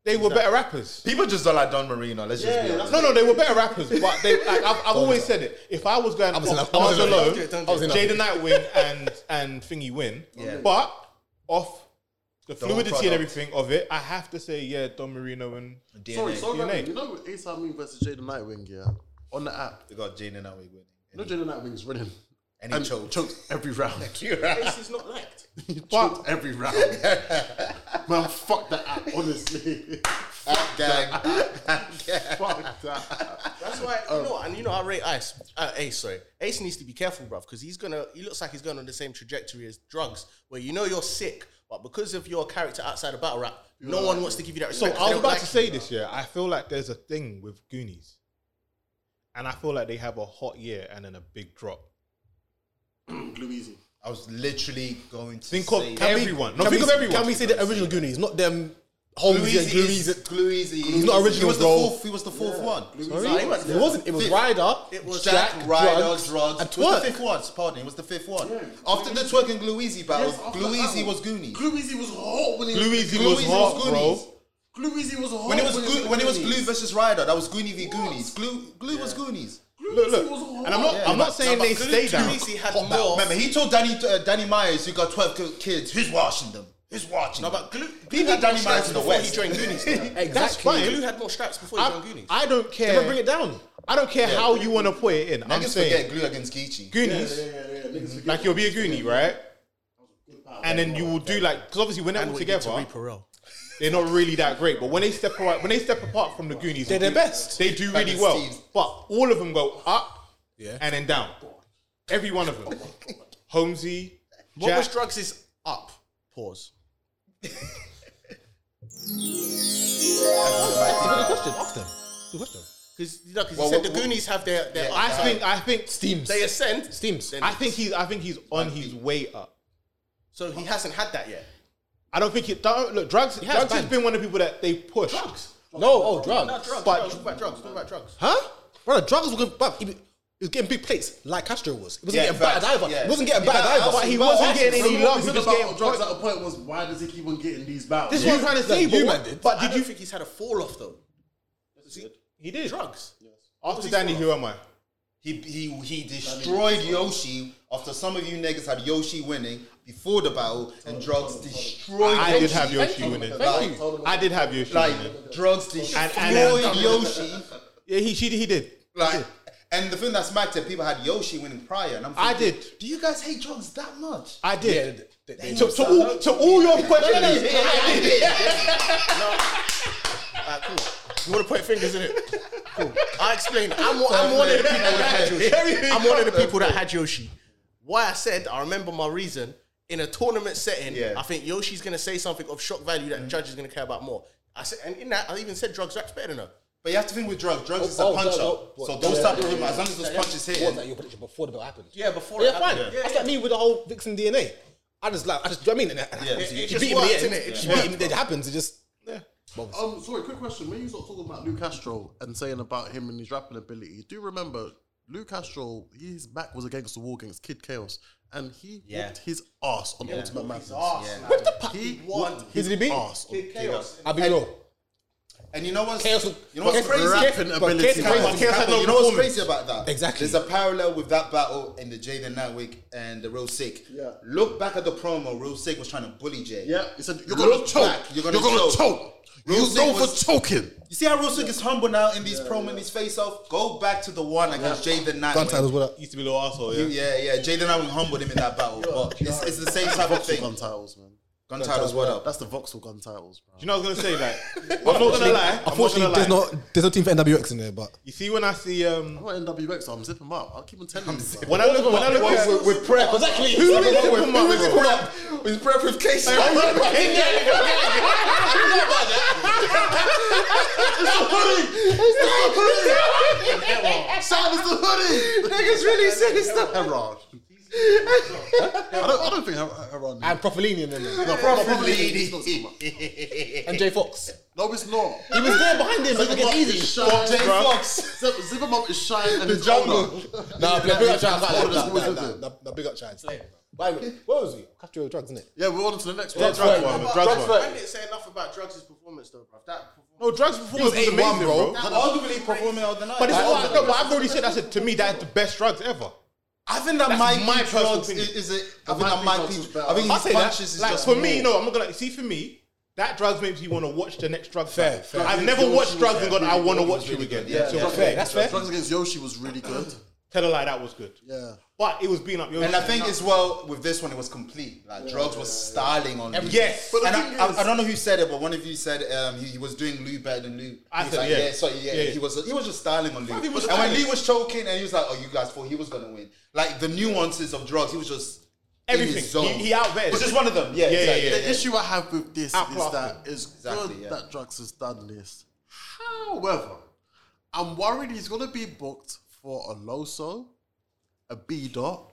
Speaker 2: they were better rappers.
Speaker 1: People just don't like Don Marino. Let's just be honest.
Speaker 2: No, no, they were better rappers, but they. Like, I've, I've always said it. If I was going
Speaker 22: I was in
Speaker 2: off
Speaker 22: love- I was in love.
Speaker 2: bars
Speaker 22: Don't do it, don't
Speaker 2: alone,
Speaker 22: do it. I was in love.
Speaker 2: Jaden Nightwing and and Thingy win,
Speaker 1: Yeah.
Speaker 2: but off the
Speaker 1: whole
Speaker 2: fluidity and
Speaker 1: product.
Speaker 2: everything of it, I have to say, yeah, Don Marino and
Speaker 1: DNA.
Speaker 7: Sorry, sorry,
Speaker 2: DNA.
Speaker 7: man, you know, Ace Amin versus Jay the Nightwing, yeah, on the app.
Speaker 1: They got Jay the Nightwing winning.
Speaker 7: You know, Jay the Nightwing's winning.
Speaker 1: And he
Speaker 7: Um,
Speaker 1: choked.
Speaker 7: chokes every round.
Speaker 6: Ace is not liked.
Speaker 7: he choked every round. man, fuck that app, honestly.
Speaker 1: Av gang.
Speaker 7: fuck that.
Speaker 6: That's why you know, and you know, I rate Ice. Uh, Ace, sorry, Ace needs to be careful, bruv, because he's gonna. He looks like he's going on the same trajectory as drugs, where you know you're sick, but because of your character outside of battle rap, no one wants to give you that
Speaker 2: So
Speaker 6: respect.
Speaker 2: I was about to say
Speaker 6: this.
Speaker 2: this, yeah. I feel like there's a thing with Goonies, and I feel like they have a hot year and then a big drop.
Speaker 7: Luigi.
Speaker 1: I was literally going to
Speaker 2: Think of
Speaker 1: say that.
Speaker 2: everyone. No,
Speaker 22: Can
Speaker 2: think
Speaker 22: we-
Speaker 2: of everyone.
Speaker 22: Can we say the original Goonies, not them Holmes and
Speaker 1: Gluezy
Speaker 22: Goonies?
Speaker 1: is Gluezy. He's
Speaker 22: not
Speaker 1: He
Speaker 22: original,
Speaker 1: was the
Speaker 22: bro.
Speaker 1: fourth. He was the fourth one.
Speaker 22: Sorry? It wasn't. It was Ryder. It
Speaker 1: was Jack, Ryder, drugs, and
Speaker 22: and
Speaker 1: It was the
Speaker 22: Twerk.
Speaker 1: fifth one. Pardon, it was the fifth one. After the Twerk and Gluezy battle,
Speaker 7: Yes, after
Speaker 1: Gluezy
Speaker 7: that
Speaker 1: was
Speaker 7: one.
Speaker 1: Goonies.
Speaker 7: Gluezy was hot when he
Speaker 2: Gluezy
Speaker 1: Gluezy
Speaker 2: was
Speaker 1: was
Speaker 2: hot,
Speaker 1: Goonies.
Speaker 2: bro.
Speaker 7: Gluezy was hot
Speaker 1: when it was
Speaker 7: he
Speaker 1: Glue, when it was
Speaker 7: Goonies.
Speaker 1: Glue versus Ryder, that was Goonie v Goonies. Glue Glue was Goonies.
Speaker 7: Glue
Speaker 5: look, look. And I'm not, I'm not saying they stay down.
Speaker 1: Remember, he told Danny uh, Danny Myers, who got 12 ki- kids, who's watching them? Who's watching? No, but Glue, he had Danny Myers in the
Speaker 6: before he
Speaker 1: West.
Speaker 6: joined Goonies.
Speaker 1: Exactly.
Speaker 5: That's fine.
Speaker 6: Glue had more straps before he joined
Speaker 5: I,
Speaker 6: Goonies.
Speaker 5: I don't care.
Speaker 6: bring
Speaker 5: it down. I don't care how you want to put it in. I'm
Speaker 1: Niggas
Speaker 5: saying
Speaker 1: forget Glue against Geechee.
Speaker 5: Goonies. Like you'll be a Goonie, right? And then you will do like because obviously when they're all
Speaker 6: what he did
Speaker 5: together,
Speaker 6: to Reaper Row.
Speaker 5: they're not really that great. But when they step apart, when they step apart from the Goonies,
Speaker 2: They're
Speaker 5: they
Speaker 2: their
Speaker 5: do-
Speaker 2: best.
Speaker 5: They do
Speaker 1: Like
Speaker 5: really
Speaker 1: the
Speaker 5: well.
Speaker 1: Steves.
Speaker 5: But all of them go up,
Speaker 2: Yeah.
Speaker 5: and then down. Every one of them. Holmesy,
Speaker 6: What
Speaker 5: Jack,
Speaker 6: was drugs is up. Pause.
Speaker 2: Ask them. Good question.
Speaker 6: Because you know, 'cause
Speaker 1: Well,
Speaker 6: he said
Speaker 1: what-
Speaker 6: the
Speaker 1: what-
Speaker 6: Goonies have their their.
Speaker 5: I
Speaker 6: up.
Speaker 5: think I think
Speaker 2: Steams.
Speaker 6: they ascend.
Speaker 2: Steams.
Speaker 6: Then-
Speaker 5: I think he's I think he's on his way up.
Speaker 6: so. He hasn't had that yet.
Speaker 5: I don't think it. Don't, look, drugs.
Speaker 2: has
Speaker 5: drugs has
Speaker 2: banned.
Speaker 5: been one of the people that they push. Drugs,
Speaker 2: No, oh, drugs.
Speaker 5: but
Speaker 6: Talk about drugs. Talk about drugs.
Speaker 2: Huh? Brother, drugs were good, but he, be- he was getting big plates like Castro was. He wasn't
Speaker 1: Yeah,
Speaker 2: getting battered
Speaker 1: facts,
Speaker 2: either.
Speaker 1: yeah.
Speaker 2: He wasn't getting
Speaker 1: Yeah,
Speaker 2: battered
Speaker 1: that-
Speaker 2: either.
Speaker 1: that's-
Speaker 5: he wasn't
Speaker 2: that's-
Speaker 5: getting any
Speaker 2: remember
Speaker 5: love.
Speaker 2: what we
Speaker 5: He was
Speaker 2: said
Speaker 5: just
Speaker 2: about-
Speaker 5: getting
Speaker 7: drugs at a point was why does he keep on getting these battles?
Speaker 5: This
Speaker 7: Yeah.
Speaker 5: is what I'm trying to
Speaker 2: Look,
Speaker 5: say,
Speaker 2: you
Speaker 5: but,
Speaker 2: man did.
Speaker 5: but
Speaker 6: I
Speaker 5: did
Speaker 6: don't
Speaker 5: you?
Speaker 6: think he's had a fall off though.
Speaker 5: He did.
Speaker 6: Drugs.
Speaker 5: After Danny, who am I?
Speaker 1: He, he, he destroyed Yoshi after some of you niggas had Yoshi winning before the battle, and drugs destroyed
Speaker 5: I
Speaker 1: Yoshi.
Speaker 5: did have Yoshi winning.
Speaker 1: Thank you.
Speaker 5: I did have Yoshi winning.
Speaker 1: Like, drugs destroyed
Speaker 5: And- and-
Speaker 1: Yoshi.
Speaker 5: Yeah, he she, he did.
Speaker 1: Like, and the thing that's mad to people had Yoshi winning prior. And I'm
Speaker 5: I
Speaker 1: thinking,
Speaker 5: did.
Speaker 1: Do you guys hate drugs that much?
Speaker 5: I did. to, to all, to all your questions, I did.
Speaker 6: Ah, cool. You want to point fingers in it? Cool. I explain. I'm, one- I'm one of the people that had Yoshi. I'm one of the people that had Yoshi. Why I said I remember my reason in a tournament setting.
Speaker 1: Yeah.
Speaker 6: I think Yoshi's gonna say something of shock value that the judge is gonna care about more. I said, and in that I even said drugs raps better than her.
Speaker 1: But you have to think with drugs. Drugs is a
Speaker 2: oh,
Speaker 1: punch
Speaker 2: no, no,
Speaker 1: up.
Speaker 2: what?
Speaker 1: So don't
Speaker 2: Yeah,
Speaker 1: stop
Speaker 6: oh,
Speaker 2: yeah,
Speaker 1: him
Speaker 2: yeah,
Speaker 1: as long as those punches
Speaker 2: What was that
Speaker 1: hit.
Speaker 2: your prediction before the bill happened?
Speaker 6: Yeah, before
Speaker 2: yeah,
Speaker 6: it
Speaker 2: fine.
Speaker 6: happened. Yeah,
Speaker 2: That's like me with the whole Vixen DNA. I just like, I just, do you know what I mean? And, and
Speaker 1: Yeah.
Speaker 2: happens.
Speaker 1: It-
Speaker 2: She
Speaker 1: it
Speaker 6: just
Speaker 2: beat him in the
Speaker 6: worked,
Speaker 2: end.
Speaker 6: innit? It
Speaker 2: She
Speaker 6: just
Speaker 2: beat him. It happens. It just. Yeah.
Speaker 7: Um, sorry, quick question. When you start talking about Lou Castro and saying about him and his rapping ability, do remember Lou Castro, his back was against the wall against Kid Chaos, and he
Speaker 1: Yeah.
Speaker 7: whipped his ass on Ultimate Madness.
Speaker 6: oh,
Speaker 1: Yeah.
Speaker 7: He
Speaker 6: won.
Speaker 7: whipped
Speaker 2: Who
Speaker 7: his
Speaker 2: did he beat?
Speaker 7: ass. on-
Speaker 6: chaos.
Speaker 2: I'll be real.
Speaker 1: And you know what's
Speaker 2: Chaos.
Speaker 1: you know what's
Speaker 2: Chaos-
Speaker 1: crazy?
Speaker 2: Chaos-
Speaker 7: Rapping
Speaker 2: but
Speaker 7: ability,
Speaker 2: Chaos-
Speaker 7: man.
Speaker 2: Chaos- Chaos had no
Speaker 1: you know what's
Speaker 2: performance.
Speaker 1: crazy about that?
Speaker 2: Exactly.
Speaker 1: There's a parallel with that battle in the Jaden Natwick and the Real Sick.
Speaker 7: Yeah.
Speaker 1: Look back at the promo. Real Sick was trying to bully Jay.
Speaker 7: Yeah, he said, You're
Speaker 1: Look
Speaker 7: gonna choke.
Speaker 1: back,
Speaker 7: You're gonna, choke.
Speaker 1: Real
Speaker 7: You
Speaker 1: Sick
Speaker 7: go
Speaker 1: was-
Speaker 7: for choking.
Speaker 1: You see how Real Sick is humble now in these promo and these face off. Go back to the one against
Speaker 2: Gun
Speaker 1: Jaden
Speaker 2: titles,
Speaker 1: Natwick.
Speaker 2: what up?
Speaker 5: Used to be a little asshole. Yeah.
Speaker 1: Yeah, yeah. Jaden Natwick humbled him in that battle, but it's, it's the same type of
Speaker 7: Voxel
Speaker 1: thing.
Speaker 7: gun titles, man.
Speaker 1: Gun titles, what up?
Speaker 7: That's the Voxel gun titles, bro.
Speaker 5: Do you know what I was gonna say? Like, I'm not gonna lie. I'm not
Speaker 2: Unfortunately, there's
Speaker 5: gonna lie.
Speaker 2: no there's no team for NWX in there, but
Speaker 5: You see, when I see um,
Speaker 7: I'm not NWX, so I'm zipping them up. I'll keep on telling you. bro.
Speaker 5: when I look, when I look at
Speaker 1: With, with prep,
Speaker 2: exactly.
Speaker 5: who is it
Speaker 1: Who
Speaker 5: with
Speaker 1: is
Speaker 5: Marvel?
Speaker 1: prep? With prep with Casey.
Speaker 7: Sound is the hoodie. Niggas really said it's the Herod. I don't, I don't think Her- Herod.
Speaker 2: And Profilini in there.
Speaker 7: No, probably it's not so much.
Speaker 2: And Jay Fox.
Speaker 7: No, it's not.
Speaker 2: He was there behind him, but it was easy.
Speaker 7: Shine,
Speaker 1: Jay Fox.
Speaker 7: Zip, zip him up is shine and the
Speaker 2: Nah, but big up Chance.
Speaker 7: All of us always did it.
Speaker 2: Nah, big up Chance. Wait, wait, What was he? Castro drugs, innit?
Speaker 7: Yeah, we're on to the next
Speaker 5: Yeah,
Speaker 7: one.
Speaker 5: drugs one, drugs one.
Speaker 6: I didn't say enough about drugs' performance though, bruv. That performance.
Speaker 5: No, drugs performance was amazing, bro.
Speaker 1: Arguably performing all the night.
Speaker 5: But this is why, no, but I've already said. I said to me, that's the best drugs ever.
Speaker 1: I think that
Speaker 5: That's
Speaker 1: Mike
Speaker 5: my
Speaker 1: my
Speaker 5: personal
Speaker 1: drugs
Speaker 5: opinion.
Speaker 1: is, is a. I think
Speaker 7: Mike
Speaker 1: that Mike
Speaker 7: Drugs
Speaker 1: P-
Speaker 7: is better.
Speaker 1: I think
Speaker 5: I
Speaker 1: his
Speaker 5: say that.
Speaker 1: punches is
Speaker 5: Like
Speaker 1: just
Speaker 5: for
Speaker 1: more.
Speaker 5: me, no, I'm not gonna see for me. That drugs makes me want to watch the next drug.
Speaker 2: Fair,
Speaker 5: fight.
Speaker 2: fair.
Speaker 5: I've never watched drugs and gone, I want to watch you again.
Speaker 1: Yeah,
Speaker 5: So
Speaker 1: yeah.
Speaker 5: fair.
Speaker 2: That's fair.
Speaker 7: Drugs Against Yoshi was really good.
Speaker 5: Tell a lie, that was good.
Speaker 7: Yeah.
Speaker 5: But it was being up your.
Speaker 1: And I think as well with this one, it was complete. Like drugs was styling on. Lou.
Speaker 5: Yes. But
Speaker 7: the
Speaker 1: and
Speaker 7: thing
Speaker 1: I,
Speaker 7: is-
Speaker 1: I, I don't know who said it, but one of you said um, he, he was doing Lou better than Lou.
Speaker 5: I
Speaker 1: He was
Speaker 5: said,
Speaker 1: like,
Speaker 5: yeah.
Speaker 1: so yeah,
Speaker 5: Yeah.
Speaker 1: he was he was just styling on Lou.
Speaker 5: he
Speaker 1: And
Speaker 5: was
Speaker 1: when
Speaker 5: styling.
Speaker 1: Lou was choking, and he was like, "Oh, you guys thought he was gonna win." Like the nuances of drugs, he was just In
Speaker 5: Everything.
Speaker 1: his zone.
Speaker 5: He, he outvetted.
Speaker 1: Which is one of them. Yeah,
Speaker 5: Yeah,
Speaker 1: exactly.
Speaker 5: yeah, yeah.
Speaker 7: The issue I have with this is
Speaker 5: Outclassed
Speaker 7: that it's
Speaker 1: Exactly,
Speaker 7: good
Speaker 1: yeah.
Speaker 7: that drugs has done this. However, I'm worried he's going to be booked for a Loso, a B dot,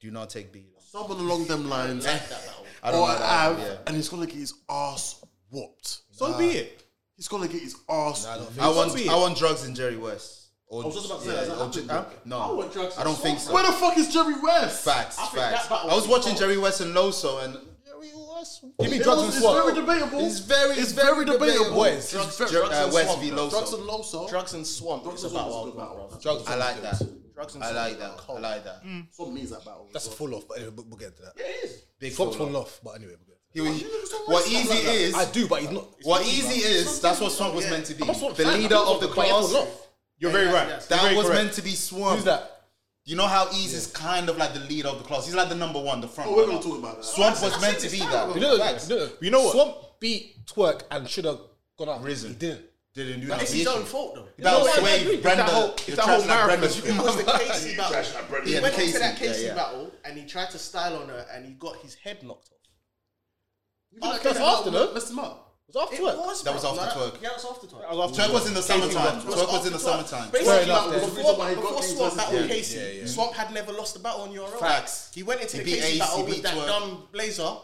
Speaker 1: Do not take B.
Speaker 7: someone along them lines,
Speaker 1: I don't
Speaker 7: or
Speaker 1: like
Speaker 7: an
Speaker 1: that,
Speaker 7: Av,
Speaker 1: yeah.
Speaker 7: and he's going to get his ass whooped.
Speaker 5: So be it.
Speaker 7: He's going to get his ass whooped.
Speaker 1: I want
Speaker 5: Sophie.
Speaker 1: I want drugs in Jerry West. Or, I
Speaker 7: was just about to say,
Speaker 1: yeah,
Speaker 7: is that
Speaker 1: or
Speaker 7: happening?
Speaker 1: Ju- huh? No, I,
Speaker 21: want drugs
Speaker 1: don't
Speaker 21: in
Speaker 1: think
Speaker 21: Soho.
Speaker 1: so.
Speaker 7: Where the fuck is Jerry West?
Speaker 1: Facts,
Speaker 21: think that
Speaker 1: facts.
Speaker 21: battle
Speaker 1: I was
Speaker 21: was
Speaker 1: watching
Speaker 21: cold.
Speaker 1: Jerry West and Loso, and Jerry
Speaker 2: that's
Speaker 7: Give me It drugs was- and it's swap. very debatable.
Speaker 1: It's very,
Speaker 7: It's
Speaker 1: it's
Speaker 7: very
Speaker 1: very
Speaker 7: debatable.
Speaker 1: debatable.
Speaker 7: Boys, it's very-
Speaker 1: Jer- uh,
Speaker 7: drugs and
Speaker 1: West v
Speaker 7: swamp.
Speaker 1: Loso.
Speaker 7: Drugs and Loso.
Speaker 6: Drugs and swamp.
Speaker 7: Drugs
Speaker 6: Drugs
Speaker 7: and
Speaker 6: about
Speaker 7: swamp
Speaker 6: our
Speaker 7: is good battle,
Speaker 6: battle.
Speaker 7: bruv.
Speaker 6: Drugs
Speaker 1: I
Speaker 6: and
Speaker 1: like that.
Speaker 6: Drugs and
Speaker 1: I
Speaker 6: swamp
Speaker 1: like
Speaker 6: is
Speaker 1: that.
Speaker 6: about
Speaker 1: I like that.
Speaker 7: Swamp means that battle.
Speaker 2: that's a full off. But anyway, we'll- we'll get to that. Yeah,
Speaker 6: it is.
Speaker 2: Big
Speaker 1: full
Speaker 2: Swap's fallen off, but anyway, we'll get to
Speaker 1: He- he- what easy is,
Speaker 2: that. I do, but he's not.
Speaker 1: what easy is, that's what Swamp was meant to be. The leader of the
Speaker 2: But he's
Speaker 1: class.
Speaker 2: fallen off.
Speaker 5: You're very right. You're
Speaker 1: That
Speaker 5: very
Speaker 1: was
Speaker 5: correct.
Speaker 1: meant to be Swamp.
Speaker 2: Who's that?
Speaker 1: You know how Ease is kind of like the leader of the class. He's like the number one, the front.
Speaker 7: Oh, we're
Speaker 1: runner.
Speaker 7: gonna talk about that.
Speaker 1: Swamp was meant to be that.
Speaker 2: You know,
Speaker 1: Facts.
Speaker 2: you know,
Speaker 5: You know what?
Speaker 2: Swamp beat Twerk and should have gone out.
Speaker 1: Risen.
Speaker 2: He didn't.
Speaker 1: Didn't do
Speaker 6: It's
Speaker 1: nothing.
Speaker 6: his own fault though.
Speaker 1: That
Speaker 2: No, I
Speaker 1: was
Speaker 2: agree.
Speaker 1: way
Speaker 2: It's
Speaker 1: Brenda.
Speaker 2: that whole-
Speaker 1: you're
Speaker 2: it's that
Speaker 1: trashing
Speaker 2: whole
Speaker 1: that
Speaker 2: marathon.
Speaker 1: Brenda shit.
Speaker 2: It
Speaker 6: It was the Casey battle. He
Speaker 1: Yeah,
Speaker 6: went
Speaker 1: the
Speaker 6: into that
Speaker 1: Casey, yeah,
Speaker 6: Casey
Speaker 1: yeah.
Speaker 6: battle and he tried to style on her and he got his head knocked off.
Speaker 2: That's after, no?
Speaker 7: Messed him up.
Speaker 2: It was after Twerk.
Speaker 1: That was
Speaker 6: bro.
Speaker 1: after
Speaker 6: No,
Speaker 1: Twerk.
Speaker 6: Yeah, that was after twerk.
Speaker 1: Twerk was in the summertime.
Speaker 7: Twerk
Speaker 1: Twerk was in the
Speaker 6: After twerk.
Speaker 1: summertime.
Speaker 6: Basically,
Speaker 2: enough,
Speaker 6: like,
Speaker 2: then.
Speaker 7: Reason why
Speaker 6: before,
Speaker 7: he got
Speaker 6: before
Speaker 7: these
Speaker 6: Swamp
Speaker 7: verses-
Speaker 6: battled
Speaker 7: Yeah,
Speaker 6: Casey, Swamp had never lost a battle on URL.
Speaker 1: Facts.
Speaker 6: He went into
Speaker 1: He
Speaker 6: the
Speaker 1: beat
Speaker 6: Casey
Speaker 1: Ace,
Speaker 6: battle
Speaker 1: he
Speaker 6: with
Speaker 1: beat
Speaker 6: that
Speaker 1: Twerk.
Speaker 6: dumb blazer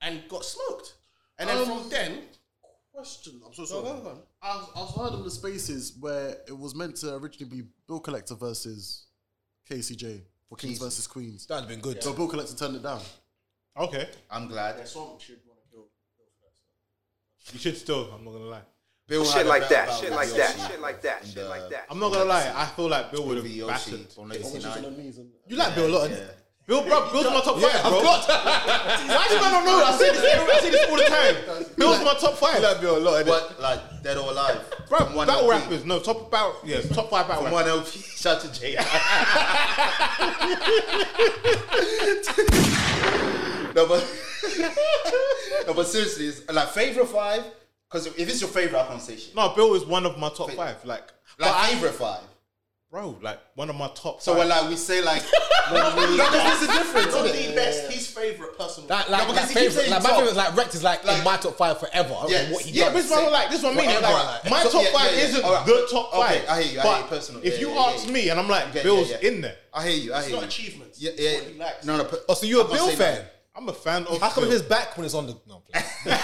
Speaker 6: and got smoked. And then
Speaker 7: Um,
Speaker 6: from then,
Speaker 7: Question. I'm so sorry.
Speaker 6: go on, go on.
Speaker 7: I've, I've heard of the spaces where it was meant to originally be Bill Collector versus KCJ for Kings versus Queens.
Speaker 2: That'd have been good.
Speaker 7: So Bill Collector turned it down.
Speaker 5: Okay.
Speaker 1: I'm glad.
Speaker 6: Swamp should want to kill.
Speaker 5: You should still. I'm not gonna lie.
Speaker 1: Bill had
Speaker 23: Shit
Speaker 1: a
Speaker 23: like
Speaker 1: better
Speaker 23: that.
Speaker 1: battle
Speaker 23: Shit
Speaker 1: with
Speaker 23: like that.
Speaker 1: Yoshi.
Speaker 23: Shit like that.
Speaker 1: And,
Speaker 23: Shit
Speaker 1: uh,
Speaker 23: like that.
Speaker 5: I'm not gonna lie. I feel like Bill would
Speaker 1: With
Speaker 5: have
Speaker 1: Yoshi
Speaker 5: battered.
Speaker 1: from
Speaker 7: Which is
Speaker 1: 89.
Speaker 7: on her knees and-
Speaker 2: You like Bill a lot, innit?
Speaker 5: Bill, bro, Bill's my top five, bro.
Speaker 1: Why
Speaker 5: do man not know that? I say this, every- I say this all the time. Bill's my top five.
Speaker 1: Bill a lot. What, like, dead or alive? From
Speaker 5: Bro,
Speaker 1: one
Speaker 5: battle
Speaker 1: LP.
Speaker 5: rappers. No, top battle. Yes, top five battle
Speaker 1: From
Speaker 5: rappers.
Speaker 1: one LP. Shout to Jay. no, but no, but seriously, it's like favorite five. Because if it's your favorite, I can't say shit.
Speaker 5: No, Bill is one of my top five. Like,
Speaker 1: Like favorite five.
Speaker 5: bro, like one of my top.
Speaker 1: So
Speaker 5: five.
Speaker 1: when like we say like no, because there's a difference.
Speaker 6: Not
Speaker 1: isn't
Speaker 6: the
Speaker 1: it?
Speaker 6: best, his favorite personal.
Speaker 2: That, like,
Speaker 1: No,
Speaker 2: like,
Speaker 1: because he keeps
Speaker 2: favorite,
Speaker 1: saying
Speaker 2: like my
Speaker 1: top.
Speaker 2: favorite, like Rect is like, in
Speaker 1: Like-
Speaker 2: my top five forever. I don't
Speaker 1: Yes.
Speaker 2: know what he
Speaker 1: Yeah,
Speaker 2: does.
Speaker 5: This is what I like. This is what I mean.
Speaker 1: Whatever,
Speaker 5: Like,
Speaker 1: like,
Speaker 5: my
Speaker 1: so-
Speaker 5: top
Speaker 1: yeah,
Speaker 5: five
Speaker 1: yeah, yeah.
Speaker 5: isn't
Speaker 1: Alright.
Speaker 5: the top
Speaker 1: Okay,
Speaker 5: five.
Speaker 1: I hear you, I
Speaker 5: but
Speaker 1: hear you, personal.
Speaker 5: If
Speaker 1: Yeah,
Speaker 5: you
Speaker 1: yeah, yeah,
Speaker 5: ask
Speaker 1: yeah.
Speaker 5: me, and I'm like,
Speaker 1: Okay, yeah,
Speaker 5: Bill's
Speaker 1: yeah.
Speaker 5: in there.
Speaker 1: I hear you. I hear
Speaker 6: not
Speaker 1: you.
Speaker 6: achievements,
Speaker 1: Yeah,
Speaker 6: it's
Speaker 1: yeah.
Speaker 6: what he likes.
Speaker 1: No, no. But,
Speaker 2: Oh, so you're a
Speaker 1: I can't
Speaker 2: Bill
Speaker 1: say
Speaker 2: fan?
Speaker 5: I'm a fan of.
Speaker 2: How come
Speaker 5: Bill.
Speaker 2: his back when it's on the no? I'm playing.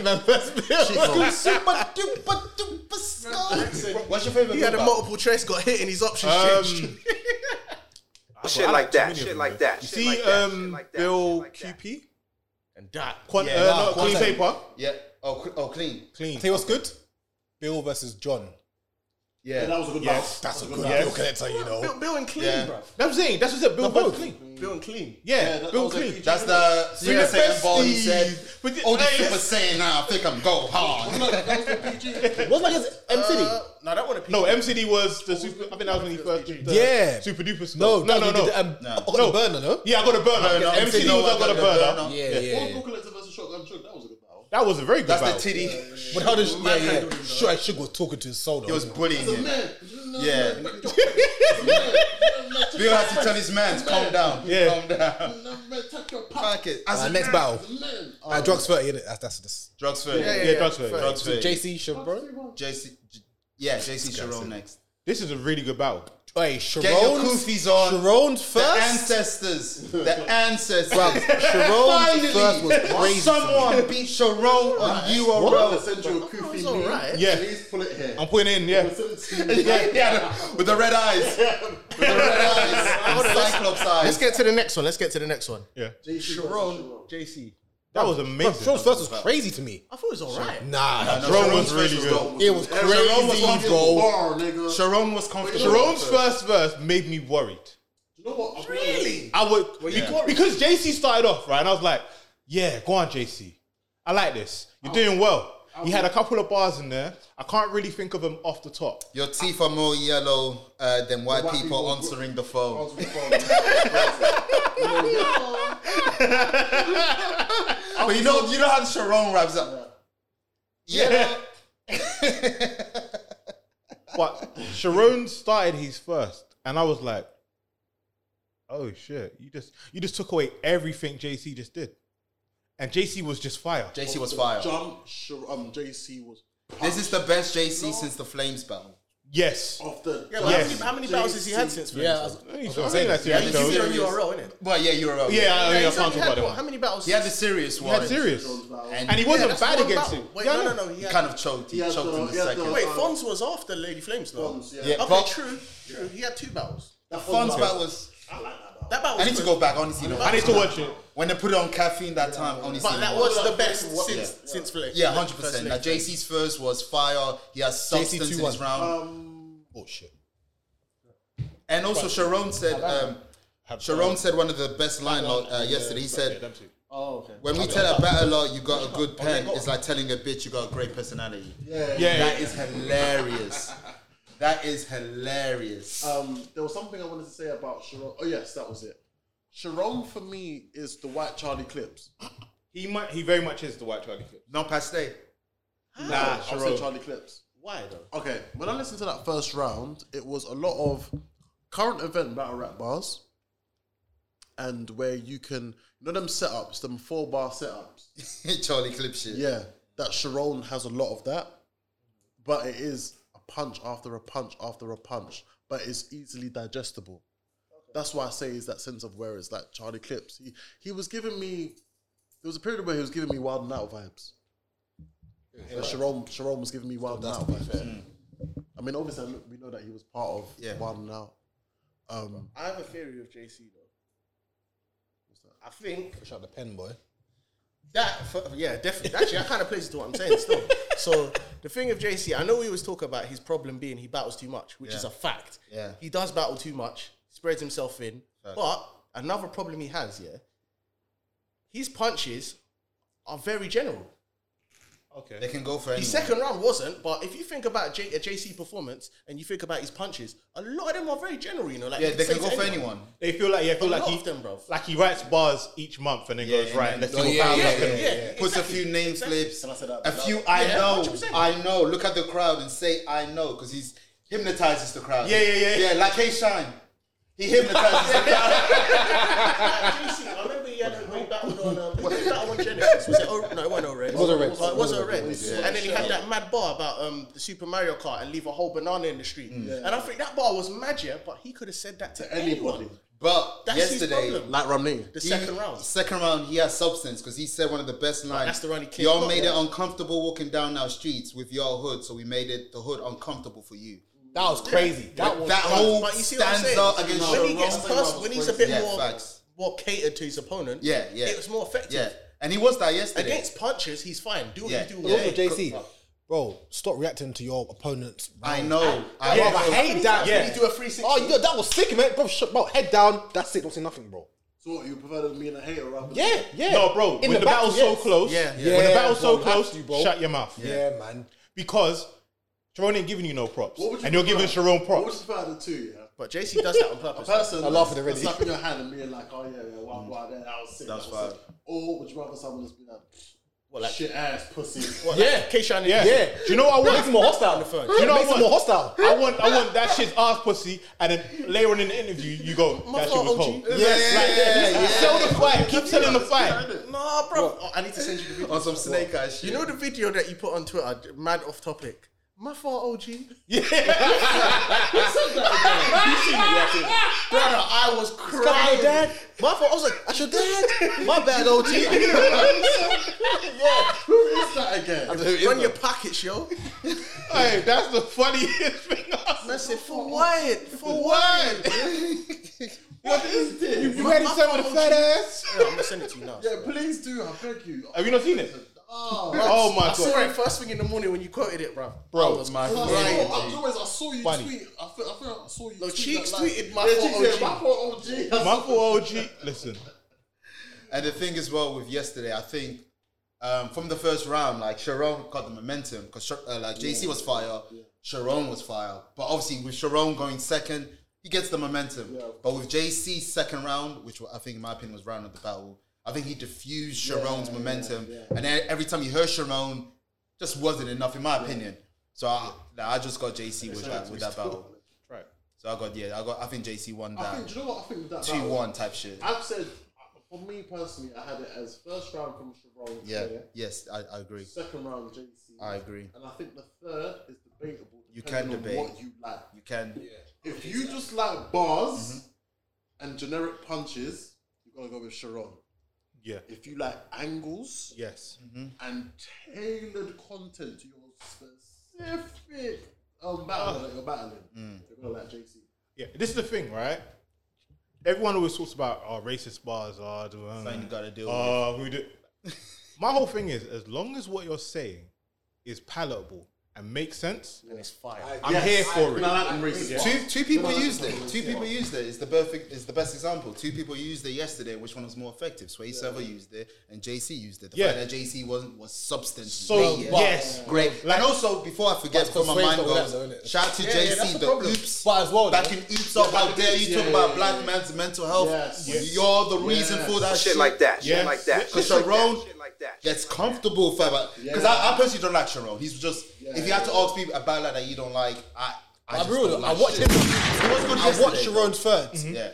Speaker 2: Hitman first Bill.
Speaker 1: Super duper duper skull. What's your favorite?
Speaker 6: He had a
Speaker 1: Bill
Speaker 6: multiple choice, got hit, and his options changed.
Speaker 5: Um,
Speaker 23: Shit
Speaker 5: I
Speaker 23: like
Speaker 5: too
Speaker 23: that.
Speaker 5: many of
Speaker 23: Shit
Speaker 5: them,
Speaker 23: like
Speaker 5: though.
Speaker 23: that.
Speaker 5: You
Speaker 23: Shit like
Speaker 5: see,
Speaker 23: that, shit
Speaker 5: um,
Speaker 23: like that, shit
Speaker 5: Bill
Speaker 23: like that.
Speaker 5: QP,
Speaker 6: And that.
Speaker 5: Quan-
Speaker 1: Yeah,
Speaker 5: uh,
Speaker 1: nah,
Speaker 5: no,
Speaker 1: Quan-
Speaker 5: clean paper,
Speaker 1: battle? Yeah. Oh, cl- oh, clean.
Speaker 5: clean.
Speaker 2: Tell you what's good. Bill versus John.
Speaker 1: Yeah.
Speaker 7: That was a good
Speaker 5: Yes,
Speaker 7: battle.
Speaker 2: That's a
Speaker 7: That
Speaker 2: good
Speaker 7: was
Speaker 2: Bill connector, you
Speaker 6: Bill,
Speaker 2: know.
Speaker 6: Bill and clean,
Speaker 1: Yeah.
Speaker 6: bro.
Speaker 5: That's what I'm saying. That's what I said. Bill
Speaker 2: both.
Speaker 5: both clean.
Speaker 6: Bill and clean.
Speaker 5: Yeah, Bill
Speaker 7: that- that was a
Speaker 5: clean.
Speaker 7: huge-
Speaker 1: That's the Super Saiyan ball he said.
Speaker 5: But the-
Speaker 1: Oh, the
Speaker 5: hey,
Speaker 1: Super
Speaker 5: yes.
Speaker 1: Saiyan now, I think I'm go hard.
Speaker 2: Wasn't like his M City?
Speaker 6: Uh, no, that would have
Speaker 5: No, MCD was the super. I think that was when he first. did the
Speaker 2: Yeah.
Speaker 5: Super duper. stuff.
Speaker 2: No,
Speaker 5: no, no,
Speaker 2: you
Speaker 5: no.
Speaker 2: did, um,
Speaker 1: No.
Speaker 2: I got
Speaker 5: No.
Speaker 2: the burner, no?
Speaker 5: yeah, I got a
Speaker 1: No,
Speaker 5: burner.
Speaker 1: no,
Speaker 5: MCD
Speaker 1: no,
Speaker 5: was I
Speaker 1: I
Speaker 5: got
Speaker 1: got
Speaker 5: a
Speaker 1: the
Speaker 5: burner.
Speaker 1: burner.
Speaker 2: Yeah, yeah. yeah.
Speaker 7: Bill Collector versus Shotgun Chuck. That was a good battle.
Speaker 5: That was a very good battle.
Speaker 1: That's the titty.
Speaker 2: But how does yeah yeah? Sure, I should go talking to his soul.
Speaker 1: He
Speaker 2: though.
Speaker 1: was bullying
Speaker 7: As a
Speaker 1: him.
Speaker 7: man.
Speaker 1: Yeah. Bill had to tell his man, calm down.
Speaker 5: Yeah.
Speaker 1: Calm down.
Speaker 7: Take your pocket.
Speaker 1: Pocket.
Speaker 2: Uh, next battle.
Speaker 7: Man.
Speaker 2: Uh, drugs thirty. Innit? That's that's this.
Speaker 1: Drugs first.
Speaker 5: Yeah, drugs for it.
Speaker 1: Drugs first.
Speaker 2: JC Sharon.
Speaker 1: JC. J- Yeah, JC Sharon next.
Speaker 5: This is a really good battle.
Speaker 2: Hey,
Speaker 1: Get your
Speaker 2: Sharon.
Speaker 1: kufis on.
Speaker 2: Sharon's
Speaker 1: The
Speaker 2: first.
Speaker 1: ancestors. The ancestors.
Speaker 2: Bruv, Sharon's first was crazy. to me.
Speaker 1: Someone beat Sharon on
Speaker 7: Bro,
Speaker 1: URL.
Speaker 7: send you a
Speaker 6: It's
Speaker 7: Kofi
Speaker 6: all
Speaker 7: meme.
Speaker 6: right.
Speaker 5: Yeah.
Speaker 7: Please pull it here.
Speaker 5: I'm putting it in. Yeah.
Speaker 1: Yeah, with the red eyes. With the red eyes. And Cyclops
Speaker 6: Let's
Speaker 1: eyes.
Speaker 6: get to the next one. Let's get to the next one.
Speaker 5: Yeah.
Speaker 6: Sharon, JC.
Speaker 5: That was amazing.
Speaker 2: Sharon's first was crazy to me.
Speaker 6: I thought it was all right.
Speaker 2: Nah,
Speaker 5: Sharon
Speaker 1: Sharon's
Speaker 5: was really
Speaker 1: verse
Speaker 5: good.
Speaker 1: dope.
Speaker 2: it was
Speaker 1: Sharon was
Speaker 2: crazy,
Speaker 1: comfortable.
Speaker 2: bro.
Speaker 7: Bar, nigga.
Speaker 1: Sharon was comfortable.
Speaker 5: Sharon's first verse made me worried.
Speaker 7: You know what? I'm-
Speaker 5: I would beca- because, JC started off right, and I was like, "Yeah, go on, JC. I like this. You're doing well." He had a couple of bars in there. I can't really think of them off the top.
Speaker 1: Your teeth are more yellow uh, than white,
Speaker 7: white
Speaker 1: people,
Speaker 7: people
Speaker 1: answering the phone. But you know, you know how Sharon wraps up. Yeah.
Speaker 5: But Sharon started his first, and I was like, "Oh shit! You just you just took away everything JC just did." And JC was just fire.
Speaker 1: JC was fire.
Speaker 7: Jump. Shar- Um, JC was
Speaker 1: This is the best JC since the Flames battle.
Speaker 5: yes.
Speaker 7: off the.
Speaker 6: Yeah, but
Speaker 5: Yes.
Speaker 6: how many, how many battles has he had since? then?
Speaker 2: Yeah, I was-
Speaker 5: He's
Speaker 2: I was
Speaker 5: saying
Speaker 2: saying that.
Speaker 5: that to you,
Speaker 1: Yeah,
Speaker 5: though.
Speaker 1: you
Speaker 6: Zero
Speaker 1: serious?
Speaker 6: URL, innit?
Speaker 1: Well, yeah, you're right.
Speaker 5: Yeah, I, mean,
Speaker 6: He's
Speaker 5: I can't
Speaker 6: only
Speaker 5: talk
Speaker 6: had,
Speaker 5: about that
Speaker 6: what, how
Speaker 5: one.
Speaker 6: many battles?
Speaker 1: He had the serious
Speaker 5: He
Speaker 1: one.
Speaker 5: had serious,
Speaker 1: And,
Speaker 5: and he
Speaker 1: he
Speaker 5: wasn't
Speaker 6: that's
Speaker 5: bad
Speaker 6: one
Speaker 5: against
Speaker 6: battle.
Speaker 5: him.
Speaker 6: Wait,
Speaker 5: Yeah, I
Speaker 6: no,
Speaker 5: know.
Speaker 6: no, no. He had,
Speaker 1: kind of choked. He,
Speaker 7: He had
Speaker 1: choked
Speaker 7: the-
Speaker 1: in the
Speaker 7: he had
Speaker 1: second.
Speaker 7: the-
Speaker 1: Wait,
Speaker 6: wait, Fons was after Lady Flames, though.
Speaker 7: Fons, Oh. yeah.
Speaker 1: Yeah,
Speaker 6: okay,
Speaker 1: Fons-
Speaker 6: true, true. He had two battles.
Speaker 1: the Fonz battle was.
Speaker 7: I like that battle.
Speaker 6: That battle
Speaker 1: I
Speaker 6: was
Speaker 1: need to
Speaker 6: good.
Speaker 1: go back. I need to see the-
Speaker 6: I need to watch it.
Speaker 1: When they put it on caffeine that time, I only
Speaker 6: But
Speaker 1: see
Speaker 6: that
Speaker 1: the-
Speaker 6: was the best since- since Flair.
Speaker 1: Yeah,
Speaker 6: First
Speaker 1: hundred percent. Now
Speaker 6: Flair.
Speaker 1: JC's first was fire. He has
Speaker 6: JC
Speaker 1: substance in
Speaker 6: 2-1.
Speaker 1: his round.
Speaker 7: Um,
Speaker 2: oh shit.
Speaker 1: And also Sharon said um, Sharon said one of the best line lot, uh, yesterday. He said
Speaker 7: Oh, okay.
Speaker 1: when we tell a battle lot you got a good pen, it's like telling a bitch you got a great personality.
Speaker 7: Yeah.
Speaker 1: yeah,
Speaker 7: Yeah,
Speaker 1: that
Speaker 7: yeah.
Speaker 1: is hilarious. that is hilarious.
Speaker 7: Um, there was something I wanted to say about Sharon. Oh yes, that was it. Sharon for me is the White Charlie Clips.
Speaker 5: He might. He very much is the White Charlie Clips.
Speaker 1: Non paste.
Speaker 7: Nah,
Speaker 5: Nah,
Speaker 7: I'll say
Speaker 5: Sharon.
Speaker 7: Charlie Clips.
Speaker 6: Why though?
Speaker 7: Okay, when I listened to that first round, it was a lot of current event battle rap bars, and where you can you know them setups, them four bar setups.
Speaker 1: Charlie Clip shit.
Speaker 7: Yeah, that Sharon has a lot of that, but it is a punch after a punch after a punch, but it's easily digestible. That's why I say is that sense of where is that Charlie Clips. He he was giving me. There was a period where he was giving me Wild and Out vibes. Uh, Sharon, Sharon was giving me Wild and Out. vibes. I mean, obviously, I look- we know that he was part of Wild and Out. Um,
Speaker 6: I have a theory of JC though. I think
Speaker 2: push out the pen, boy.
Speaker 6: That for, yeah, definitely. Actually, I kind of plays to what I'm saying still. So the thing of JC, I know we was talking about his problem being he battles too much, which is
Speaker 1: Yeah.
Speaker 6: a fact.
Speaker 1: Yeah.
Speaker 6: he does battle too much, spreads himself in.
Speaker 1: Fact.
Speaker 6: But another problem he has, yeah, his punches are very general.
Speaker 5: Okay.
Speaker 1: They can go for anyone.
Speaker 6: His second round wasn't, but if you think about J- a JC performance and you think about his punches, a lot of them are very general. You know, like
Speaker 1: Yeah,
Speaker 6: he
Speaker 1: they
Speaker 6: say
Speaker 1: can
Speaker 6: to
Speaker 1: go for anyone.
Speaker 5: They feel like yeah, feel
Speaker 6: A
Speaker 5: like
Speaker 6: lot
Speaker 5: he
Speaker 6: of them, bruv.
Speaker 5: like he writes bars each month and then goes right. Let's see
Speaker 1: Oh,
Speaker 5: what
Speaker 1: yeah,
Speaker 5: yeah,
Speaker 1: yeah,
Speaker 5: yeah,
Speaker 1: yeah, yeah. Puts a few name flips. A few,
Speaker 6: loud.
Speaker 1: I
Speaker 6: Yeah,
Speaker 1: know,
Speaker 6: 100%.
Speaker 1: I know. Look at the crowd and say, I know, because he's hypnotizes the crowd.
Speaker 6: Yeah, yeah, yeah.
Speaker 1: Yeah, like Hey Shine. He hypnotizes the crowd.
Speaker 6: JC, I remember he had when he battled on um, he battled on Genesis. Was it O- no, it wasn't O Red.
Speaker 2: It wasn't Red.
Speaker 6: Oh, it wasn't O Red.
Speaker 2: Yeah.
Speaker 6: And then he had that mad bar about um, the Super Mario Kart and leave a whole banana in the street.
Speaker 1: Mm. Yeah.
Speaker 6: And I think that bar was mad, yeah, but he could have said that to, anybody.
Speaker 1: But
Speaker 6: That's his
Speaker 1: yesterday,
Speaker 6: problem.
Speaker 7: like Romney,
Speaker 6: The second round.
Speaker 1: second round, he has substance because he said one of the best lines.
Speaker 6: that's the round he kicked
Speaker 1: Y'all
Speaker 6: off,
Speaker 1: made
Speaker 6: yeah.
Speaker 1: it uncomfortable walking down our streets with y'all hood, so we made it the hood uncomfortable for you.
Speaker 2: That was crazy. That was
Speaker 1: that
Speaker 2: crazy.
Speaker 1: whole
Speaker 2: But you see what I'm
Speaker 1: stands
Speaker 2: saying?
Speaker 1: out against
Speaker 2: When he
Speaker 1: Sharon.
Speaker 2: gets
Speaker 6: Plus, when he's a bit
Speaker 1: Yeah,
Speaker 6: more,
Speaker 1: facts.
Speaker 6: more catered to his opponent,
Speaker 1: Yeah, yeah.
Speaker 6: it was more effective.
Speaker 1: Yeah, and he was that yesterday.
Speaker 6: Against punches, he's fine. Do what
Speaker 1: Yeah.
Speaker 6: you do.
Speaker 2: But also,
Speaker 6: all day.
Speaker 2: JC, bro, stop reacting to your opponent's.
Speaker 1: I
Speaker 2: round.
Speaker 1: know.
Speaker 2: I,
Speaker 1: Yeah,
Speaker 2: bro, I
Speaker 1: bro.
Speaker 2: hate that.
Speaker 1: Yeah. Can
Speaker 6: you do a 360?
Speaker 2: Oh, yeah, that was sick, man. Bro, sh- bro, head down. That's it. Don't say nothing, bro.
Speaker 7: So what, you prefer them being a hater rather than
Speaker 2: Yeah, yeah.
Speaker 5: No, bro.
Speaker 2: In
Speaker 5: when the, battle's
Speaker 2: battle,
Speaker 5: so
Speaker 2: yes.
Speaker 5: close,
Speaker 2: yeah,
Speaker 5: when the
Speaker 2: Yeah,
Speaker 5: battle's so
Speaker 2: bro, you have
Speaker 5: close,
Speaker 2: to, bro.
Speaker 5: shut your mouth.
Speaker 2: Yeah, man.
Speaker 5: Because Sharon ain't giving you no props,
Speaker 7: What would you
Speaker 5: and you're
Speaker 7: prefer?
Speaker 5: giving Sharon
Speaker 7: What would
Speaker 5: props.
Speaker 7: you prefer out of the two? Yeah.
Speaker 6: But JC does that on
Speaker 7: A
Speaker 6: purpose.
Speaker 7: person
Speaker 5: I laugh at it
Speaker 7: that's
Speaker 5: already.
Speaker 7: slapping your hand and being like, oh yeah, yeah, wow, wow, that that was sick.
Speaker 1: That's
Speaker 7: that was
Speaker 1: fine.
Speaker 7: sick. Or would you rather someone just be like,
Speaker 6: What, like-
Speaker 7: shit ass pussy?
Speaker 6: What,
Speaker 2: Yeah.
Speaker 6: like, Keyshawn and-
Speaker 5: Yeah.
Speaker 2: Yeah.
Speaker 5: Do you know what I want?
Speaker 2: Makes him more hostile in the
Speaker 5: Do
Speaker 2: first.
Speaker 5: you know
Speaker 2: Makes him
Speaker 5: what I
Speaker 2: more
Speaker 5: want?
Speaker 2: hostile.
Speaker 5: I want, I want that shit's ass pussy, and then later on in the interview, you go, that shit was cold.
Speaker 1: Yeah, yeah, yeah.
Speaker 5: Sell the fight. Keep selling the fight.
Speaker 6: Nah, bro. Oh, I need to send you the video.
Speaker 1: On some snake eyes shit.
Speaker 6: You know the video that you put on Twitter, mad off topic. My fault, OG.
Speaker 5: Yeah.
Speaker 6: Brother, I was crying.
Speaker 2: your dad?
Speaker 6: My fault. I was like, that's your dad. My bad, OG.
Speaker 7: Who is that again?
Speaker 6: Run your pockets, yo.
Speaker 5: hey, that's the funniest thing. I've
Speaker 6: And I said, for what? For
Speaker 5: What?
Speaker 6: what?
Speaker 5: what is this? You, you
Speaker 6: My-
Speaker 5: had him
Speaker 6: my
Speaker 5: sell with a
Speaker 6: phone
Speaker 5: fat
Speaker 6: G.
Speaker 5: ass.
Speaker 6: Yeah, I'm gonna send it to you now.
Speaker 7: Yeah, please do. I beg you.
Speaker 5: Have you not seen it?
Speaker 7: Oh,
Speaker 5: Oh my
Speaker 6: I saw
Speaker 5: god,
Speaker 6: it first thing in the morning when you quoted it, bro.
Speaker 5: bro!
Speaker 7: I saw,
Speaker 6: Right.
Speaker 7: I, saw- I saw you
Speaker 5: Funny.
Speaker 7: tweet. I feel, I feel I saw you.
Speaker 6: No,
Speaker 7: tweet
Speaker 6: Cheeks
Speaker 7: that,
Speaker 6: tweeted my
Speaker 7: yeah,
Speaker 6: fault,
Speaker 7: Cheeks said,
Speaker 6: OG.
Speaker 7: My fault, OG. I
Speaker 5: My fault, OG. Listen,
Speaker 1: And the thing as well with yesterday, I think um, from the first round, like Sharon got the momentum because uh, like JC was fire, Sharon was fire. But obviously with Sharon going second, he gets the momentum. But with JC's second round, which I think in my opinion was round of the battle, I think he diffused Sharon's momentum. And then every time you heard Sharon, just wasn't enough in my opinion. So I, nah, I just got JC with that with that battle.
Speaker 5: right?
Speaker 1: So I got yeah, I got I think JC won
Speaker 7: I
Speaker 1: that
Speaker 7: think. Do you know what I think? with That
Speaker 1: two
Speaker 7: battle?
Speaker 1: one type shit.
Speaker 7: I've said for me personally, I had it as first round from Chevron.
Speaker 1: Yeah. Yes, I, I agree.
Speaker 7: Second round, JC.
Speaker 1: I agree.
Speaker 7: And I think the third is debatable.
Speaker 1: You can
Speaker 7: depending on
Speaker 1: debate.
Speaker 7: what you like.
Speaker 1: You can
Speaker 7: If you just like bars and generic punches, you gotta go with Sharon.
Speaker 5: Yeah.
Speaker 7: If you like angles
Speaker 5: Yes.
Speaker 6: Mm-hmm.
Speaker 7: and tailored content to your specific
Speaker 1: Mm.
Speaker 7: um, battle that you're battling, you're gonna like JC.
Speaker 5: Yeah. This is the thing, right? everyone always talks about our racist bars oh, are
Speaker 1: Something you gotta
Speaker 6: Oh,
Speaker 1: deal
Speaker 5: uh, who do my whole thing is as long as what you're saying is palatable and makes sense
Speaker 6: and it's fire
Speaker 5: i'm here for it
Speaker 1: Two, two people used it. Two people used it. It's the perfect. It's the best example. Two people used it yesterday. Which one was more effective? Sway Server used it, and JC used it. The
Speaker 5: Yeah.
Speaker 1: fact that JC wasn't was substance.
Speaker 5: So,
Speaker 1: laden.
Speaker 5: yes.
Speaker 1: great. and also, before I forget,
Speaker 2: That's 'cause
Speaker 1: before my
Speaker 2: Sway's
Speaker 1: mind
Speaker 2: not with us,
Speaker 1: goes,
Speaker 2: isn't it?
Speaker 1: shout out to
Speaker 2: Yeah, yeah, that's
Speaker 1: JC.
Speaker 2: the
Speaker 1: the
Speaker 2: problem.
Speaker 1: oops.
Speaker 2: But as well,
Speaker 1: back
Speaker 2: yeah.
Speaker 1: in oops up. How dare you
Speaker 2: yeah,
Speaker 1: talk
Speaker 2: yeah,
Speaker 1: about
Speaker 2: yeah,
Speaker 1: black man's mental health?
Speaker 2: Yes. Yes.
Speaker 1: You're the reason
Speaker 2: Yes.
Speaker 1: for that
Speaker 2: Shit like that, shit like that,
Speaker 1: Because
Speaker 2: shit like that,
Speaker 1: Sharon gets comfortable for about because I, I personally don't like Sharon. He's just if you had to ask me about that that you don't like, I. I,
Speaker 2: I
Speaker 1: just
Speaker 2: real.
Speaker 1: don't
Speaker 2: I
Speaker 1: like
Speaker 2: watched
Speaker 1: shit.
Speaker 2: him.
Speaker 1: It was good
Speaker 2: I
Speaker 1: yesterday,
Speaker 2: watched Sharon's third.
Speaker 1: Yeah.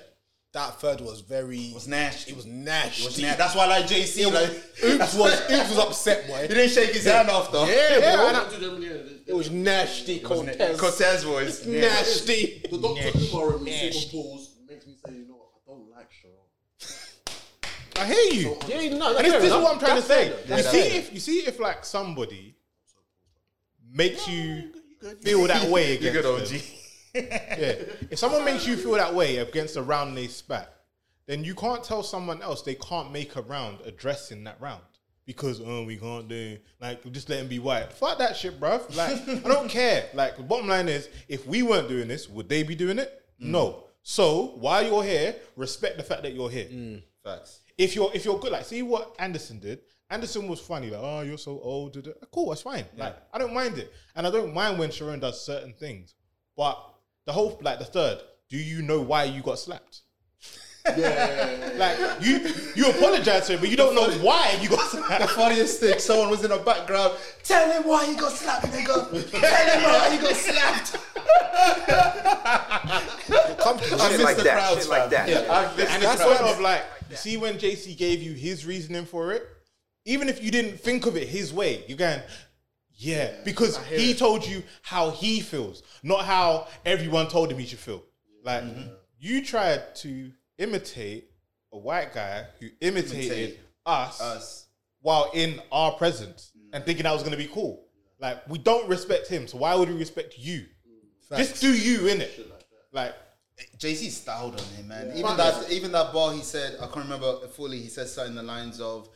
Speaker 2: That third was very. It was
Speaker 1: nasty.
Speaker 2: It was nasty.
Speaker 1: was nasty. That's why I like JC,
Speaker 2: It
Speaker 1: like-
Speaker 2: was- Oops was Oops was upset, boy.
Speaker 1: He didn't shake his hand after.
Speaker 2: Yeah,
Speaker 1: Yeah,
Speaker 2: bro.
Speaker 1: and
Speaker 2: it was nasty. Cortez.
Speaker 1: Cortez voice.
Speaker 2: It's nasty.
Speaker 7: The Doctor Umar in Silver Pools makes me say, you know what, I don't like Sharon.
Speaker 5: I hear you.
Speaker 2: Yeah, no, that's
Speaker 5: and
Speaker 2: fair
Speaker 5: this, this is
Speaker 2: enough.
Speaker 5: what I'm trying
Speaker 2: That's
Speaker 5: to
Speaker 2: fair
Speaker 5: say. you
Speaker 2: enough.
Speaker 5: see
Speaker 2: That's fair
Speaker 5: if you see if like somebody makes you feel that way
Speaker 1: You
Speaker 5: against
Speaker 1: good,
Speaker 5: them.
Speaker 1: OG.
Speaker 5: yeah. If someone makes you feel that way against a round they spat, then you can't tell someone else they can't make a round addressing that round. Because oh, we can't do like we just let him be white. Fuck that shit, bruv. Like I don't care. Like the bottom line is, if we weren't doing this, would they be doing it?
Speaker 1: Mm.
Speaker 5: No. So while you're here, respect the fact that you're
Speaker 1: Mm.
Speaker 5: here.
Speaker 1: Facts.
Speaker 5: If you're if you're good, like see what Anderson did. Anderson was funny, like, oh, you're so old. duh, duh." Cool, that's fine. Like, I don't mind it. And I don't mind when Sharon does certain things. But the whole like the third, do you know why you got slapped? Like you you apologize to him, but you don't know why you got slapped.
Speaker 1: The funniest thing, someone was in the background. Tell him why he got slapped, nigga. Tell him why he got slapped. I miss the crowds, fam. Yeah, I miss
Speaker 5: and
Speaker 1: the
Speaker 5: it's sort
Speaker 1: crowds.
Speaker 5: of like, you see, when JC gave you his reasoning for it, even if you didn't think of it his way, you're going, yeah, because he told you how he feels, not how everyone told him he should feel. Like, you tried to imitate a white guy who imitated
Speaker 1: Imitate
Speaker 5: us, Mm. while in our presence and thinking that was going to be cool. Like, we don't respect him, so why would we respect you? Just do you, innit? Mm. Like,
Speaker 1: JC styled on him, man.
Speaker 5: Yeah.
Speaker 1: Even
Speaker 5: Fuck
Speaker 1: that, even that bar he said, I can't remember it fully. He said something in the lines of,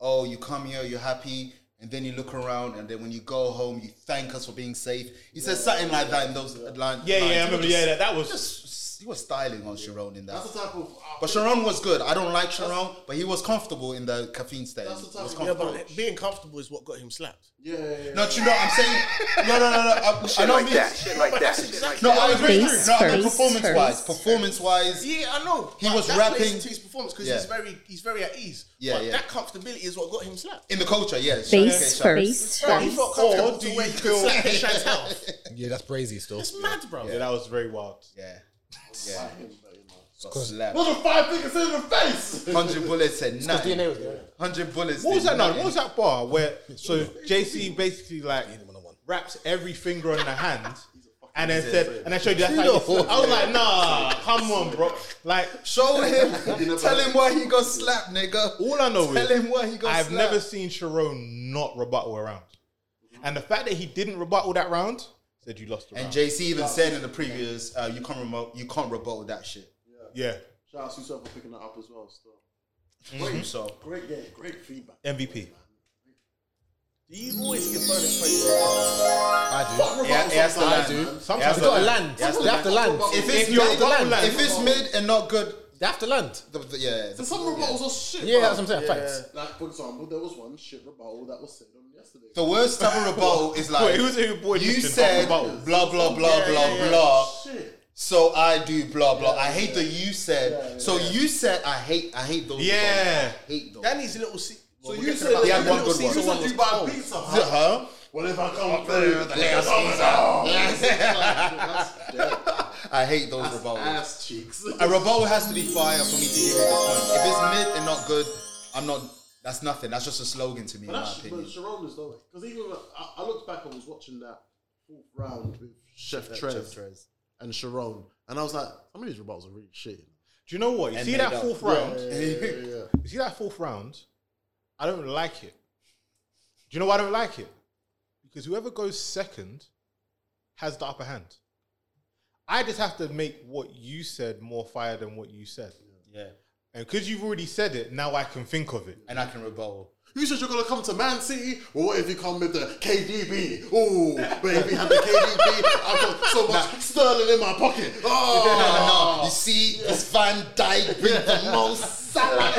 Speaker 1: "Oh, you come here, you're happy, and then you look around, and then when you go home, you thank us for being safe." He said something like that in those lines.
Speaker 5: Yeah, yeah, I
Speaker 1: lines. He
Speaker 5: remember,
Speaker 1: was
Speaker 5: yeah, that- that was-
Speaker 1: just, he was styling on Sharon in that.
Speaker 7: That's the type of.
Speaker 1: but Sharon was good. I don't like Sharon, but he was comfortable in the caffeine stage.
Speaker 7: That's the type
Speaker 1: Was
Speaker 7: of-
Speaker 6: yeah,
Speaker 1: comfortable.
Speaker 6: but being comfortable is what got him slapped.
Speaker 7: Yeah, yeah, yeah.
Speaker 1: No, do you know what I'm saying? No, no, no, no. I,
Speaker 6: Shit
Speaker 1: I know
Speaker 6: like
Speaker 1: me.
Speaker 6: that, shit like that, shit like
Speaker 1: no,
Speaker 6: that.
Speaker 1: I agree.
Speaker 6: Face,
Speaker 1: No, I mean
Speaker 6: face,
Speaker 1: performance wise,
Speaker 6: face.
Speaker 1: performance wise.
Speaker 6: Yeah, I know.
Speaker 1: He
Speaker 6: but
Speaker 1: was
Speaker 6: that
Speaker 1: rapping-
Speaker 6: plays into his performance because
Speaker 1: Yeah.
Speaker 6: he's very he's very at ease.
Speaker 1: Yeah,
Speaker 6: but
Speaker 1: yeah.
Speaker 6: that comfortability is what got him slapped.
Speaker 1: In the culture, yeah.
Speaker 6: Face
Speaker 1: sure, okay, sure.
Speaker 6: first, Bro, he felt face comfortable to where he could slap his shag's health.
Speaker 2: Yeah, that's crazy still.
Speaker 6: It's mad, bro.
Speaker 5: yeah, that was very wild.
Speaker 1: Yeah. Yeah.
Speaker 2: Because
Speaker 7: What the five fingers in the face?
Speaker 1: 100 bullets said nothing.
Speaker 2: DNA was there.
Speaker 1: 100 bullets.
Speaker 5: What was
Speaker 1: did
Speaker 5: that? No,
Speaker 1: nothing.
Speaker 5: what was that bar where so JC basically like wraps every finger on the hand and then said and I showed you that's how you slap. I was like, nah, come on, bro. Like
Speaker 1: Show him. Tell him why he got slapped, nigga.
Speaker 5: all I know
Speaker 1: Tell
Speaker 5: is
Speaker 1: him why he got
Speaker 5: I've
Speaker 1: slapped.
Speaker 5: never seen Sharon not rebuttal around. And the fact that he didn't rebuttal that round said you lost the
Speaker 1: And
Speaker 5: round.
Speaker 1: JC even said in the previous, uh, you can't remote, you can't rebuttal that shit.
Speaker 5: yeah.
Speaker 7: Shout out to yourself for picking that up as well. Still,
Speaker 1: So
Speaker 7: great game, great feedback.
Speaker 5: MVP.
Speaker 6: You always give further praise.
Speaker 2: I
Speaker 7: Fuck
Speaker 1: yeah, he has to
Speaker 7: rebuttal
Speaker 1: land.
Speaker 7: sometimes, man.
Speaker 2: do. Sometimes
Speaker 5: Sometimes
Speaker 2: you got to
Speaker 1: yeah.
Speaker 2: land. They
Speaker 1: Yeah,
Speaker 2: have to land.
Speaker 1: If
Speaker 5: If
Speaker 1: it's
Speaker 5: you're
Speaker 1: mid,
Speaker 5: double land.
Speaker 1: if it's mid and not good,
Speaker 2: They have to land.
Speaker 1: the, the, yeah.
Speaker 7: And some rebuttals are shit.
Speaker 2: Yeah,
Speaker 7: bruv.
Speaker 2: that's what I'm saying. Facts.
Speaker 7: Like for example, there was one shit rebuttal that was said on yesterday.
Speaker 1: The worst type of rebuttal is like
Speaker 5: Wait, who's who boy
Speaker 1: you
Speaker 5: Nixon?
Speaker 1: said
Speaker 5: Fuck
Speaker 1: blah blah blah
Speaker 5: rebuttals.
Speaker 1: blah blah,
Speaker 7: Shit.
Speaker 1: so I do blah blah. I hate the you said. so you said I hate I hate those.
Speaker 5: Yeah.
Speaker 1: rebuttals. I hate those.
Speaker 6: That needs a little. Se-
Speaker 7: So
Speaker 6: well,
Speaker 7: you
Speaker 6: we'll
Speaker 7: said
Speaker 6: get to
Speaker 1: He
Speaker 7: that
Speaker 1: had
Speaker 7: you
Speaker 1: one
Speaker 7: little
Speaker 1: good one.
Speaker 7: Caesar
Speaker 1: Someone
Speaker 7: do
Speaker 1: was
Speaker 7: buy pizza. Hut.
Speaker 1: huh?
Speaker 7: Well, if I come through, the little Caesar. That's dead.
Speaker 1: I hate those
Speaker 7: That's
Speaker 1: rebuttals.
Speaker 7: ass cheeks.
Speaker 1: A rebuttal has to be fire for me to give you the point. If it's mid and not good, I'm not. That's nothing. That's just a slogan to me, in
Speaker 7: But
Speaker 1: my
Speaker 7: that's
Speaker 1: opinion.
Speaker 7: but Sharon is though, because even when I, I looked back, I was watching that fourth round with Chef Trez, and Sharon, and I was like, some of these rebuttals are really shit.
Speaker 5: Do you know what? You
Speaker 1: And
Speaker 5: see
Speaker 1: they
Speaker 5: that
Speaker 1: don't.
Speaker 5: fourth round?
Speaker 7: Yeah, yeah, yeah.
Speaker 5: You see that fourth round? I don't like it. Do you know why I don't like it? Because whoever goes second has the upper hand. I just have to make what you said more fire than what you said.
Speaker 1: Yeah.
Speaker 5: And because you've already said it, now I can think of it.
Speaker 1: And I can rebuttal.
Speaker 7: You said you're gonna come to Man City. Well, what if you come with the KDB? Ooh, baby, have the KDB. I've got so much sterling in my pocket. Oh,
Speaker 1: No, no, you see, it's Van Dyke bring the most salad.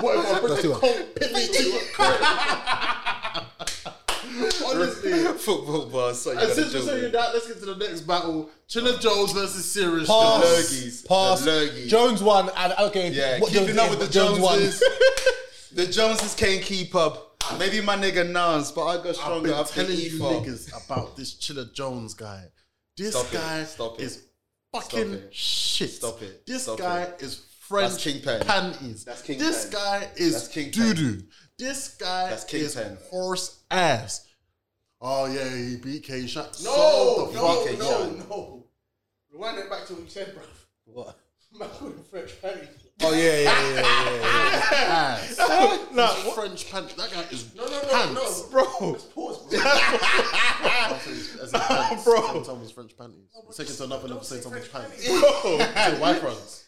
Speaker 7: what if I bring the cold penny to Honestly.
Speaker 1: Football bars, so you
Speaker 7: And
Speaker 1: gotta
Speaker 7: since we're
Speaker 1: do
Speaker 7: saying
Speaker 1: it.
Speaker 7: that, let's get to the next battle: Chilla Jones versus Sirius
Speaker 2: Pass.
Speaker 7: Jones.
Speaker 2: Pass. Jones won, and okay.
Speaker 1: Yeah,
Speaker 2: what
Speaker 1: keeping
Speaker 2: Jones
Speaker 1: up
Speaker 2: did,
Speaker 1: with the
Speaker 2: what Jones won.
Speaker 1: Joneses. the Joneses can't keep up. Maybe my nigga Nans, but I got
Speaker 7: I've
Speaker 1: stronger
Speaker 7: been
Speaker 1: after E
Speaker 7: telling you
Speaker 1: E4.
Speaker 7: niggas about this Chilla Jones guy. This
Speaker 1: Stop it.
Speaker 7: guy
Speaker 1: Stop it.
Speaker 7: is
Speaker 1: Stop
Speaker 7: fucking
Speaker 1: it.
Speaker 7: shit.
Speaker 1: Stop it.
Speaker 7: This
Speaker 1: Stop
Speaker 7: guy
Speaker 1: it.
Speaker 7: is French
Speaker 1: That's Kingpin.
Speaker 7: panties.
Speaker 1: That's Kingpin.
Speaker 7: This guy
Speaker 1: That's
Speaker 7: is
Speaker 1: Kingpin.
Speaker 7: doo doo. This guy
Speaker 1: That's
Speaker 7: is
Speaker 1: Kingpin.
Speaker 7: horse ass. Oh yeah, he beat K Shot.
Speaker 21: No, no,
Speaker 1: fuck it,
Speaker 21: no,
Speaker 1: yeah.
Speaker 21: no. Rewind it back to what you said, bruv.
Speaker 1: What?
Speaker 21: Man with French panties.
Speaker 1: Oh yeah, yeah, yeah, yeah, yeah.
Speaker 7: ass.
Speaker 5: No,
Speaker 7: He's French pants. That guy is
Speaker 21: No, no, no, no.
Speaker 7: pants.
Speaker 5: bro.
Speaker 21: Pause, bro.
Speaker 7: As in pants.
Speaker 5: bro.
Speaker 7: Second time was French panties. Second to another level, say someone's pants.
Speaker 5: bro.
Speaker 7: Say, Why France?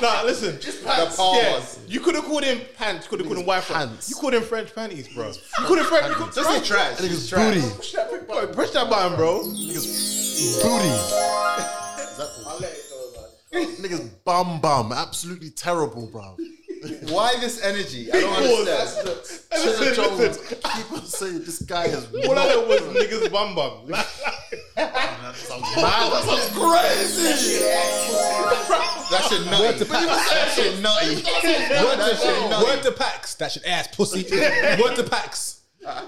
Speaker 5: nah, listen. Just
Speaker 1: pants. The pause.
Speaker 5: You could have called him pants. You could have called him white pants.
Speaker 7: pants.
Speaker 5: You called him French panties, bro. You could have French. You could,
Speaker 1: Just say trash.
Speaker 7: Niggas
Speaker 1: Just trash.
Speaker 7: booty.
Speaker 21: Push that big
Speaker 5: bro,
Speaker 21: button.
Speaker 5: press that button, bro.
Speaker 7: Niggas booty. Is that cool?
Speaker 21: I'll let it go, man.
Speaker 7: Niggas bum bum. Absolutely terrible, bro.
Speaker 1: Why this energy? I don't
Speaker 5: Pause.
Speaker 1: understand.
Speaker 7: Chilla
Speaker 5: Listen,
Speaker 7: Jones.
Speaker 5: listen.
Speaker 7: Keep on saying this guy is
Speaker 5: All I
Speaker 7: mad.
Speaker 5: heard was niggas bum bum. Like,
Speaker 7: That sounds crazy.
Speaker 1: That shit nutty. That shit nutty.
Speaker 2: Word
Speaker 1: That shit
Speaker 2: to, word
Speaker 1: nutty.
Speaker 2: to packs. That shit ass pussy. word to packs.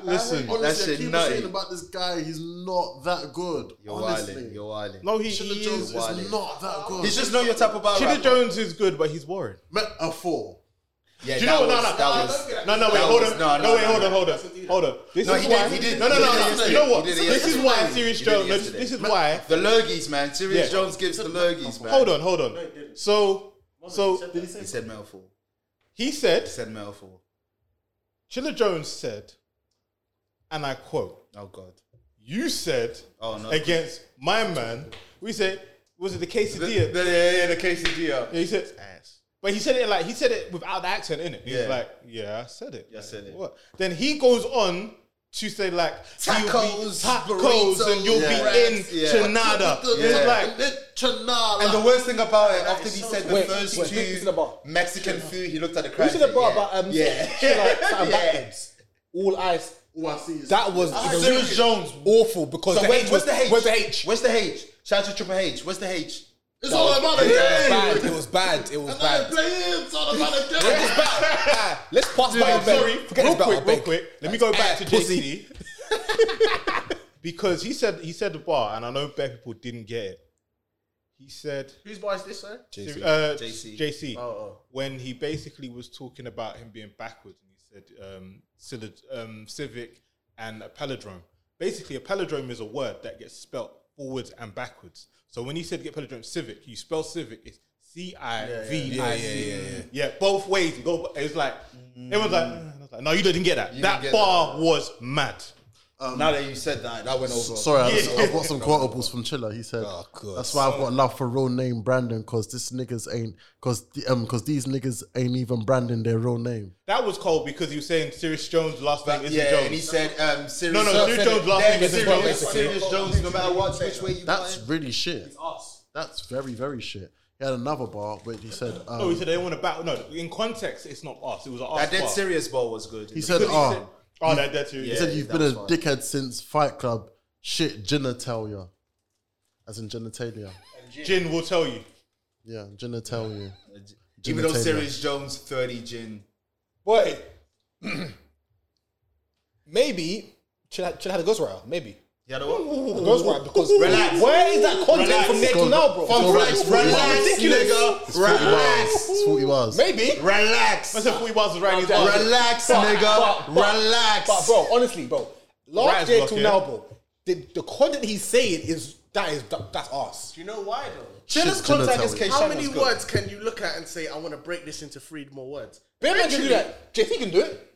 Speaker 5: listen.
Speaker 1: That
Speaker 7: Honestly, I
Speaker 1: shit
Speaker 7: keep on
Speaker 1: nutty.
Speaker 7: saying about this guy. He's not that good.
Speaker 1: You're
Speaker 7: honestly,
Speaker 1: wildin'. You're wildin'.
Speaker 5: No, he
Speaker 7: Chilla
Speaker 5: he
Speaker 7: Jones
Speaker 5: is.
Speaker 7: is
Speaker 1: wilding.
Speaker 7: not that good.
Speaker 1: He's just not your type of battle
Speaker 5: Chilla
Speaker 1: rapper.
Speaker 5: Jones is good, but he's worried.
Speaker 7: Met a four.
Speaker 1: Yeah,
Speaker 5: Do you
Speaker 1: that
Speaker 5: know what?
Speaker 1: was,
Speaker 5: No, no,
Speaker 1: that was,
Speaker 5: No, no, wait,
Speaker 1: That
Speaker 5: hold
Speaker 1: was-
Speaker 5: on.
Speaker 1: no,
Speaker 5: No,
Speaker 1: no,
Speaker 5: wait,
Speaker 1: no,
Speaker 5: hold on, hold on, hold on. This
Speaker 1: No,
Speaker 5: is
Speaker 1: he
Speaker 5: why.
Speaker 1: did, he did.
Speaker 5: No, no,
Speaker 1: He
Speaker 5: no,
Speaker 1: did it
Speaker 5: no.
Speaker 1: yesterday.
Speaker 5: You know what?
Speaker 1: He did it
Speaker 5: This is
Speaker 1: yesterday.
Speaker 5: why
Speaker 1: He
Speaker 5: Serious
Speaker 1: did it
Speaker 5: Jones. no,
Speaker 1: yesterday.
Speaker 5: This is why.
Speaker 1: the lurgies, man. Serious
Speaker 5: Yeah.
Speaker 1: Jones gives the lurgies, man.
Speaker 5: Hold on, hold on. So, so
Speaker 1: He said mouthful.
Speaker 5: he said,
Speaker 1: He said mouthful.
Speaker 5: Chilla Jones said, and I quote,
Speaker 1: Oh God.
Speaker 5: "You said
Speaker 1: Oh no.
Speaker 5: against my man." We said, "Was it the
Speaker 1: The-
Speaker 5: quesadilla?"
Speaker 1: the- yeah, yeah, the quesadilla.
Speaker 5: Yeah, he said,
Speaker 1: Ass.
Speaker 5: but he said it like he said it without the accent in it. He
Speaker 1: Yeah.
Speaker 5: was like, "Yeah, I said it."
Speaker 1: Yeah, I said it.
Speaker 5: What? Then he goes on to say like you'll be
Speaker 1: Tacos,
Speaker 5: tacos,
Speaker 1: burritos,
Speaker 5: and you'll
Speaker 1: yeah.
Speaker 5: be in
Speaker 1: Yeah.
Speaker 5: chinada. It's like
Speaker 1: And the worst thing about it, after he said the
Speaker 2: Wait,
Speaker 1: first
Speaker 2: wait, who's in the
Speaker 1: two
Speaker 2: bar?
Speaker 1: Mexican food, he looked at the crowd.
Speaker 2: You see the
Speaker 1: and
Speaker 2: bar
Speaker 1: said,
Speaker 2: about um,
Speaker 1: Yeah.
Speaker 2: Chilla, Sam
Speaker 1: Yeah.
Speaker 2: Atkins? all eyes.
Speaker 7: All I see is
Speaker 2: That was
Speaker 1: Yeah.
Speaker 2: really
Speaker 1: Serious Jones.
Speaker 2: awful because
Speaker 1: So
Speaker 2: the
Speaker 1: wait,
Speaker 2: H
Speaker 1: where's
Speaker 2: was,
Speaker 1: the H?
Speaker 2: Where's the H?
Speaker 1: Where's the H? Shout out to Triple H. Where's the H?
Speaker 7: it's all about the
Speaker 2: It was
Speaker 7: game.
Speaker 2: bad. It was bad. It was
Speaker 7: And I
Speaker 2: bad.
Speaker 7: play him. It's all about the game.
Speaker 2: Ah, Let's pass
Speaker 5: But
Speaker 2: by
Speaker 5: I'm sorry,
Speaker 2: Forget
Speaker 5: real
Speaker 2: this battle,
Speaker 5: quick, real
Speaker 2: beg.
Speaker 5: quick. Let me go back to
Speaker 2: Ah, pussy.
Speaker 5: JC because he said he said the bar, and I know bad people didn't get it. He said
Speaker 21: Whose bar is this, sir?
Speaker 2: JC.
Speaker 5: uh,
Speaker 1: JC.
Speaker 5: JC,
Speaker 21: oh.
Speaker 5: when he basically was talking about him being backwards, and he said um, Cili- um, civic and a palindrome. Basically, a palindrome is a word that gets spelt forwards and backwards. So when he said get palindrome civic, you spell civic it's C I V I C. Yeah, both ways. You go. It's like everyone's like, "Mm," I was like, no, you didn't get that.
Speaker 1: didn't
Speaker 5: that
Speaker 1: get
Speaker 5: bar was mad.
Speaker 1: now that you said that, that went over.
Speaker 7: Sorry, I just, I've got some quotables from Chilla. He said,
Speaker 2: God.
Speaker 7: "That's why I've got love for real name Brandon, cause this niggas ain't, cause the, um, cause these niggas ain't even branding their real name."
Speaker 5: That was cold because he was saying Sirius Jones last name
Speaker 1: But,
Speaker 5: isn't
Speaker 1: yeah,
Speaker 5: Jones.
Speaker 1: and he said, um, serious.
Speaker 5: No, no, Siri Jones last name is
Speaker 1: serious,
Speaker 5: Jones.
Speaker 1: serious Jones. No matter what, which way you
Speaker 7: That's
Speaker 1: want
Speaker 7: really shit. That's very very shit. He had another bar where he said, um,
Speaker 5: oh, he said they want to battle. No, in context, it's not us. It was an us
Speaker 1: it. That dead
Speaker 5: bar.
Speaker 1: serious ball was good.
Speaker 7: he said,
Speaker 5: Because he
Speaker 7: "Ah,
Speaker 5: said- oh, that dead serious.
Speaker 7: he said you've
Speaker 1: that
Speaker 7: been a
Speaker 1: was fine.
Speaker 7: dickhead since Fight Club. Shit, genitalia, as in genitalia.
Speaker 5: Jin will tell you.
Speaker 7: Yeah, genitalia.
Speaker 1: even though
Speaker 7: Genitalia.
Speaker 1: serious Jones thirty gin.
Speaker 2: Boy, maybe should I should I have a ghost rider? Maybe
Speaker 1: Yeah, the what?
Speaker 2: a ghost rider because
Speaker 1: Relax.
Speaker 2: Where is that content from there till now, bro?
Speaker 1: From
Speaker 7: Relax,
Speaker 1: relax,
Speaker 7: relax,
Speaker 1: relax, nigga. Relax,
Speaker 7: That's what he was.
Speaker 2: Maybe.
Speaker 5: I
Speaker 1: relax,
Speaker 5: said 40 bars was right in his ass.
Speaker 1: relax,
Speaker 2: But-
Speaker 1: nigga.
Speaker 2: but- but-
Speaker 1: Relax.
Speaker 2: But bro, honestly, bro,
Speaker 5: Rise
Speaker 2: last year
Speaker 5: block,
Speaker 2: till
Speaker 5: yeah.
Speaker 2: now, bro, the, the content he's saying is that is that, that's us.
Speaker 21: Do you know why, though?
Speaker 1: Chilla's
Speaker 7: Shit,
Speaker 1: contact
Speaker 7: genitalia.
Speaker 1: is K.
Speaker 21: How many
Speaker 1: Shannon's good.
Speaker 21: words can you look at and say, I want to break this into three more words?
Speaker 2: Bearman can do that. JC can do it.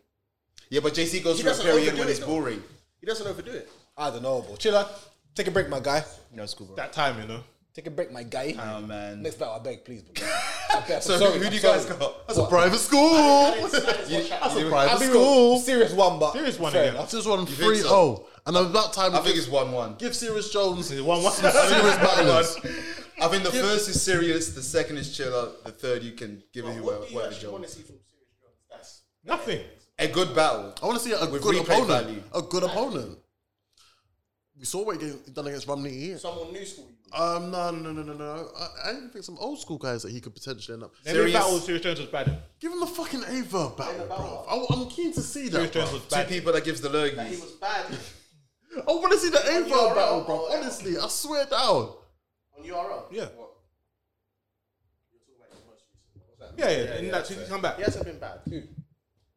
Speaker 1: Yeah, but JC goes
Speaker 21: He
Speaker 1: through a
Speaker 21: doesn't
Speaker 1: period
Speaker 21: overdo
Speaker 1: when
Speaker 21: it,
Speaker 1: it's
Speaker 21: though.
Speaker 1: boring.
Speaker 21: He doesn't overdo it.
Speaker 2: I don't know, but chiller. Take a break, my guy.
Speaker 1: No, it's cool, bro.
Speaker 5: That time, you know.
Speaker 2: Take a break, my guy.
Speaker 1: Oh man.
Speaker 2: Next battle, I beg, please. Bro. I beg, I'm
Speaker 1: So who do you
Speaker 2: I'm
Speaker 1: guys
Speaker 2: sorry.
Speaker 1: got?
Speaker 2: That's a What?
Speaker 7: private school.
Speaker 2: That's
Speaker 7: a
Speaker 2: I'll
Speaker 7: private
Speaker 2: be
Speaker 7: school.
Speaker 2: real. Serious one, but
Speaker 5: Serious one
Speaker 2: fair
Speaker 5: again.
Speaker 2: enough.
Speaker 7: This one
Speaker 1: You think
Speaker 7: 3
Speaker 1: so?
Speaker 7: 0. And about time,
Speaker 1: I think it's one one.
Speaker 7: give Sirius Jones
Speaker 5: It's one one.
Speaker 7: some serious battlers.
Speaker 1: I think the first is serious, the second is chiller, the third you can give it whoever.
Speaker 6: What do you
Speaker 1: whatever
Speaker 6: actually
Speaker 1: you
Speaker 6: want
Speaker 1: want.
Speaker 6: to see from Sirius Jones? That's
Speaker 5: Nothing.
Speaker 1: A good battle.
Speaker 7: I want to see a
Speaker 1: With
Speaker 7: good
Speaker 1: replay
Speaker 7: opponent.
Speaker 1: value.
Speaker 7: A good opponent. We saw what he did- done against Romney here.
Speaker 6: someone new school. You
Speaker 7: Um, no, no, no, no, no, no. I, I even think some old school guys that he could potentially end up.
Speaker 5: Every battle, Serious Jones was bad.
Speaker 7: Give him the fucking Ava battle, bro. I, am keen to see
Speaker 5: Serious
Speaker 7: that.
Speaker 5: Jones
Speaker 7: bruv.
Speaker 5: was
Speaker 1: Two
Speaker 5: bad.
Speaker 1: people that gives the
Speaker 6: he
Speaker 1: lurgies.
Speaker 6: was bad
Speaker 7: I want to see the Ava
Speaker 6: you're
Speaker 7: battle,
Speaker 6: right.
Speaker 7: bro. Honestly, I swear down.
Speaker 6: on URL.
Speaker 5: Yeah. Yeah, yeah. And that, he come back.
Speaker 6: He hasn't been bad.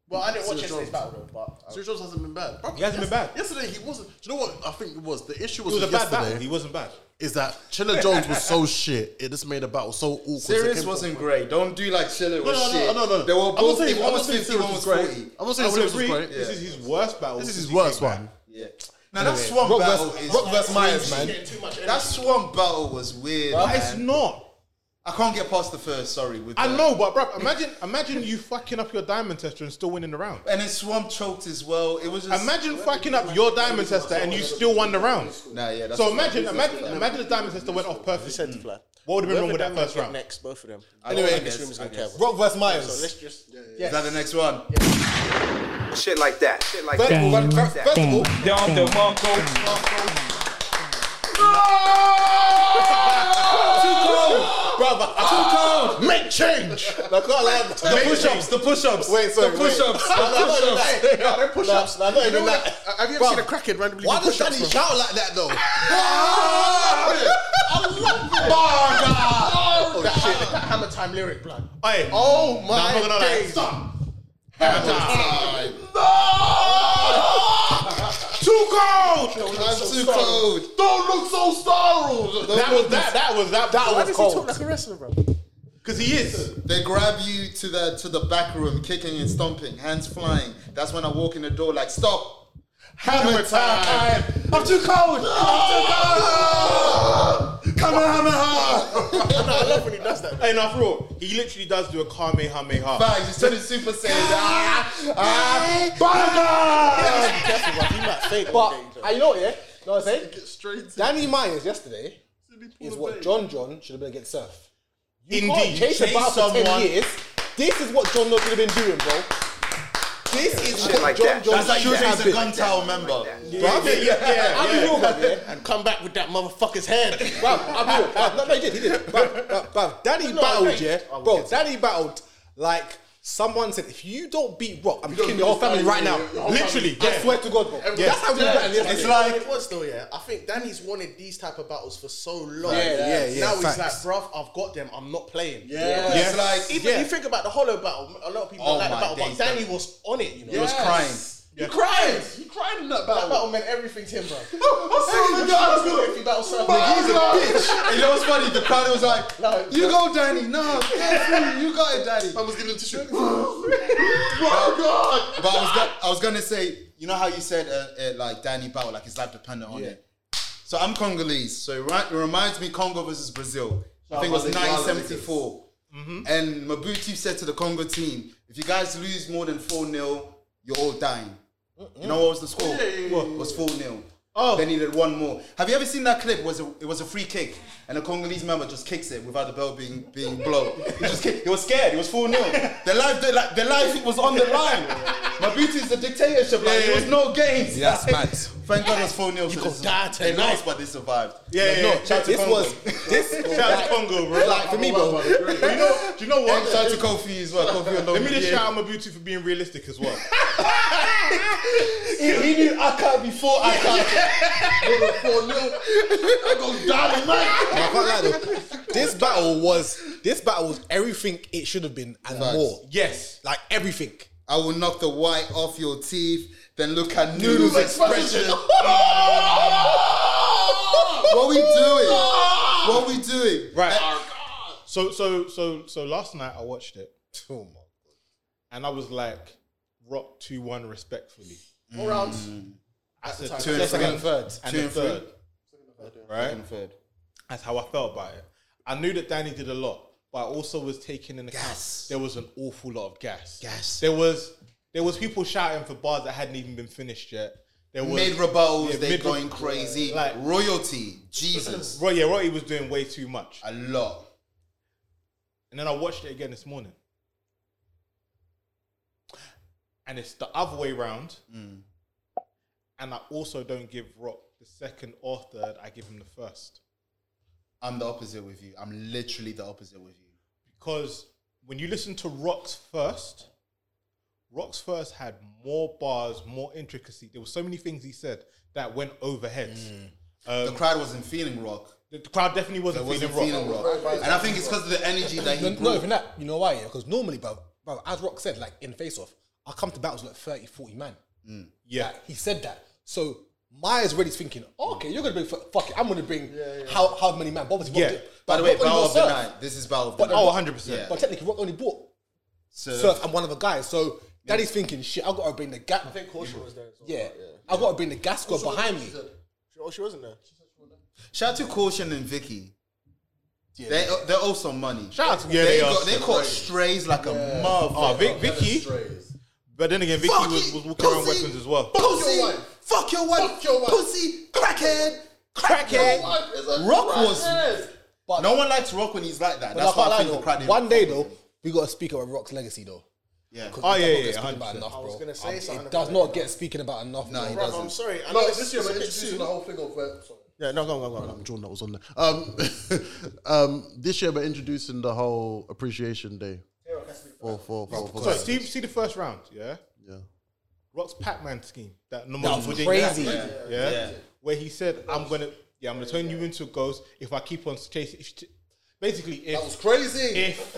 Speaker 6: Well, I didn't watch
Speaker 7: Sirius
Speaker 6: yesterday's
Speaker 7: Jones.
Speaker 6: battle though, but
Speaker 7: Sirius Jones hasn't been bad. Bro,
Speaker 5: He hasn't been bad.
Speaker 7: Yesterday he wasn't. Do you know what I think it was? The issue
Speaker 5: It
Speaker 7: was,
Speaker 5: was a
Speaker 7: with
Speaker 5: bad battle.
Speaker 7: yesterday
Speaker 5: He wasn't bad.
Speaker 7: is that Chilla Jones was so shit. It just made the battle so awkward. So it
Speaker 1: Serious
Speaker 7: came-
Speaker 1: wasn't great. Don't do like chiller
Speaker 7: No,
Speaker 1: was
Speaker 7: no,
Speaker 1: shit.
Speaker 7: no, no, no, no.
Speaker 1: They were
Speaker 7: I'm not
Speaker 1: both.
Speaker 7: saying-
Speaker 1: if
Speaker 7: I'm
Speaker 1: one
Speaker 7: not
Speaker 1: was
Speaker 7: saying
Speaker 1: fifty,
Speaker 7: Sirius
Speaker 1: one was
Speaker 7: was
Speaker 1: forty.
Speaker 7: I'm not
Speaker 5: I
Speaker 7: saying
Speaker 5: would
Speaker 7: Sirius was
Speaker 5: agree.
Speaker 7: great.
Speaker 5: This is his worst battle.
Speaker 7: This is
Speaker 5: since
Speaker 7: his
Speaker 5: he came
Speaker 7: worst
Speaker 5: back.
Speaker 7: one.
Speaker 1: Yeah. Now that swamp
Speaker 2: Rock
Speaker 1: battle
Speaker 2: versus-
Speaker 1: is
Speaker 2: Rock versus Myers, man.
Speaker 1: cringy. That swamp battle was weird.
Speaker 5: But
Speaker 1: man.
Speaker 5: It's not.
Speaker 1: I can't get past the first. Sorry. With
Speaker 5: I
Speaker 1: the-
Speaker 5: know, but bro, imagine, imagine you fucking up your diamond tester and still winning the round.
Speaker 1: And then swamp choked as well. It was just
Speaker 5: Imagine fucking up your diamond tester and you still won the round.
Speaker 1: Nah, yeah. That's
Speaker 5: So imagine, imagine, imagine the diamond tester went off perfect.
Speaker 6: flat.
Speaker 5: What would have been wrong with that first round?
Speaker 6: Next, both of them.
Speaker 1: Anyway,
Speaker 6: this room is gonna care.
Speaker 2: Rock versus
Speaker 6: So
Speaker 2: Myers.
Speaker 6: let's just.
Speaker 1: Is that the next one?
Speaker 23: Shit like that. Shit like
Speaker 2: First
Speaker 23: that.
Speaker 2: of all,
Speaker 23: Shit
Speaker 2: first
Speaker 23: like that.
Speaker 2: first of all,
Speaker 13: Dom the Monko.
Speaker 2: brother, I too cold.
Speaker 7: Make change.
Speaker 2: I can't lie.
Speaker 1: The push-ups. The push-ups.
Speaker 2: Wait, sorry,
Speaker 1: The
Speaker 2: wait.
Speaker 1: push-ups.
Speaker 2: No, no,
Speaker 1: The
Speaker 2: no, no,
Speaker 1: push-ups.
Speaker 2: no, no, no, push-ups. No, not even that.
Speaker 6: Uh,
Speaker 7: Have you ever seen a crackhead randomly
Speaker 2: Why
Speaker 7: do
Speaker 2: does
Speaker 7: push-ups,
Speaker 2: Danny
Speaker 7: bro?
Speaker 2: shout like that though?
Speaker 6: Oh, that, shit. that hammer time lyric, blood.
Speaker 5: Hey,
Speaker 6: Oh my
Speaker 5: I'm not gonna lie.
Speaker 6: days.
Speaker 5: Stop.
Speaker 7: I'm too cold. Don't look so startled.
Speaker 5: That was that. That was that. That
Speaker 6: Why does he talk like a wrestler, bro?
Speaker 5: Because he is.
Speaker 1: They grab you to the to the back room, kicking and stomping, hands flying. That's when I walk in the door like, stop.
Speaker 7: Hammer time. I'm too cold. I'm too cold. Come on, hammer.
Speaker 6: I love when he does that.
Speaker 5: Hey, now for real, he literally does do a kamehameha.
Speaker 1: Bags, he's turning Super Saiyan. Ah, ah.
Speaker 7: Burger.
Speaker 2: But I know, yeah. Know what I'm saying? Danny Myers yesterday is what John John should have been against Surf. You
Speaker 5: Indeed.
Speaker 2: can't chase
Speaker 5: Chase
Speaker 2: a battle for
Speaker 5: someone.
Speaker 2: ten years. This is what John John should have been doing, bro. This is
Speaker 23: Shit
Speaker 2: what
Speaker 23: like
Speaker 2: John
Speaker 23: that.
Speaker 2: John
Speaker 1: That's like you
Speaker 2: should have
Speaker 1: chase a
Speaker 2: been.
Speaker 1: gun tower member.
Speaker 2: Bro, I'll be- I'll be real, man. Yeah.
Speaker 6: And come back with that motherfucker's head.
Speaker 2: Bro, I'll be real. Bro, no, no, he did. He did. Bro, bro, bro, Danny battled, yeah. Bro, Danny battled like someone said. If you don't beat Rock, I'm killing your whole family right now.
Speaker 5: Literally,
Speaker 2: I
Speaker 5: yeah.
Speaker 2: swear to God, bro. That's how we
Speaker 6: Yeah.
Speaker 2: got in this.
Speaker 6: It's like it was though, yeah. I think Danny's wanted these type of battles for so long.
Speaker 2: Yeah, yeah, yeah,
Speaker 6: Now he's like,
Speaker 2: facts.
Speaker 6: bruv, I've got them. I'm not playing.
Speaker 7: Yeah.
Speaker 1: It's like
Speaker 6: Even you think about the hollow battle. A lot of people
Speaker 1: Oh
Speaker 6: don't like the
Speaker 1: my
Speaker 6: battle,
Speaker 1: days,
Speaker 6: but Danny was on it. You know,
Speaker 1: he was crying.
Speaker 7: You cried. You cried in that
Speaker 6: That
Speaker 7: battle.
Speaker 6: battle meant everything to him, bro.
Speaker 1: Oh
Speaker 7: I saw the guy.
Speaker 6: if you battle Surf,
Speaker 1: He's a bitch. And you know what's funny? The crowd was like,
Speaker 6: No.
Speaker 1: you go, Danny. No, careful. you got it, Danny.
Speaker 7: I was giving him tissue. oh
Speaker 1: But I was, go- I was gonna say, you know how you said uh, uh, like Danny Bow, like his life depended on it. So I'm Congolese, so it, ri- it reminds me Congo versus Brazil. I think it was
Speaker 7: Shout out to the
Speaker 1: 1974. And Mobutu said to the Congo team, if you guys lose more than 4 0, you're all dying. You know what was the score? It was 4 0. Oh. They needed one more. Have you ever seen that clip? Was a, it was a free kick, and a Congolese member just kicks it without the bell being being blown. He just kicked. He was scared. He was four 0 Their life, their, li- their life was on the line. My beauty is a dictatorship. Like there was no games.
Speaker 2: Yeah, that's mad.
Speaker 1: Thank God it was four 0 You
Speaker 6: gonna die
Speaker 1: They
Speaker 6: tonight.
Speaker 1: lost, but they survived.
Speaker 5: Yeah, yeah, yeah.
Speaker 1: Shout out to
Speaker 2: This
Speaker 1: Congo.
Speaker 2: was this.
Speaker 5: Shout out to Congo, bro.
Speaker 2: Like for me, bro.
Speaker 5: you know, do you know
Speaker 1: And shout
Speaker 5: what?
Speaker 1: out to Kofi as well. Kofi alone.
Speaker 5: Let me just
Speaker 1: Yeah.
Speaker 5: shout out Mabutu for being realistic as well.
Speaker 1: He, he knew Aka before Aka.
Speaker 2: I can't lie though. This battle was this battle was everything it should have been and
Speaker 1: Facts.
Speaker 2: more.
Speaker 5: yes.
Speaker 2: Like everything.
Speaker 1: I will knock the white off your teeth. Then look at Noodle's expression. What we doing? What we doing?
Speaker 5: Ah! Right. So so so so last night I watched it. Oh my god. And I was like, rock two one respectfully. Mm.
Speaker 6: All rounds.
Speaker 5: I said
Speaker 1: Advertising.
Speaker 5: two and
Speaker 1: Second
Speaker 5: three.
Speaker 1: and third.
Speaker 5: And
Speaker 1: Two
Speaker 5: a
Speaker 1: and three.
Speaker 5: third. Right?
Speaker 1: Second and third.
Speaker 5: That's how I felt about it. I knew that Danny did a lot, but I also was taking in account there was an awful lot of gas. Gas. There was there was people shouting for bars that hadn't even been finished yet. There was
Speaker 1: Mid rebuttals,
Speaker 5: Yeah,
Speaker 1: they're
Speaker 5: mid-
Speaker 1: going crazy. royalty, Jesus.
Speaker 5: Roy, yeah, Roy was doing way too much.
Speaker 1: A lot.
Speaker 5: And then I watched it again this morning. And it's the other way round. And I also don't give Rock the second or third, I give him the first.
Speaker 1: I'm the opposite with you. I'm literally the opposite with you.
Speaker 5: Because when you listen to Rock's first, Rock's first had more bars, more intricacy. There were so many things he said that went over heads.
Speaker 1: the crowd wasn't feeling rock.
Speaker 5: The, the crowd definitely wasn't,
Speaker 1: They wasn't
Speaker 5: feeling, rock.
Speaker 1: feeling Rock. And I think it's 'cause of the energy that he
Speaker 2: No,
Speaker 1: brought.
Speaker 2: No, even that. You know why? Yeah, because normally, bro, bro, as Rock said, like in Face Off, I come to battles with like 30, 40 man.
Speaker 1: Mm,
Speaker 5: Yeah.
Speaker 2: Like, he said that. So Maya's already thinking, okay, you're gonna bring fu- fuck it, I'm gonna bring how how many man? But obviously, Rock
Speaker 1: Yeah.
Speaker 2: did-
Speaker 1: By
Speaker 2: but
Speaker 1: the way,
Speaker 2: Rock only
Speaker 1: Battle
Speaker 2: got
Speaker 1: of the
Speaker 2: Surf.
Speaker 1: Night. This is Battle of the
Speaker 2: But
Speaker 1: Night.
Speaker 2: oh,
Speaker 1: 100%.
Speaker 2: But technically, Rock only bought
Speaker 1: Surf.
Speaker 2: Surf, and one other guy. So Daddy's thinking, shit, I gotta bring the gas. I think Caution was there. yeah. I gotta bring the gas squad behind me.
Speaker 6: Oh, she wasn't there.
Speaker 1: Shout out to Caution and Vicky. They, they're also money.
Speaker 5: Shout out to- yeah, they are.
Speaker 1: got, they caught strays like a motherfucker.
Speaker 5: Oh, Vic, Vicky. But then again, Vicky
Speaker 1: Fuck
Speaker 5: was,
Speaker 1: it,
Speaker 5: was walking around
Speaker 1: pussy.
Speaker 5: weapons as well.
Speaker 1: Pussy, fuck your wife, pussy, crackhead, crackhead.
Speaker 2: Your wife is a
Speaker 1: Rock was.
Speaker 2: crackhead.
Speaker 1: no one likes Rock when he's like that.
Speaker 2: But I
Speaker 1: That's why
Speaker 2: can't
Speaker 1: I
Speaker 2: lie,
Speaker 1: think the
Speaker 2: though,
Speaker 1: crowd didn't
Speaker 2: One day though, we gotta speak about Rock's legacy though.
Speaker 1: Yeah.
Speaker 2: Because
Speaker 1: Oh,
Speaker 2: it
Speaker 1: yeah,
Speaker 2: doesn't
Speaker 1: yeah,
Speaker 2: get spoken about
Speaker 1: 100%.
Speaker 2: enough,
Speaker 1: I was
Speaker 2: bro.
Speaker 1: gonna say something
Speaker 2: It does
Speaker 1: about
Speaker 2: not get spoken about enough.
Speaker 1: No,
Speaker 2: bro.
Speaker 1: he Bro, doesn't. I'm
Speaker 6: sorry, I
Speaker 7: no,
Speaker 6: know
Speaker 7: it's
Speaker 6: this
Speaker 7: just
Speaker 6: year's a bit
Speaker 7: introducing
Speaker 6: soon.
Speaker 7: the whole thing of. Uh, sorry.
Speaker 6: Yeah, no, go on, go on, go
Speaker 7: I'm drawing that was on there. Um, um, this year we're introducing the whole appreciation day. For for for, for
Speaker 5: So see, see the first round, yeah.
Speaker 7: Yeah.
Speaker 5: Rock's Pac-Man scheme that no
Speaker 2: That
Speaker 5: one
Speaker 2: was
Speaker 5: did
Speaker 2: crazy.
Speaker 5: Yeah.
Speaker 2: Yeah.
Speaker 5: Yeah.
Speaker 2: Yeah.
Speaker 5: where he said, "I'm gonna, yeah, I'm gonna turn you into a ghost if I keep on chasing." If, basically, if
Speaker 7: That was crazy.
Speaker 5: If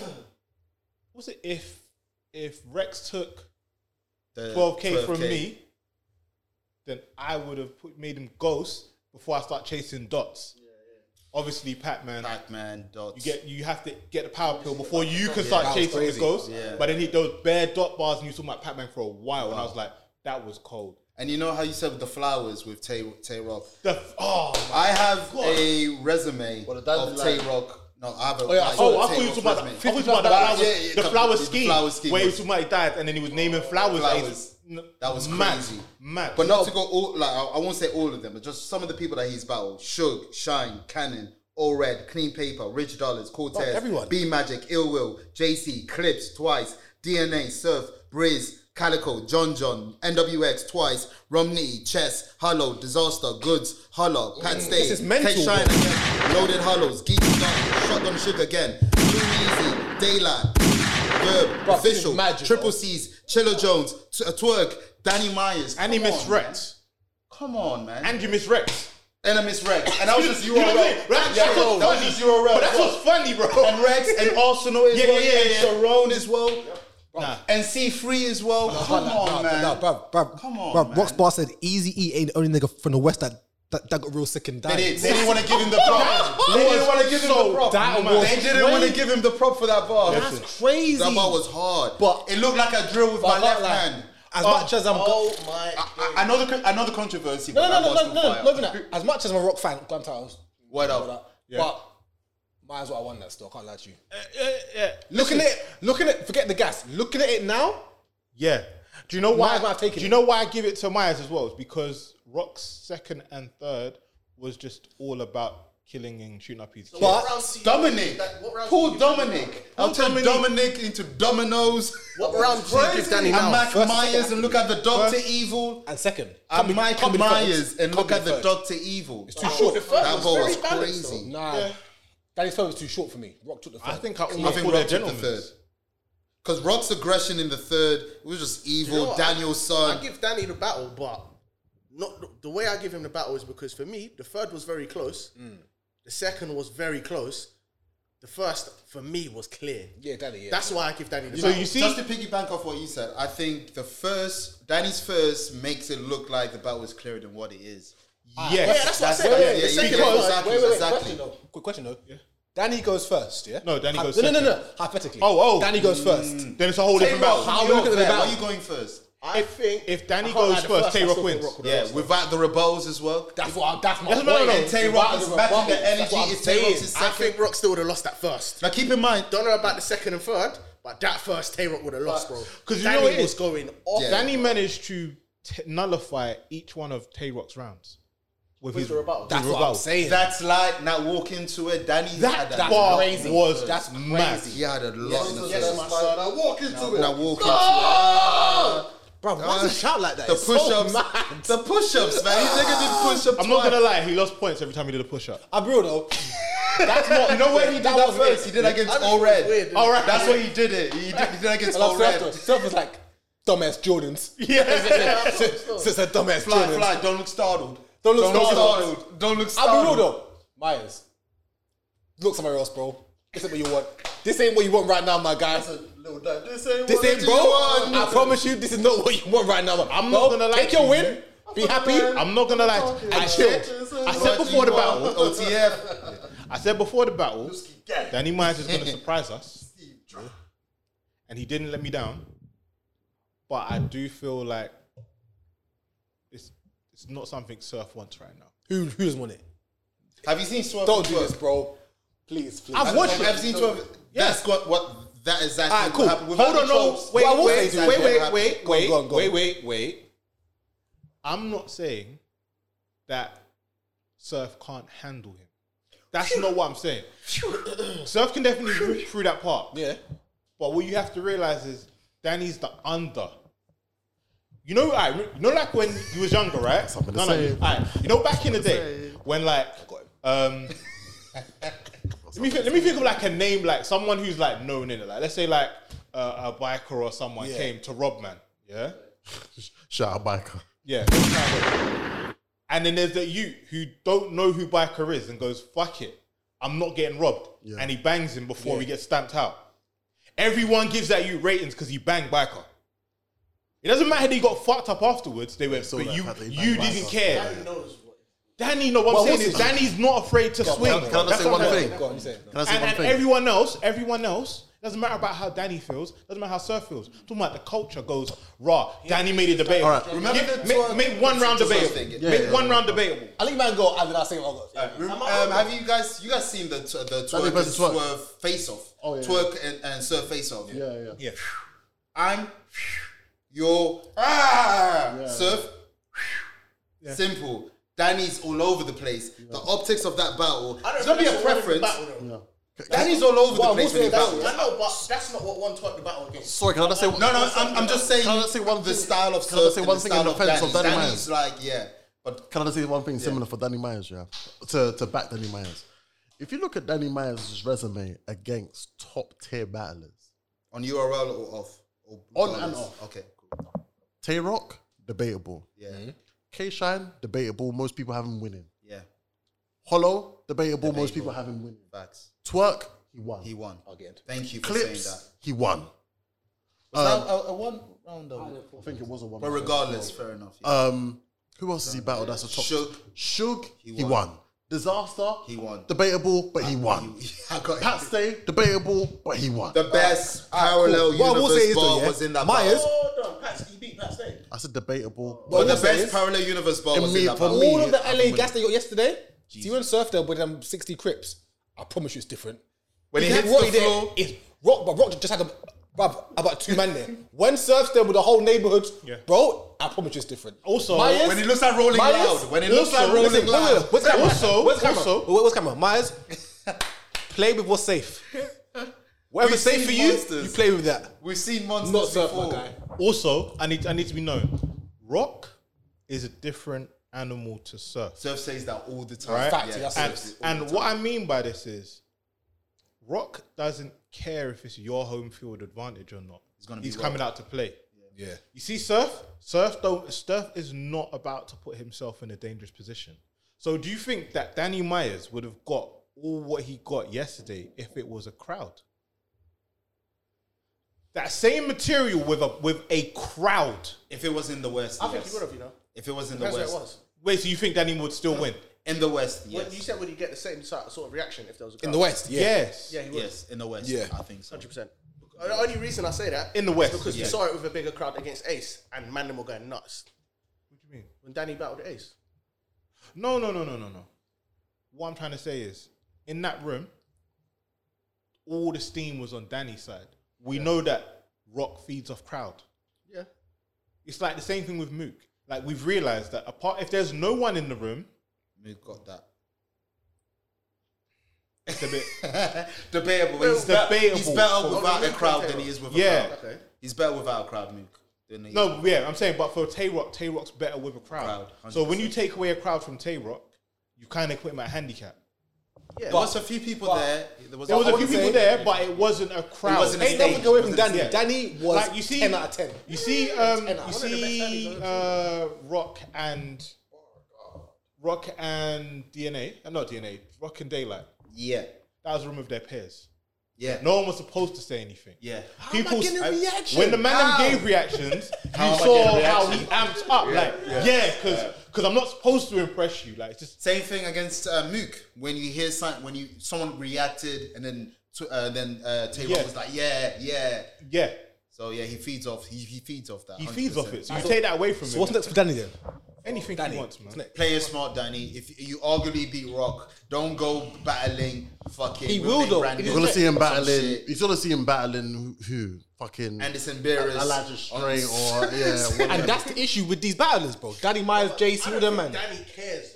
Speaker 5: was it if if Rex took
Speaker 1: The
Speaker 5: twelve k from
Speaker 1: 12K.
Speaker 5: me, then I would have put, made him ghost before I start chasing dots. Obviously, Pac-Man.
Speaker 1: Pac-Man dots.
Speaker 5: You get you have to get the power pill before you can
Speaker 1: Yeah,
Speaker 5: start
Speaker 1: that was
Speaker 5: chasing the
Speaker 1: crazy.
Speaker 5: ghosts.
Speaker 1: Yeah.
Speaker 5: But then he those bare dot bars and you talking about Pac-Man for a while, and I was like, that was cold.
Speaker 1: And you know how you said with the flowers with Tay, Tay Rock?
Speaker 5: The f- oh, my
Speaker 1: I have
Speaker 5: God.
Speaker 1: a resume of Tay
Speaker 5: like-
Speaker 1: Rock. No, I have a.
Speaker 5: Oh, yeah,
Speaker 1: I
Speaker 5: I,
Speaker 1: have
Speaker 5: oh,
Speaker 1: a
Speaker 5: I thought
Speaker 1: Tay
Speaker 5: you were
Speaker 1: Rock's
Speaker 5: talking about, I
Speaker 1: resume.
Speaker 5: thought you were talking about the flowers,
Speaker 1: Yeah, yeah,
Speaker 5: the flower
Speaker 1: the
Speaker 5: scheme,
Speaker 1: flower scheme.
Speaker 5: where he was talking about his dad, and then he was naming flowers.
Speaker 1: Flowers.
Speaker 5: It's n-
Speaker 1: That was
Speaker 5: mad,
Speaker 1: crazy.
Speaker 5: mad.
Speaker 1: But not to go all like I, I won't say all of them, but just some of the people that he's battled: Suge, Shine, Cannon, All Red, Clean Paper, Rich Dollars, Cortez,
Speaker 2: Fuck, everyone.
Speaker 1: B Magic, Ill Will, JC, Clips, Twice, DNA, Surf, Briz, Calico, John John, NWX, Twice, Romney, Chess, Hollow, Disaster, Goods, Hollow, Pat Stay,
Speaker 2: Mm. This is mental,
Speaker 1: Kate Shine again, Loaded Hollows, Geek Gun, Shotgun Sugar again, Blue Easy, Daylight, Verb,
Speaker 2: Bro, this is
Speaker 1: Official,
Speaker 2: magic,
Speaker 1: Triple
Speaker 2: bro.
Speaker 1: C's, Chiller Jones, T- uh, Twerk, Danny Myers,
Speaker 5: and he
Speaker 1: Come
Speaker 5: missed
Speaker 1: on,
Speaker 5: Rex,
Speaker 1: man. Come on, man.
Speaker 5: and you missed Rex.
Speaker 1: And I miss Rex. And that was just
Speaker 5: You know what I mean?
Speaker 1: URL.
Speaker 5: That's
Speaker 1: Yeah,
Speaker 5: just
Speaker 1: that was
Speaker 5: funny.
Speaker 1: just URL.
Speaker 5: But that's what's funny, bro.
Speaker 1: And Rex and Arsenal as
Speaker 5: Yeah,
Speaker 1: well.
Speaker 5: yeah, yeah,
Speaker 1: and
Speaker 5: yeah.
Speaker 1: Sharon as well.
Speaker 5: Nah.
Speaker 1: And C3 as well. Come on, man.
Speaker 2: No, bruv, bruv,
Speaker 1: Come on,
Speaker 2: bruv,
Speaker 1: man.
Speaker 2: Rock's boss said Easy E ain't the only nigga from the West that that, that got real sick and
Speaker 1: They
Speaker 2: died.
Speaker 1: didn't, they didn't want to give him the prop.
Speaker 5: That
Speaker 1: They didn't
Speaker 5: was
Speaker 1: want to give him the
Speaker 5: so-
Speaker 1: prop.
Speaker 5: that was
Speaker 1: they didn't want to
Speaker 5: crazy.
Speaker 1: give him the prop for that bar.
Speaker 5: That's
Speaker 2: crazy.
Speaker 1: That bar was hard.
Speaker 2: But-
Speaker 1: it looked like I drill with
Speaker 2: But
Speaker 1: my
Speaker 2: I
Speaker 1: left
Speaker 2: can't lie.
Speaker 1: hand.
Speaker 2: As
Speaker 1: Oh,
Speaker 2: much as I'm
Speaker 6: Oh my
Speaker 1: I, I know the con- I know the controversy.
Speaker 2: No,
Speaker 1: but that
Speaker 2: no, no, no,
Speaker 1: bar's
Speaker 2: no,
Speaker 1: still
Speaker 2: no,
Speaker 1: fire.
Speaker 2: no, no, no. As much as I'm a rock fan, Grand Titles.
Speaker 1: Word up.
Speaker 2: But might as well I won that still. I can't lie to you.
Speaker 1: Eh,
Speaker 2: Looking at it, looking at forget the gas. Looking at it now,
Speaker 5: Yeah. Do you know why?
Speaker 2: Myers might have taken
Speaker 5: do you
Speaker 2: it.
Speaker 5: know why I give it to Myers as well? It's because Rock's second and third was just all about killing and shooting up his. kids.
Speaker 2: but
Speaker 1: Dominic. Paul Dominic. I'll turn Dominic. into dominoes.
Speaker 6: What round do you give Danny
Speaker 1: And
Speaker 6: now?
Speaker 1: Mike
Speaker 2: First-
Speaker 1: Myers and look at the Doctor Evil.
Speaker 2: and second.
Speaker 1: And
Speaker 2: Can't be-
Speaker 1: Mike
Speaker 2: can't be
Speaker 1: Myers
Speaker 2: first.
Speaker 1: and
Speaker 2: Can't
Speaker 1: look
Speaker 2: be
Speaker 1: at the
Speaker 2: first.
Speaker 1: Doctor Evil.
Speaker 2: It's too short.
Speaker 1: That ball was crazy.
Speaker 2: Nah. Danny's third was too short for me. Rock took the third.
Speaker 5: I think I
Speaker 1: I
Speaker 5: almost
Speaker 1: think
Speaker 5: called it
Speaker 1: Rock
Speaker 5: a
Speaker 1: took the
Speaker 5: gentleman.
Speaker 1: third. Because Rock's aggression in the third it was just evil.
Speaker 6: what?
Speaker 1: Daniel's son.
Speaker 6: I give Danny the battle, but not the, the way I give him the battle is because for me, the third was very close. The second was very close. The first for me was clear.
Speaker 2: Yeah, Danny. Yeah.
Speaker 6: That's why I give Danny the
Speaker 5: So
Speaker 6: battle.
Speaker 5: you see,
Speaker 1: just to piggyback off what you said, I think the first Danny's first makes it look like the battle is clearer than what it is.
Speaker 5: yes,
Speaker 6: yeah, that's what I said.
Speaker 2: Wait, wait,
Speaker 1: yeah,
Speaker 6: the
Speaker 1: you
Speaker 6: second
Speaker 1: got
Speaker 6: and
Speaker 1: it.
Speaker 6: third-
Speaker 1: Exactly,
Speaker 2: Wait, wait, wait.
Speaker 1: exactly.
Speaker 2: Question though. Quick question though. Danny goes first, yeah?
Speaker 5: No, Danny
Speaker 2: Hy-
Speaker 5: goes
Speaker 2: No, no, no,
Speaker 5: second.
Speaker 2: no. Hypothetically.
Speaker 5: Oh, oh.
Speaker 2: Danny goes first.
Speaker 5: then it's a whole different
Speaker 1: How
Speaker 5: battle.
Speaker 2: How you looking at the
Speaker 1: Why
Speaker 2: battle?
Speaker 1: are you going first?
Speaker 6: I think
Speaker 5: if Danny
Speaker 6: I can't lie,
Speaker 5: goes
Speaker 6: the
Speaker 5: first,
Speaker 6: first I
Speaker 5: Tay-Rock
Speaker 6: saw
Speaker 5: wins.
Speaker 6: Tay-Rock
Speaker 1: Yeah, without the Rebels as well.
Speaker 2: That's what. I, that's my
Speaker 1: Yes,
Speaker 2: point.
Speaker 1: no, no, no. Tay-Rock is
Speaker 2: Without
Speaker 1: back in
Speaker 2: Rebels,
Speaker 1: the energy,
Speaker 2: that's what I'm
Speaker 1: it's
Speaker 2: saying.
Speaker 1: Tay-Rock's his
Speaker 6: I think Rock still would have lost that first.
Speaker 1: Now keep in mind,
Speaker 6: don't know about the second and third, but that first Tay Rock would have lost, bro.
Speaker 5: Because you
Speaker 6: Danny
Speaker 5: know what it
Speaker 6: was
Speaker 5: is?
Speaker 6: going off.
Speaker 5: Danny managed to t- nullify each one of Tay Rock's rounds with, his
Speaker 6: the rebuttal.
Speaker 5: his
Speaker 6: That's what I'm
Speaker 5: rebuttal.
Speaker 2: saying.
Speaker 1: That's like now walk into it. Danny
Speaker 5: That
Speaker 1: had a
Speaker 5: bar
Speaker 1: lot in the
Speaker 5: was
Speaker 1: first.
Speaker 5: That's mad.
Speaker 1: He had a lot in the
Speaker 7: Yes,
Speaker 1: first.
Speaker 7: my son. Now walk into it.
Speaker 1: Now walk into
Speaker 2: Bro, why does it shout like that?
Speaker 1: The
Speaker 2: It's
Speaker 1: push
Speaker 2: so
Speaker 1: ups,
Speaker 2: mad.
Speaker 1: the push ups, man. These niggas did push ups.
Speaker 5: I'm not gonna lie, he lost points every time he did a push up.
Speaker 2: I real though.
Speaker 5: That's not. You know where he did that,
Speaker 2: wasn't
Speaker 5: first?
Speaker 1: He did that against All Red.
Speaker 5: All right,
Speaker 1: That's why he did it. He did, he did that against
Speaker 2: And I
Speaker 1: All Red.
Speaker 2: surfed. Surf was like dumbass Jordans.
Speaker 5: Yeah.
Speaker 2: Since a dumbass
Speaker 1: Fly,
Speaker 2: Jordans.
Speaker 1: fly. Don't look startled.
Speaker 2: Don't look startled.
Speaker 1: startled. Don't look startled.
Speaker 2: I'll be real though. Myers, look somewhere else, bro. This ain't what you want. This ain't what you want right now, my guy.
Speaker 7: Little dad, this ain't
Speaker 2: This
Speaker 7: what
Speaker 2: ain't,
Speaker 7: you
Speaker 2: bro.
Speaker 7: want.
Speaker 2: I promise you, this is not what you want right now.
Speaker 5: I'm
Speaker 2: bro,
Speaker 5: not gonna lie
Speaker 2: Take your
Speaker 5: to
Speaker 2: win. Be happy.
Speaker 5: I'm not gonna lie. I said, I said before the battle,
Speaker 1: OTF.
Speaker 5: I said before the battle, Danny Myers is gonna surprise us, and he didn't let me down. But I do feel like it's it's not something Surf wants right now.
Speaker 2: Who who doesn't want it?
Speaker 1: Have you seen Swerve?
Speaker 2: Don't do this, bro. Please, please.
Speaker 5: I've watched
Speaker 1: I've
Speaker 5: it.
Speaker 1: seen Swerve. That's what what that is
Speaker 2: Alright,
Speaker 1: exactly
Speaker 2: cool.
Speaker 1: what happened.
Speaker 5: Hold
Speaker 1: Without
Speaker 5: on,
Speaker 1: the
Speaker 5: no.
Speaker 1: tropes,
Speaker 5: Wait,
Speaker 2: Well, I will
Speaker 5: wait,
Speaker 2: say
Speaker 5: wait,
Speaker 2: that,
Speaker 5: wait,
Speaker 2: yeah.
Speaker 5: wait,
Speaker 1: Happy.
Speaker 5: wait,
Speaker 2: Go on, go on,
Speaker 5: wait,
Speaker 2: go on.
Speaker 5: wait, wait, wait. I'm not saying that Surf can't handle him. That's not what I'm saying. Surf can definitely rip through that part.
Speaker 2: Yeah.
Speaker 5: But what you have to realize is Danny's the under. You know, I you know, like when you was younger, right? No, no, you, aight. You know, back in the day when like, um, let me think, let me think of like a name, like someone who's like known in it. Like, let's say like uh, a biker or someone came to rob man, yeah,
Speaker 7: Shout out biker.
Speaker 5: yeah. And then there's that you who don't know who biker is and goes, "Fuck it, I'm not getting robbed," and he bangs him before he gets stamped out. Everyone gives that you ratings because he banged biker. It doesn't matter that he got fucked up afterwards. They went, but
Speaker 7: that
Speaker 5: you
Speaker 7: fact that he
Speaker 5: you
Speaker 7: banged
Speaker 5: didn't
Speaker 7: Biker.
Speaker 5: care. Danny knows. what I'm saying is Danny's not afraid to swing.
Speaker 7: Can I
Speaker 5: That's
Speaker 7: just say
Speaker 5: what
Speaker 7: one
Speaker 5: I'm
Speaker 7: thing?
Speaker 5: saying.
Speaker 2: Go on, you say it.
Speaker 7: Can I say
Speaker 5: And,
Speaker 7: one
Speaker 5: and
Speaker 7: thing?
Speaker 5: everyone else, everyone else, doesn't matter about how Danny feels, doesn't matter how Surf feels. I'm talking about the culture goes raw. Danny made it debatable.
Speaker 7: All right.
Speaker 1: Remember
Speaker 5: Give-
Speaker 1: the tour-
Speaker 5: make, make one round
Speaker 1: Just
Speaker 5: debatable.
Speaker 1: one thing, yeah.
Speaker 5: make
Speaker 1: Yeah, yeah,
Speaker 5: one round debatable.
Speaker 2: I think man go and then I say, oh god.
Speaker 1: Um, have you guys you guys seen the t- the twerk and
Speaker 7: versus twerk.
Speaker 1: swerve face off?
Speaker 7: Oh, yeah.
Speaker 1: Twerk and, and surf face off.
Speaker 7: Yeah, yeah.
Speaker 5: Yeah.
Speaker 1: I'm your ah surf. Simple. Danny's all over the place. The optics of that battle. It's gonna be a preference. Danny's all over the place when he battles.
Speaker 6: I know, but that's not what one taught the battle against.
Speaker 7: Sorry, can I just say?
Speaker 1: No, no, I'm, I'm just saying.
Speaker 7: Can I just say one
Speaker 1: the
Speaker 7: thing?
Speaker 1: style of
Speaker 7: Can I
Speaker 1: surf
Speaker 7: just say
Speaker 1: and
Speaker 7: one
Speaker 1: the
Speaker 7: thing in
Speaker 1: style of
Speaker 7: defense of Danny
Speaker 1: Danny's like yeah, but
Speaker 7: Can I just say one thing similar for Danny Myers? Yeah, to to back Danny Myers. If you look at Danny Myers' resume against top tier battlers,
Speaker 1: on URL or off. Or
Speaker 7: On and off.
Speaker 1: Okay. cool.
Speaker 7: Tay Rock debatable,
Speaker 1: Yeah.
Speaker 7: K Shine debatable. Most people have him winning.
Speaker 1: Yeah.
Speaker 7: Hollow debatable. Most people have him winning.
Speaker 1: Facts.
Speaker 7: Twerk he won.
Speaker 1: He won.
Speaker 2: Again.
Speaker 1: Thank you for saying that.
Speaker 7: Clips he won.
Speaker 1: Was that a, a one round though?
Speaker 7: I think it was a one.
Speaker 1: But regardless, fair enough. yeah.
Speaker 7: Um, who else has he battled? That's a top.
Speaker 1: Suge.
Speaker 7: Suge, he
Speaker 1: He
Speaker 7: won.
Speaker 1: won.
Speaker 7: Disaster,
Speaker 1: He won.
Speaker 7: Debatable, but he won.
Speaker 1: I got
Speaker 7: Pat Stay, debatable, but he won.
Speaker 1: the best parallel
Speaker 2: What I will
Speaker 1: universe
Speaker 2: say is though,
Speaker 1: bar
Speaker 2: yeah,
Speaker 1: was in that
Speaker 2: Myers-
Speaker 1: battle.
Speaker 6: Hold on, Pat, he beat Pat Stay.
Speaker 7: I said debatable.
Speaker 1: But the
Speaker 2: will say
Speaker 1: best
Speaker 2: is-
Speaker 1: parallel universe bar
Speaker 7: And
Speaker 1: was
Speaker 7: me-
Speaker 1: in that
Speaker 7: for
Speaker 1: battle.
Speaker 7: me-
Speaker 2: All of the
Speaker 7: I'm
Speaker 2: LA
Speaker 7: winning.
Speaker 2: gas they got yesterday. So you and Surf there with them 60 crips. I promise you it's different.
Speaker 1: When it
Speaker 2: Because
Speaker 1: hits
Speaker 2: Rock
Speaker 1: the
Speaker 2: there
Speaker 1: floor-
Speaker 2: is Rock, but Rock just had a, bruv, about two man there. When Surf's there with the whole neighborhood,
Speaker 5: Yeah.
Speaker 2: bro, I promise you it's different.
Speaker 5: Also,
Speaker 1: when it looks like Rolling Loud, when it looks like Rolling
Speaker 2: listen, wait, wait,
Speaker 1: Loud.
Speaker 2: wait, Where's camera?
Speaker 5: Also-
Speaker 2: where's camera?
Speaker 5: also-
Speaker 2: Wait, where's camera? Myers, play with what's safe. Whatever's
Speaker 1: We've
Speaker 2: safe for
Speaker 1: seen
Speaker 2: you,
Speaker 1: monsters.
Speaker 2: you play with that.
Speaker 1: We've seen
Speaker 2: Not
Speaker 1: monsters
Speaker 2: Surf, my
Speaker 1: before.
Speaker 2: guy.
Speaker 5: Also, I need I need to be known. Rock is a different animal to surf.
Speaker 1: Surf says that all the time.
Speaker 5: Right?
Speaker 2: Fact, yeah, that's
Speaker 5: and
Speaker 2: it.
Speaker 5: and what I mean by this is Rock doesn't care if it's your home field advantage or not. He's,
Speaker 1: gonna be
Speaker 5: He's
Speaker 1: Rock.
Speaker 5: coming out to play.
Speaker 2: Yeah.
Speaker 5: You see, Surf, Surf don't Surf is not about to put himself in a dangerous position. So, do you think that Danny Myers would have got all what he got yesterday if it was a crowd? That same material with a with a crowd.
Speaker 1: If it was in the West,
Speaker 6: I think
Speaker 1: yes.
Speaker 6: he would have, you know.
Speaker 1: If it was in the
Speaker 6: That's what it
Speaker 1: West,
Speaker 6: was.
Speaker 5: Wait, so you think Danny would still win?
Speaker 1: in the West,
Speaker 6: What
Speaker 1: yes,
Speaker 6: you said, would he get the same sort sort of reaction if there was a
Speaker 2: In
Speaker 6: crowd?
Speaker 2: the West, yeah.
Speaker 5: Yes.
Speaker 6: Yeah, he would.
Speaker 1: yes, in the West,
Speaker 2: Yeah.
Speaker 1: I think so.
Speaker 6: Hundred percent. The only reason I say that
Speaker 5: In the West,
Speaker 6: is because
Speaker 5: yeah.
Speaker 6: we saw it with a bigger crowd against Ace, and man, them were going nuts. What
Speaker 5: do you mean?
Speaker 6: When Danny battled Ace,
Speaker 5: No, no, no, no, no, no. What I'm trying to say is, in that room, all the steam was on Danny's side. We know that Rock feeds off crowd.
Speaker 6: yeah,
Speaker 5: It's like the same thing with Mook. Like we've realized that apart, if there's no one in the room,
Speaker 1: Mook got that.
Speaker 5: It's a bit
Speaker 1: debatable. He's, debatable. he's better
Speaker 5: For-
Speaker 1: without a crowd than he is with a
Speaker 5: Yeah.
Speaker 1: crowd. He's better without a crowd, Mook. Than he is
Speaker 5: No, yeah, I'm saying, but for Tay Rock, Tay Rock's better with a crowd.
Speaker 1: Crowd,
Speaker 5: so when you take away a crowd from Tay Rock, you kind of quit my handicap.
Speaker 6: Yeah,
Speaker 1: there was a few people there. There was,
Speaker 5: There was
Speaker 1: I
Speaker 5: a few
Speaker 1: wouldn't
Speaker 5: people
Speaker 1: say-
Speaker 5: there, but it wasn't a crowd.
Speaker 1: wasn't a Ain't nothing stage.
Speaker 2: away from Danny. Danny was
Speaker 5: like, you see,
Speaker 2: 10 out of 10.
Speaker 5: You see, um, you see, uh, Rock and Rock and DNA. uh, Not DNA. Rock and Daylight.
Speaker 1: Yeah,
Speaker 5: that was a room of their peers.
Speaker 1: Yeah,
Speaker 5: no one was supposed to say anything.
Speaker 1: Yeah,
Speaker 5: people.
Speaker 2: getting a
Speaker 5: I-
Speaker 2: reaction?
Speaker 5: When the man them
Speaker 2: How?
Speaker 5: gave reactions,
Speaker 1: How
Speaker 5: you
Speaker 1: am I
Speaker 5: saw
Speaker 1: getting a
Speaker 5: how he
Speaker 1: reaction?
Speaker 5: amped up.
Speaker 1: Yeah,
Speaker 5: Like,
Speaker 1: yeah.
Speaker 5: yeah, because because I'm not supposed to impress you. Like, it's just
Speaker 1: Same thing against uh, Mook when you hear some, when you someone reacted and then t- uh, then uh, Tay Rock
Speaker 5: Yeah.
Speaker 1: was like yeah yeah
Speaker 5: yeah.
Speaker 1: So yeah, he feeds off he, he feeds off that.
Speaker 5: He feeds off it, so you
Speaker 1: 100%.
Speaker 5: take that away from
Speaker 2: So
Speaker 5: him.
Speaker 2: what's next for Danny then?
Speaker 5: anything he wants, man.
Speaker 1: Play it smart, Danny. If you arguably beat Rock, don't go battling fucking.
Speaker 2: He
Speaker 1: Will
Speaker 2: will
Speaker 1: Nick
Speaker 2: though.
Speaker 1: Brandon.
Speaker 7: You're gonna see him
Speaker 1: Some
Speaker 7: battling.
Speaker 1: shit.
Speaker 7: You're gonna see him battling who, who? fucking
Speaker 1: Anderson Beerus.
Speaker 7: Elijah String, or yeah,
Speaker 2: and that's the issue with these battlers, bro. Danny Myers, JC, all them man.
Speaker 6: Danny cares.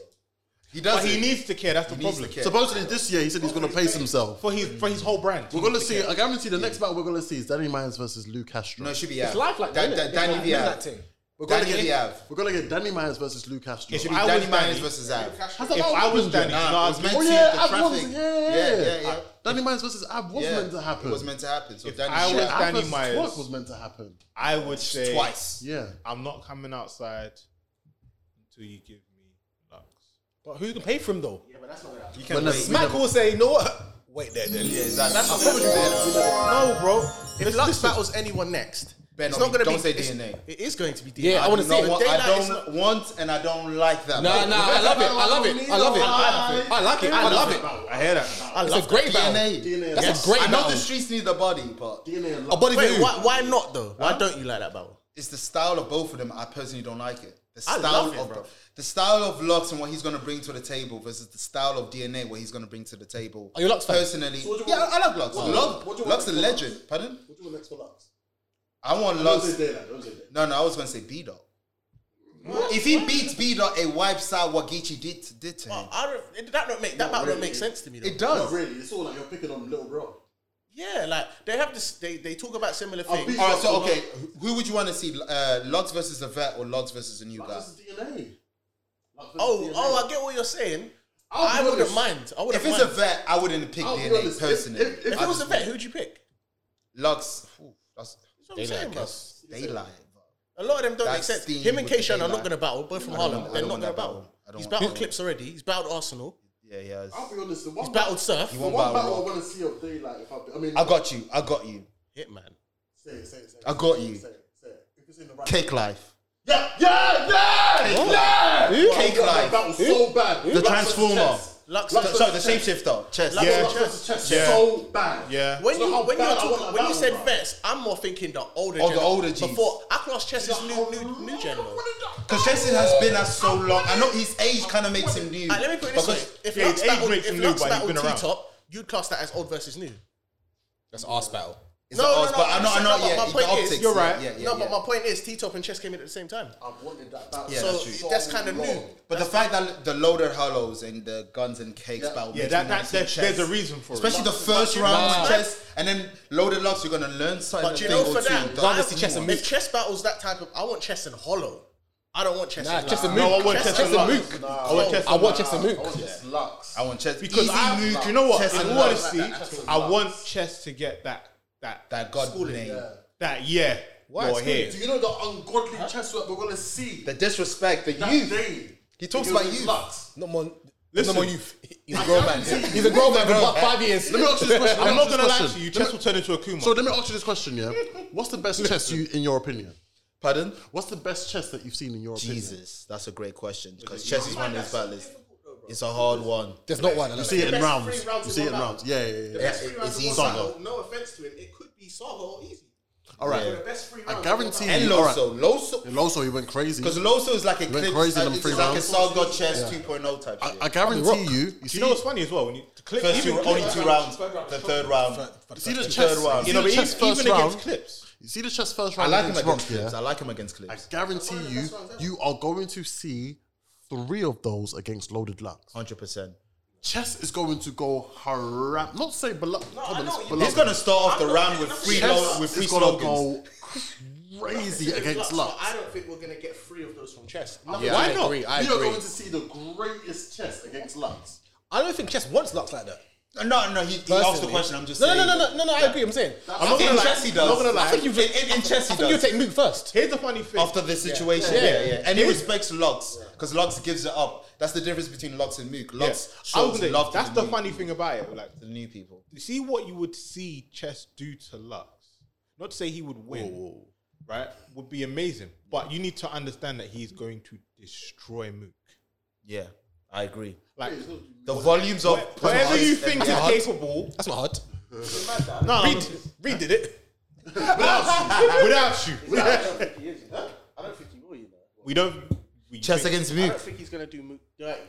Speaker 1: He
Speaker 5: But
Speaker 1: doesn't.
Speaker 5: he needs to care. That's the problem.
Speaker 1: care.
Speaker 7: Supposedly this year he said he's gonna pace himself.
Speaker 5: for his for his whole brand.
Speaker 7: We're gonna see. I guarantee the next battle we're gonna see is Danny Myers versus Lou Castro.
Speaker 1: no, it should be
Speaker 2: It's
Speaker 1: out.
Speaker 2: life like that.
Speaker 1: Dan- Dan-
Speaker 2: innit?
Speaker 1: Danny
Speaker 2: It's like
Speaker 1: Diaz.
Speaker 2: that thing.
Speaker 7: We're gonna
Speaker 1: Danny
Speaker 7: get
Speaker 1: Diaz.
Speaker 7: We're gonna get Danny Myers versus Lou Castro.
Speaker 5: It should
Speaker 1: Be
Speaker 5: I
Speaker 1: Danny
Speaker 5: was
Speaker 1: Myers
Speaker 5: Danny.
Speaker 1: versus Av.
Speaker 7: Has
Speaker 5: If I
Speaker 7: that not
Speaker 5: was
Speaker 7: happened
Speaker 5: Danny,
Speaker 7: yet?
Speaker 1: Nah, it was meant
Speaker 7: Oh
Speaker 1: to
Speaker 7: yeah,
Speaker 1: the
Speaker 7: Av was,
Speaker 1: traffic.
Speaker 7: yeah,
Speaker 1: Yeah, yeah, yeah.
Speaker 7: Danny Myers versus Ab was meant to happen.
Speaker 1: It was meant to happen. So
Speaker 5: If
Speaker 1: Danny
Speaker 5: I
Speaker 1: should
Speaker 5: was
Speaker 1: have-
Speaker 5: Danny
Speaker 7: Ab versus
Speaker 5: Myers.
Speaker 7: Twerk was meant to happen.
Speaker 5: I would say
Speaker 1: twice.
Speaker 7: Yeah.
Speaker 5: I'm not coming outside until you give me Lux.
Speaker 2: But who's gonna pay for him though?
Speaker 1: You can
Speaker 7: When the
Speaker 1: wait.
Speaker 7: smack-
Speaker 2: Mac will say, you know what? Wait there then.
Speaker 1: Yeah, exactly. That's what we did.
Speaker 6: No, bro. If Lux battles anyone next,
Speaker 1: Ben,
Speaker 6: it's not going to
Speaker 1: don't
Speaker 6: be.
Speaker 1: say
Speaker 6: it's-
Speaker 1: DNA.
Speaker 6: It is going to be DNA.
Speaker 2: Yeah, I wanna
Speaker 6: You
Speaker 2: see
Speaker 6: know
Speaker 2: it.
Speaker 6: what?
Speaker 1: I
Speaker 6: Daylight is
Speaker 1: don't want and I don't like that.
Speaker 2: Nah,
Speaker 1: battle.
Speaker 2: nah, I love it. I love it. I love it. I like it. I love it.
Speaker 5: I hear that.
Speaker 2: It's a great battle.
Speaker 1: DNA.
Speaker 2: That's a great
Speaker 1: I know
Speaker 2: battle.
Speaker 1: the streets need the body, but
Speaker 2: A body for
Speaker 6: Wait,
Speaker 2: you.
Speaker 6: why, why not though? Why don't you like that battle?
Speaker 1: it's the style of both of them. I personally don't like it. The
Speaker 6: I
Speaker 1: style
Speaker 6: love it,
Speaker 1: of
Speaker 6: bro.
Speaker 1: the style of Lux and what he's gonna bring to the table versus the style of DNA what he's gonna bring to the table.
Speaker 2: Are you a Lux fan?
Speaker 1: personally? yeah, I I love Lux. Lux, Lux a legend. Pardon?
Speaker 7: What do you want next for Lux?
Speaker 1: I want Lux.
Speaker 7: Daylight, don't say Daylight.
Speaker 1: No, no, I was gonna say B dot. If he beats B dot, it wipes out what Geechee did did to him.
Speaker 6: I don't, it- that don't make that battle don't
Speaker 7: really.
Speaker 6: make sense to me. Though.
Speaker 1: It does.
Speaker 7: really. It's all like you're picking on Little Rock.
Speaker 6: Yeah, like they have this. They, they talk about similar
Speaker 7: be-
Speaker 6: things.
Speaker 1: All right, so okay, who would you want to see? Uh, Lux versus a vet or Lux versus a new guy?
Speaker 7: Lux is DNA.
Speaker 6: Oh, oh, I get what you're saying.
Speaker 7: I'll be
Speaker 6: I wouldn't
Speaker 7: honest.
Speaker 6: mind. I wouldn't
Speaker 1: If it's
Speaker 6: mind.
Speaker 1: a vet, I wouldn't pick
Speaker 7: I'll be
Speaker 1: DNA
Speaker 7: honest, if-
Speaker 1: personally.
Speaker 7: if- if
Speaker 6: if
Speaker 1: I
Speaker 6: it was a
Speaker 1: just-
Speaker 6: vet, who'd you pick?
Speaker 1: Lux, ooh, that's
Speaker 6: That's what I'm saying, bro.
Speaker 1: daylight.
Speaker 6: A lot of them don't make
Speaker 1: That's
Speaker 6: sense.
Speaker 1: the-
Speaker 6: Him and
Speaker 1: with the
Speaker 6: Keishan are
Speaker 1: daylight.
Speaker 6: not going to battle. Both from
Speaker 1: I don't
Speaker 6: Harlem,
Speaker 1: want- I
Speaker 6: they're
Speaker 1: don't
Speaker 6: not
Speaker 1: want
Speaker 6: going to
Speaker 1: that
Speaker 6: battle.
Speaker 1: battle. I don't
Speaker 6: He's
Speaker 1: want-
Speaker 6: battled Clips already. He's battled Arsenal.
Speaker 1: Yeah, yeah. it's-
Speaker 7: I'll be honest. The one
Speaker 6: He's battled Surf.
Speaker 1: You
Speaker 7: The
Speaker 1: won't
Speaker 7: one
Speaker 1: battle
Speaker 7: battle I
Speaker 1: Rock.
Speaker 7: want to see of Daylight. If I, I mean,
Speaker 1: I got you. I got you.
Speaker 6: Hitman.
Speaker 7: Say it, say it, say it,
Speaker 1: I got
Speaker 7: say it,
Speaker 1: you.
Speaker 7: Say it, say it. If it's in the right.
Speaker 1: Cake life.
Speaker 7: Yeah, yeah, yeah, yeah.
Speaker 1: Cake
Speaker 7: I
Speaker 1: life.
Speaker 7: want That battle so bad.
Speaker 1: The
Speaker 7: Lux
Speaker 1: transformer.
Speaker 7: versus Chess.
Speaker 6: Lux.
Speaker 7: Lux
Speaker 6: Lux-
Speaker 1: Sorry, the shapeshifter. Chess.
Speaker 6: Lux-
Speaker 7: Yeah.
Speaker 6: Lux-
Speaker 5: Yeah.
Speaker 7: So bad.
Speaker 5: Yeah.
Speaker 6: When
Speaker 7: So
Speaker 6: you
Speaker 7: how
Speaker 6: when you
Speaker 7: bad I want
Speaker 6: talk,
Speaker 7: that
Speaker 6: when you
Speaker 7: battle,
Speaker 6: said
Speaker 7: bro.
Speaker 6: vets, I'm more thinking the older.
Speaker 1: Oh, the
Speaker 6: gener-
Speaker 1: older Gs.
Speaker 6: Before I class Chess is new new new general.
Speaker 1: Because Chesson has been as so long. I know his age kind of makes him new.
Speaker 6: Alright, let me put it this way:
Speaker 1: Because
Speaker 6: if
Speaker 5: yeah,
Speaker 6: Lux
Speaker 5: his age
Speaker 6: battled,
Speaker 5: makes
Speaker 6: if
Speaker 5: him new,
Speaker 6: Lux
Speaker 5: but he's
Speaker 6: battled
Speaker 5: been
Speaker 6: T
Speaker 5: around.
Speaker 6: Top, you'd class that as old versus new.
Speaker 2: That's our battle.
Speaker 1: it's the odds, But I know, I
Speaker 6: No,
Speaker 1: know,
Speaker 6: but
Speaker 1: yeah.
Speaker 6: my
Speaker 1: the
Speaker 6: point is-
Speaker 1: optics,
Speaker 5: you're
Speaker 1: yeah,
Speaker 5: right.
Speaker 1: Yeah, yeah,
Speaker 6: no, but
Speaker 1: yeah.
Speaker 6: my point is, T Top and Chess came in at the same time.
Speaker 7: I wanted that battle.
Speaker 1: Yeah,
Speaker 7: so
Speaker 1: that's
Speaker 6: so
Speaker 1: true.
Speaker 7: so
Speaker 6: that's kind of
Speaker 7: long.
Speaker 6: new.
Speaker 1: But the fact that the loaded hollows and the guns and cakes battle,
Speaker 5: Yeah,
Speaker 1: makes
Speaker 5: that,
Speaker 1: me
Speaker 5: that's
Speaker 1: wanna
Speaker 5: there's,
Speaker 1: see
Speaker 5: there's a
Speaker 1: chess.
Speaker 5: reason for
Speaker 1: Especially
Speaker 5: it.
Speaker 1: the first round
Speaker 2: Nah.
Speaker 1: with chess, and then loaded locks. You're gonna learn something.
Speaker 6: But
Speaker 1: a
Speaker 6: you
Speaker 1: thing
Speaker 6: know,
Speaker 1: or
Speaker 6: for
Speaker 1: two.
Speaker 6: that,
Speaker 1: Don't-
Speaker 2: Rather see chess and
Speaker 6: if
Speaker 2: Mook.
Speaker 6: chess battles that type of, I want chess and hollow. I don't want chess.
Speaker 2: Nah,
Speaker 6: in
Speaker 2: chess
Speaker 6: live.
Speaker 2: and
Speaker 5: No,
Speaker 2: Mook.
Speaker 5: I want
Speaker 2: Chess
Speaker 5: Chess
Speaker 2: and
Speaker 5: and Lux.
Speaker 2: Mook.
Speaker 5: I want Chess
Speaker 2: I
Speaker 5: and
Speaker 2: want
Speaker 5: Lux.
Speaker 2: Chess and Mook.
Speaker 7: Lux.
Speaker 1: I want chess
Speaker 5: Because
Speaker 1: Easy
Speaker 5: I,
Speaker 1: move,
Speaker 5: do you know what?
Speaker 1: chess and
Speaker 5: I want to
Speaker 1: love.
Speaker 5: see.
Speaker 7: and
Speaker 5: I
Speaker 7: love.
Speaker 5: want chess to get that that
Speaker 1: that god name.
Speaker 5: that yeah.
Speaker 2: Why?
Speaker 5: You're
Speaker 2: It's
Speaker 5: here.
Speaker 7: Do you know the ungodly chess work we're gonna see
Speaker 1: The disrespect, the
Speaker 7: that
Speaker 1: youth.
Speaker 7: day?
Speaker 1: He talks
Speaker 7: Because
Speaker 1: about
Speaker 7: it's
Speaker 1: youth.
Speaker 7: Lux.
Speaker 2: Not more.
Speaker 5: Listen.
Speaker 2: Not more youth. He's a grown man. He's a grown man for about five years.
Speaker 7: Let me ask you this question.
Speaker 5: I'm not
Speaker 7: Let me ask
Speaker 5: gonna lie
Speaker 7: this
Speaker 5: to you.
Speaker 7: question.
Speaker 5: Chess will turn into a Kuma.
Speaker 7: So let me ask you this question, yeah. What's the best chess you, in your opinion?
Speaker 1: Pardon?
Speaker 7: What's the best chess that you've seen in your opinion?
Speaker 1: Jesus, that's a great question because chess is one of those battles. It's a hard one.
Speaker 2: There's not one. I
Speaker 7: You
Speaker 2: love
Speaker 7: see
Speaker 2: it.
Speaker 7: it in
Speaker 6: best
Speaker 7: rounds.
Speaker 6: three rounds
Speaker 7: You
Speaker 6: in
Speaker 7: see it in
Speaker 6: one
Speaker 7: rounds. Yeah, yeah, yeah.
Speaker 1: It's easy.
Speaker 7: Saga.
Speaker 6: No offense to him, it could be Saga or Easy.
Speaker 7: All right.
Speaker 6: For the best three
Speaker 7: I
Speaker 6: rounds of all
Speaker 7: guarantee
Speaker 6: time.
Speaker 7: you.
Speaker 1: And
Speaker 7: all right.
Speaker 1: Loso. Loso.
Speaker 7: Yeah, Loso, he went crazy.
Speaker 1: Because Loso is like a
Speaker 7: He went
Speaker 1: clip,
Speaker 7: crazy in them
Speaker 1: it's
Speaker 7: three
Speaker 1: like a
Speaker 7: rounds.
Speaker 1: Saga chess
Speaker 7: Yeah.
Speaker 1: 2.0 type
Speaker 7: I,
Speaker 1: shit.
Speaker 7: I guarantee you. You
Speaker 5: Do
Speaker 7: see,
Speaker 5: you know what's funny as well? When you to clip,
Speaker 1: First
Speaker 5: even
Speaker 1: two,
Speaker 5: clip-
Speaker 1: only two rounds. The third round.
Speaker 7: you see the
Speaker 1: the
Speaker 7: chess.
Speaker 1: third round.
Speaker 7: You
Speaker 5: You know, but
Speaker 7: see the chess
Speaker 5: even,
Speaker 7: first
Speaker 5: even against
Speaker 7: round.
Speaker 5: clips,
Speaker 7: You see the chess first
Speaker 1: I
Speaker 7: round.
Speaker 1: like him against
Speaker 7: Rock, yeah?
Speaker 1: Clips. I like him against Clips.
Speaker 7: guarantee you, you are going to see three of those against loaded lux.
Speaker 1: 100%.
Speaker 7: Chess is going to go haram. Not say below.
Speaker 1: He's going to start off the round with free lo-
Speaker 7: Chess
Speaker 1: with free
Speaker 7: is going to
Speaker 1: slogans.
Speaker 7: go crazy
Speaker 6: Lux,
Speaker 7: against
Speaker 6: but
Speaker 7: lux.
Speaker 6: I don't think we're gonna get three of those from chess.
Speaker 2: Yeah, Why I not? agree, I
Speaker 7: you are
Speaker 2: agree.
Speaker 7: going to see the greatest chess against lux.
Speaker 2: I don't think chess wants locks like that.
Speaker 1: No, no, he, he asked the
Speaker 2: Personally.
Speaker 1: question. I'm just
Speaker 2: No, no,
Speaker 1: saying.
Speaker 2: no, no, no, no, no. I agree. I'm saying.
Speaker 1: I'm not
Speaker 2: I
Speaker 1: gonna
Speaker 2: think
Speaker 1: lie.
Speaker 2: Chess-
Speaker 1: He does.
Speaker 2: I'm not gonna lie.
Speaker 1: I think you- in- in- in chess he
Speaker 2: I think you
Speaker 1: does.
Speaker 2: take Luke first.
Speaker 5: here's the funny thing.
Speaker 1: after this situation. Yeah,
Speaker 2: Yeah.
Speaker 1: yeah. And he
Speaker 5: Here's-
Speaker 1: respects Lux because Lux gives it up. That's the difference between Lux and Mook. Lux
Speaker 5: I was
Speaker 1: shows
Speaker 5: gonna-
Speaker 1: love. to
Speaker 5: that's the
Speaker 1: new-
Speaker 5: funny thing about it. Like,
Speaker 1: to the new people.
Speaker 5: you see what you would see Chess do to Lux. Not to say he would win, right? Would be amazing, but you need to understand that he's going to destroy Mook.
Speaker 1: Yeah, I agree.
Speaker 5: Like,
Speaker 1: The volumes of
Speaker 5: whatever you
Speaker 1: punches
Speaker 5: think
Speaker 1: and-
Speaker 5: is
Speaker 1: yeah.
Speaker 5: capable,
Speaker 2: That's not hard.
Speaker 5: no, Reed, Reed did it without you.
Speaker 6: I don't think he is. You know? I don't think he will. You know.
Speaker 5: We don't. We
Speaker 1: Chess
Speaker 5: think-
Speaker 1: against
Speaker 6: I
Speaker 1: Mook.
Speaker 6: don't think he's gonna do Mook dirty.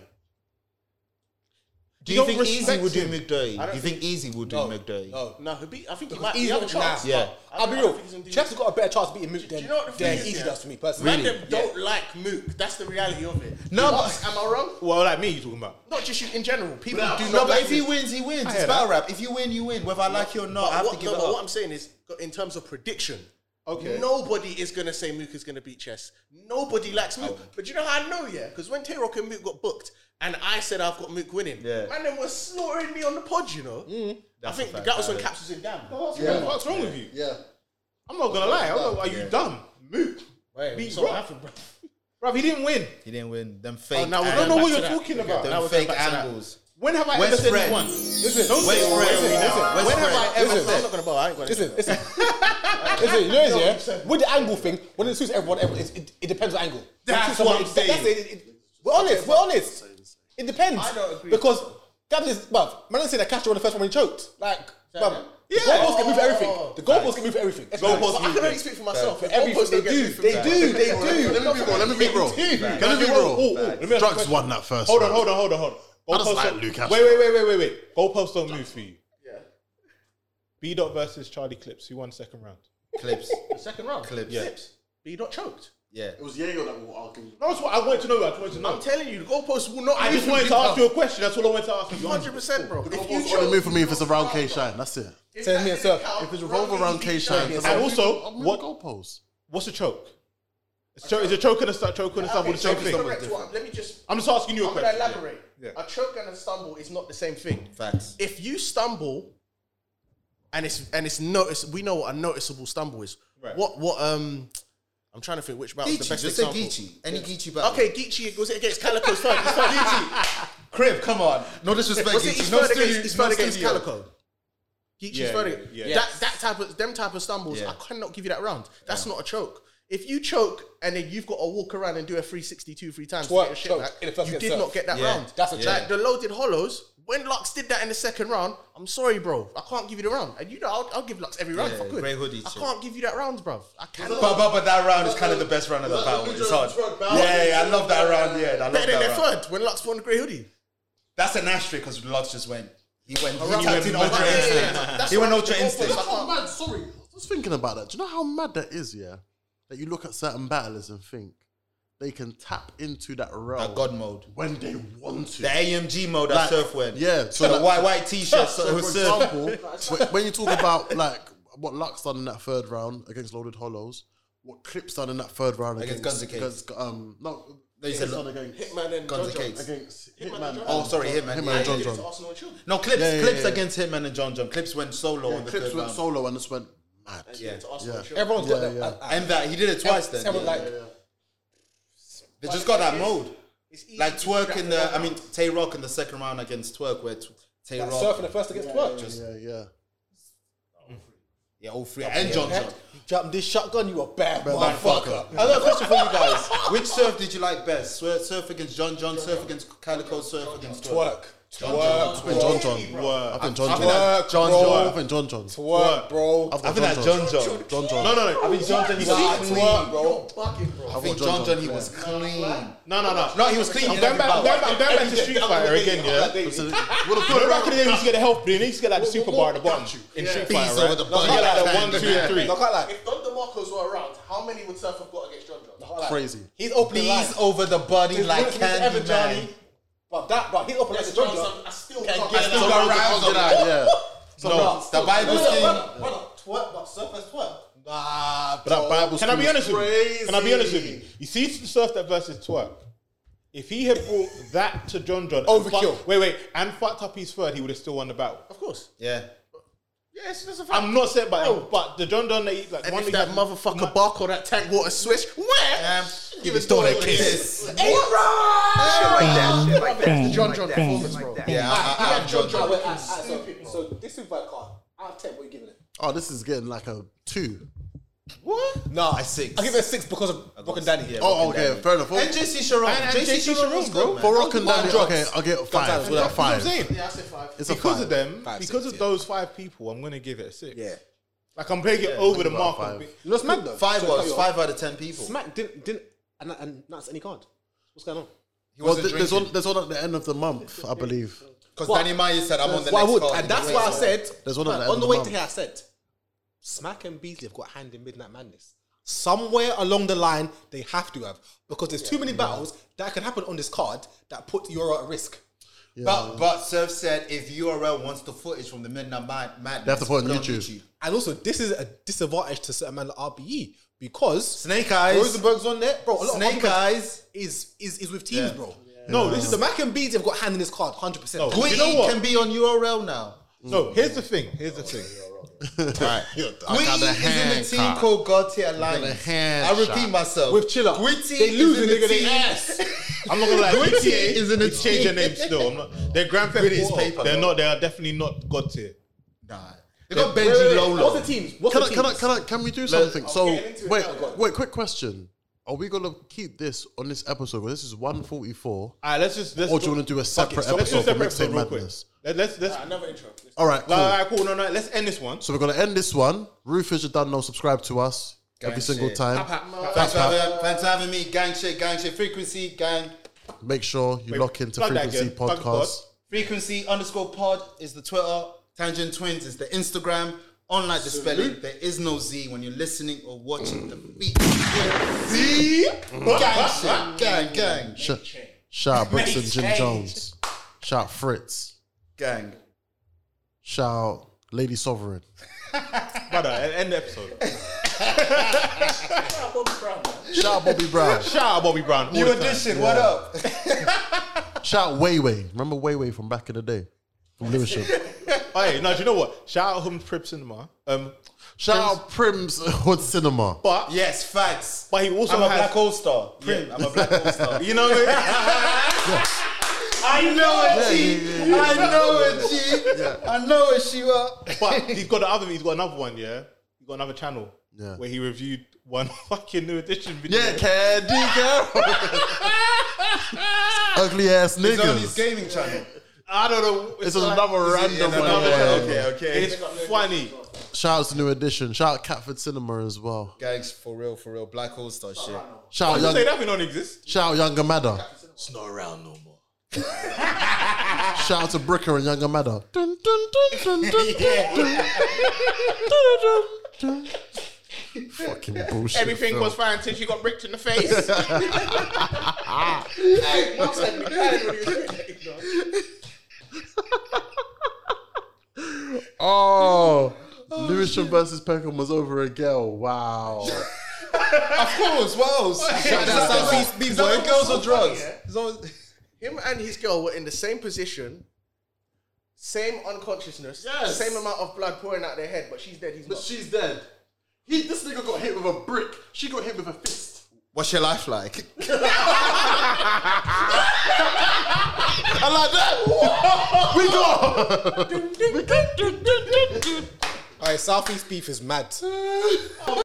Speaker 1: Do you
Speaker 5: we don't
Speaker 1: think Easy
Speaker 5: respect
Speaker 1: would do
Speaker 5: him.
Speaker 1: Mook dirty? Do
Speaker 6: don't
Speaker 1: you think Easy will do Mook dirty?
Speaker 2: No.
Speaker 6: No, he'll be, I think he
Speaker 2: Because
Speaker 6: might
Speaker 2: Easy
Speaker 6: be have a
Speaker 2: nah.
Speaker 6: chance.
Speaker 1: Yeah.
Speaker 6: I
Speaker 2: I'll
Speaker 6: don't-
Speaker 2: be
Speaker 6: I don't
Speaker 2: real.
Speaker 6: think he's gonna do
Speaker 2: Chess
Speaker 6: Mook.
Speaker 2: has got a better chance of beating Mook
Speaker 6: Do you
Speaker 2: than,
Speaker 6: know what the thing
Speaker 2: than
Speaker 6: is,
Speaker 2: Easy
Speaker 6: yeah?
Speaker 2: does to me personally.
Speaker 6: Random don't like Mook. That's the reality of it.
Speaker 1: No,
Speaker 6: Lux, am I wrong?
Speaker 5: Well, like me, you talking about?
Speaker 6: Not just you in general. People do
Speaker 1: No,
Speaker 6: not
Speaker 1: but
Speaker 6: like
Speaker 1: if he
Speaker 6: him.
Speaker 1: wins, he wins. It's
Speaker 5: hear
Speaker 1: battle rap. If you win, you win. Whether I like you or not, I
Speaker 6: But
Speaker 1: have
Speaker 6: what,
Speaker 1: to give
Speaker 6: no,
Speaker 1: it
Speaker 6: but what I'm
Speaker 1: up.
Speaker 6: saying is, in terms of prediction,
Speaker 5: Okay.
Speaker 6: nobody is going to say Mook is going to beat Chess. Nobody likes Mook. But you know how I know, yeah? Because when Tay Rock and Mook got booked, and I said I've got Mook winning,
Speaker 1: Yeah.
Speaker 6: man, they were slaughtering me on the pod, you know? I think
Speaker 1: fact,
Speaker 6: that was when
Speaker 1: that
Speaker 6: Caps was in Dam.
Speaker 5: What's wrong with you?
Speaker 7: Yeah.
Speaker 5: I'm not gonna lie. I'm not, are you dumb? Mook. Beat Rock. Bruv, he didn't win.
Speaker 1: He didn't win. Them fake.
Speaker 5: now we
Speaker 1: ang-
Speaker 5: don't know what
Speaker 1: them
Speaker 5: you're talking about.
Speaker 1: fake angles.
Speaker 5: When have I
Speaker 1: Where's
Speaker 5: ever said
Speaker 1: Fred?
Speaker 5: he won? Listen, don't
Speaker 1: Where's
Speaker 5: say
Speaker 1: Fred?
Speaker 5: Fred. Listen,
Speaker 1: Where's
Speaker 5: when
Speaker 1: Fred?
Speaker 5: have I ever
Speaker 2: Listen.
Speaker 5: said?
Speaker 6: I'm not going to bow. I ain't going to.
Speaker 2: Listen, listen. listen, you know what it is, yeah? With the angle thing, when it suits everyone, everyone it, it, it depends on angle.
Speaker 1: That's
Speaker 2: It
Speaker 1: what I'm
Speaker 2: suits somebody-
Speaker 1: saying.
Speaker 2: that's it, it- it- we're honest, we're honest. It depends.
Speaker 6: I don't agree.
Speaker 2: Because, Gavin is, bruv, man, I said that Castro was the first one when he choked. Like, bruv, the
Speaker 5: Yeah.
Speaker 2: goalposts can move for everything.
Speaker 6: Oh.
Speaker 2: The goalposts can move for everything.
Speaker 6: But I can only speak for myself.
Speaker 2: for
Speaker 6: If all
Speaker 2: everything.
Speaker 6: posts
Speaker 2: They
Speaker 6: don't get
Speaker 2: do,
Speaker 6: moved from
Speaker 2: they
Speaker 6: Dam-
Speaker 2: do, they do.
Speaker 7: Let me be real. Let me be real.
Speaker 2: Dude.
Speaker 7: Let me be
Speaker 5: Oh,
Speaker 7: real.
Speaker 5: oh, let me ask you a
Speaker 7: Drugs
Speaker 5: question.
Speaker 7: won that first.
Speaker 5: Hold on,
Speaker 7: round.
Speaker 5: hold on, hold on, hold on.
Speaker 7: That doesn't
Speaker 5: Goalposts
Speaker 7: like
Speaker 5: don't-
Speaker 7: Luke Ashford.
Speaker 5: Wait, wait, wait, wait, wait, wait. Goalposts don't move for you. Yeah. B dot versus Charlie Clips. Who won second round?
Speaker 1: Clips.
Speaker 6: Second round.
Speaker 1: Clips.
Speaker 5: Yeah.
Speaker 6: Clips. But you're not choked.
Speaker 1: Yeah.
Speaker 7: It was Yago that was arguing.
Speaker 5: That's what I wanted to know. I wanted to know.
Speaker 6: I'm telling you, the goalposts will not
Speaker 5: I
Speaker 6: move
Speaker 5: just
Speaker 6: from
Speaker 5: wanted
Speaker 6: you.
Speaker 5: to ask you a question. That's all I wanted to ask you.
Speaker 6: 100%, bro. If you
Speaker 7: It's only
Speaker 6: choke,
Speaker 7: move for me if it's around K Shine. That's it.
Speaker 2: Tell me yourself.
Speaker 7: If it's revolve around K Shine,
Speaker 5: And also, what-
Speaker 7: what goalposts?
Speaker 5: What's a choke? It's choke- Is a choke and a stu- choke and a stumble
Speaker 6: Okay,
Speaker 5: the
Speaker 6: so
Speaker 5: same
Speaker 6: if it's
Speaker 5: thing?
Speaker 6: correct, what- let me just.
Speaker 5: I'm just asking you a
Speaker 6: I'm gonna
Speaker 5: question.
Speaker 6: elaborate.
Speaker 5: Yeah.
Speaker 6: A choke and a stumble is not the same thing.
Speaker 1: Facts.
Speaker 6: If you stumble, and it's and it's notice, we know what a noticeable stumble is.
Speaker 5: Right.
Speaker 6: What what um, I'm trying to think which battle was the
Speaker 1: Geechee.
Speaker 6: best
Speaker 1: Just say
Speaker 6: example.
Speaker 1: Geechee. Any Geechee battle.
Speaker 6: Okay, Geechee was it against Calico's third. His third Geechee.
Speaker 1: Crib, come on. No disrespect.
Speaker 6: Was it his
Speaker 1: Geechee. No
Speaker 6: third
Speaker 1: studio-
Speaker 6: against, his
Speaker 1: no
Speaker 6: third against
Speaker 1: studio.
Speaker 6: Calico? Geechee's
Speaker 5: Yeah,
Speaker 6: third.
Speaker 5: yeah,
Speaker 6: against-
Speaker 5: yeah.
Speaker 6: That that type of them type of stumbles,
Speaker 1: Yeah.
Speaker 6: I cannot give you that round. That's not a choke. If you choke and then you've got to walk around and do a 362 three
Speaker 2: Twerk,
Speaker 6: times to get your shit
Speaker 2: choke,
Speaker 6: back,
Speaker 2: in the first
Speaker 6: you
Speaker 2: against
Speaker 6: did
Speaker 2: self.
Speaker 6: not get that
Speaker 1: Yeah,
Speaker 6: round.
Speaker 2: that's a
Speaker 6: Like,
Speaker 2: choke.
Speaker 6: the loaded hollows, when Lux did that in the second round, I'm sorry, bro. I can't give you the round. And you know, I'll, I'll give Lux every round if I
Speaker 1: Yeah,
Speaker 6: could.
Speaker 1: grey hoodie
Speaker 6: I
Speaker 1: shit.
Speaker 6: can't give you that round, bro. I cannot.
Speaker 1: But, but, but that round is kind of the best round of the battle. It's hard. Yeah, yeah, I love that round. Yeah, I love
Speaker 6: Better than their
Speaker 1: that round.
Speaker 6: third when Lux won the grey hoodie.
Speaker 1: That's an asterisk because Lodge just went. He went. He
Speaker 5: round.
Speaker 1: tapped in
Speaker 5: Yeah,
Speaker 1: ultra
Speaker 5: yeah, yeah.
Speaker 1: instinct. He went ultra instinct.
Speaker 7: mad. Sorry, I was thinking about that. Do you know how mad that is? Yeah, that you look at certain battlers and think they can tap into that realm
Speaker 1: That God mode.
Speaker 7: when they want to.
Speaker 1: The AMG mode that
Speaker 7: Like,
Speaker 1: Surf went.
Speaker 7: yeah, so
Speaker 1: So the
Speaker 7: that-
Speaker 1: white white t shirt. So it
Speaker 7: So,
Speaker 1: was
Speaker 7: for
Speaker 1: Surf.
Speaker 7: example, wh- when you talk about like what Lux done in that third round against Loaded Hollows, what Clips done in that third round
Speaker 1: Against
Speaker 7: against,
Speaker 1: Guns N' Cakes.
Speaker 7: against, um no,
Speaker 1: No, you said
Speaker 7: Clips done
Speaker 1: Lo-
Speaker 7: against
Speaker 6: Hitman and
Speaker 1: Guns
Speaker 6: John
Speaker 1: and
Speaker 6: John.
Speaker 1: Cakes.
Speaker 7: against Hitman. and-
Speaker 1: Oh, sorry, Hitman.
Speaker 7: Hitman
Speaker 1: Yeah,
Speaker 7: and John
Speaker 1: yeah,
Speaker 7: John.
Speaker 6: Arsenal and Children.
Speaker 1: No, clips.
Speaker 7: Yeah, yeah,
Speaker 1: clips
Speaker 7: yeah.
Speaker 1: against Hitman and John John. Clips went solo on the
Speaker 7: Clips
Speaker 1: third
Speaker 7: went
Speaker 1: round.
Speaker 7: solo and just went mad.
Speaker 1: Yeah.
Speaker 6: To Arsenal
Speaker 7: Yeah.
Speaker 6: and Children.
Speaker 2: Everyone's
Speaker 7: Yeah,
Speaker 2: got
Speaker 7: yeah.
Speaker 2: that.
Speaker 1: And that he did it twice then.
Speaker 2: Everyone,
Speaker 1: yeah.
Speaker 2: like,
Speaker 1: They just got that mode.
Speaker 6: It's easy
Speaker 1: Like
Speaker 6: to
Speaker 1: twerk
Speaker 6: grab
Speaker 1: in
Speaker 6: the
Speaker 1: the,
Speaker 6: round.
Speaker 1: I mean, Tay Rock in the second round against twerk, where T- Tay
Speaker 2: like
Speaker 1: Rock,
Speaker 2: surfing the first against twerk. Just
Speaker 7: Yeah, yeah.
Speaker 1: yeah, all three, and John John.
Speaker 2: You jump this shotgun, you a bad
Speaker 1: Motherfucker.
Speaker 2: motherfucker.
Speaker 1: Another question for you guys: Which surf did you like best? Surf, surf against John John, surf against Calico, surf against twerk.
Speaker 2: Twerk.
Speaker 20: Twerk,
Speaker 7: I've been John John. I've been John John.
Speaker 20: Twerk,
Speaker 7: John John. I've
Speaker 20: bro.
Speaker 7: been John John.
Speaker 20: Twerk, bro.
Speaker 7: I've
Speaker 5: I
Speaker 7: got
Speaker 5: think that's John John.
Speaker 7: John John.
Speaker 5: No, no, no. I
Speaker 1: I mean,
Speaker 5: think
Speaker 1: John John, he was
Speaker 5: Nah,
Speaker 1: clean,
Speaker 5: twerk,
Speaker 1: bro. I
Speaker 7: I've
Speaker 1: think
Speaker 7: got
Speaker 1: John John, he
Speaker 7: yeah.
Speaker 1: was clean.
Speaker 5: No, no, no.
Speaker 1: No, he was clean.
Speaker 5: I'm
Speaker 1: in
Speaker 5: going
Speaker 1: every
Speaker 5: back,
Speaker 1: bout.
Speaker 5: I'm going back, I'm going back to Street Fighter again, yeah. Remember back in the day, we used to get a health drink. They used to get like the super bar at the bottom in Street
Speaker 1: Bees
Speaker 5: Fighter,
Speaker 1: over
Speaker 5: right?
Speaker 1: the
Speaker 5: You
Speaker 1: bun.
Speaker 5: get like the one, two, and three.
Speaker 20: No, can't lie.
Speaker 21: If Don DeMarco's were around, how many would Surf have got against John John?
Speaker 2: Like,
Speaker 7: Crazy.
Speaker 2: He's opening
Speaker 1: Bees
Speaker 2: lines.
Speaker 1: over the body
Speaker 2: There's
Speaker 1: like
Speaker 2: no- there's ever
Speaker 1: candy man.
Speaker 2: Johnny. But that, but he's opening like
Speaker 21: Yes,
Speaker 2: the
Speaker 21: John
Speaker 2: John John.
Speaker 21: John, I still
Speaker 2: Can
Speaker 21: can't
Speaker 2: get
Speaker 21: get
Speaker 2: that.
Speaker 21: that.
Speaker 1: Still
Speaker 2: No,
Speaker 1: got
Speaker 2: no,
Speaker 1: rounds
Speaker 2: no,
Speaker 1: on that.
Speaker 7: Yeah.
Speaker 2: So
Speaker 1: No, the Bible's king.
Speaker 2: Brother, brother, twerk, but surface twerk.
Speaker 7: Nah, but that Bible
Speaker 5: Can I be honest with you? Can I be honest with you? You see Surf that versus Twerk. If he had brought that to John John, and
Speaker 20: Overkill.
Speaker 5: fucked- wait, wait, and fucked up his third, he would have still won the battle.
Speaker 21: Of course.
Speaker 1: Yeah.
Speaker 21: Yes, that's a fact.
Speaker 5: I'm not saying, but but the John John that he, like
Speaker 21: and
Speaker 5: one
Speaker 21: if that
Speaker 5: that he-
Speaker 21: motherfucker bark on that tank water switch, where? Give his daughter a kiss.
Speaker 1: Yes.
Speaker 21: Hey,
Speaker 23: Shit like that.
Speaker 21: The John John performance, bro.
Speaker 1: Yeah, I- I- I'm John John.
Speaker 2: Wait, ah, ah, so, so this is by card. Out of ten, what are you giving it?
Speaker 7: Oh, this is getting like a two.
Speaker 2: No,
Speaker 1: I six.
Speaker 2: I give it a six because of Brock and Danny.
Speaker 1: yeah,
Speaker 7: Oh, okay, fair enough.
Speaker 1: And JC Sharon.
Speaker 5: And- and JC Sharon, bro.
Speaker 7: For Rock and Danny,
Speaker 2: drugs.
Speaker 7: okay, I'll get five. Without
Speaker 5: I'm
Speaker 7: five,
Speaker 5: saying
Speaker 7: it's a
Speaker 5: because of
Speaker 7: five.
Speaker 5: them,
Speaker 2: Five,
Speaker 5: because
Speaker 2: six,
Speaker 5: of
Speaker 2: yeah.
Speaker 5: those five people, I'm gonna give it a six.
Speaker 2: Yeah.
Speaker 5: Like I'm taking it over the mark.
Speaker 7: about
Speaker 5: a
Speaker 7: five.
Speaker 5: bit.
Speaker 2: You know Smack though?
Speaker 1: Five
Speaker 2: Sorry,
Speaker 1: was
Speaker 2: sorry,
Speaker 1: five out of ten people.
Speaker 2: Smack didn't didn't and and that's any card. What's going on?
Speaker 1: He
Speaker 7: Well,
Speaker 1: wasn't
Speaker 7: th- there's
Speaker 1: drinking.
Speaker 7: one. There's one at the end of the month, I believe.
Speaker 1: Because
Speaker 2: Well,
Speaker 1: Danny Myers said, I'm on the
Speaker 2: well,
Speaker 1: next
Speaker 2: I would,
Speaker 1: call.
Speaker 2: and that's why I said
Speaker 7: There's one
Speaker 2: man,
Speaker 7: at the
Speaker 2: on
Speaker 7: end
Speaker 2: the
Speaker 7: of
Speaker 2: way
Speaker 7: the
Speaker 2: to
Speaker 7: month.
Speaker 2: here. I said Smack and Beasley have got a hand in Midnight Madness. Somewhere along the line, they have to have because there's too many battles that could happen on this card that put Euro at risk.
Speaker 1: But, but Surf said, if URL wants the footage from the Midnight Mad- Madness,
Speaker 7: They have to put it on
Speaker 1: put
Speaker 7: YouTube.
Speaker 2: And also, this is a disadvantage to certain man like RBE
Speaker 5: E
Speaker 2: because
Speaker 1: Snake Eyes.
Speaker 2: Rosenberg's on there, bro. A lot
Speaker 1: Snake
Speaker 2: of Rosenberg
Speaker 1: Eyes.
Speaker 2: is is is with teams,
Speaker 1: Yeah.
Speaker 2: bro. No, this is the Mac and Beasley have got hand in this card, hundred percent.
Speaker 5: No.
Speaker 1: Gwee
Speaker 5: You know what?
Speaker 1: can be on URL now.
Speaker 5: No, here's the thing. Here's the thing.
Speaker 7: I
Speaker 1: Gwee
Speaker 7: got a
Speaker 1: is in
Speaker 7: hand
Speaker 1: the team
Speaker 7: card.
Speaker 1: called God Tier
Speaker 7: got a
Speaker 1: Alliance.
Speaker 7: hand
Speaker 1: I repeat
Speaker 7: shot.
Speaker 1: myself.
Speaker 2: With Chiller.
Speaker 1: Gwitty
Speaker 2: They
Speaker 1: is
Speaker 2: lose
Speaker 1: in
Speaker 2: the
Speaker 1: the
Speaker 2: nigga they
Speaker 1: team.
Speaker 2: ass.
Speaker 5: I'm not gonna lie.
Speaker 7: Gwitty is in the
Speaker 5: It's changed their name still. I'm not, they're Grand Theft
Speaker 1: is
Speaker 5: Auto.
Speaker 1: paper,
Speaker 5: They're
Speaker 1: though.
Speaker 5: not. They are definitely not God tier.
Speaker 1: Nah. They got
Speaker 2: Wait, wait,
Speaker 1: Benji
Speaker 2: wait.
Speaker 1: Lolo.
Speaker 2: What's the teams? What's
Speaker 7: Can
Speaker 2: the
Speaker 7: I,
Speaker 2: teams?
Speaker 7: can I, can I, can we do something? So
Speaker 2: getting into it
Speaker 7: wait,
Speaker 2: now, go on.
Speaker 7: wait, quick question. Are we gonna keep this on this episode? Well, this is 144.
Speaker 5: All right, let's just. Let's
Speaker 7: Or do you wanna do a separate
Speaker 5: Fuck it,
Speaker 7: episode for
Speaker 5: Let's do a separate
Speaker 7: Mixtape
Speaker 5: episode real quick.
Speaker 7: Madness?
Speaker 5: Let, let's let's.
Speaker 7: All right, cool.
Speaker 5: All right, cool. No, no. Let's end this one.
Speaker 7: So we're gonna end this one. Roof is done. No, subscribe to us every
Speaker 1: Gang
Speaker 7: single
Speaker 1: shit.
Speaker 7: time.
Speaker 1: Thanks for, having, thanks for having me. Gang shit, gang shit. Frequency, gang.
Speaker 7: Make sure you lock into
Speaker 5: Plug that
Speaker 7: Frequency
Speaker 5: again. Plug
Speaker 7: Podcast.
Speaker 1: Frequency underscore pod is the Twitter. Tangent Twins is the Instagram. Unlike the spelling, there is no Z when you're listening or watching the beat. Z. Gang shit. Gang, gang.
Speaker 7: Sh- shout out Bricks and Jim Jones. Shout out Fritz.
Speaker 1: Gang.
Speaker 7: Shout out Lady Sovereign.
Speaker 5: Brother, end end the episode.
Speaker 7: Shout out Bobby Brown.
Speaker 5: Shout out Bobby Brown.
Speaker 1: New
Speaker 5: all the time.
Speaker 1: edition, what up?
Speaker 7: Shout out Way Way. Remember Way Way from back in the day from Lewisham.
Speaker 5: Oh, hey, no, do you know what? Shout out him, Prip Cinema. Um,
Speaker 7: Shout out Prim's Hood Cinema.
Speaker 5: but
Speaker 1: Yes, facts.
Speaker 5: but he also
Speaker 1: I'm a
Speaker 5: has.
Speaker 1: black all star. Prim, I'm a black all star.
Speaker 5: you know. What I mean?
Speaker 1: I know it, G.
Speaker 7: yeah,
Speaker 1: I know it, G. I know it, Shiva.
Speaker 5: But he's got the other. He's got another one. Yeah, he's got another channel.
Speaker 7: Yeah.
Speaker 5: Where he reviewed one fucking new edition video.
Speaker 7: Yeah, Candy Girl. Ugly ass
Speaker 1: It's on his
Speaker 7: niggas.
Speaker 1: gaming channel.
Speaker 5: I don't know.
Speaker 7: This is another random one. yeah.
Speaker 1: Okay, okay.
Speaker 5: It's funny.
Speaker 7: Shout out to New Edition. Shout out Catford Cinema as well.
Speaker 1: Gangs, for real, for real. Black all star shit.
Speaker 7: Shout out,
Speaker 5: You say
Speaker 7: young,
Speaker 5: that we don't exist.
Speaker 7: shout out Younger Madder.
Speaker 1: It's not around no more.
Speaker 7: Shout out to Bricker and Younger Madder. Dun, dun, dun, dun, dun,
Speaker 1: Yeah.
Speaker 7: dun, dun. Fucking bullshit.
Speaker 6: Everything
Speaker 7: Phil.
Speaker 6: was fine until she got bricked in the face. hey, Mark said, "Hey, what are you doing?"
Speaker 7: Oh. Lewisham versus Peckham was over a girl. Wow.
Speaker 1: Of course, what else? Shout out Southeast B boy. Girls on drugs.
Speaker 21: Him and his girl were in the same position, same unconsciousness, same amount of blood pouring out their head, but she's dead. He's not.
Speaker 7: she's dead. He, this nigga got hit with a brick. She got hit with a fist.
Speaker 1: What's your life like?
Speaker 7: I like that. we got.
Speaker 2: All right, Southeast beef is mad.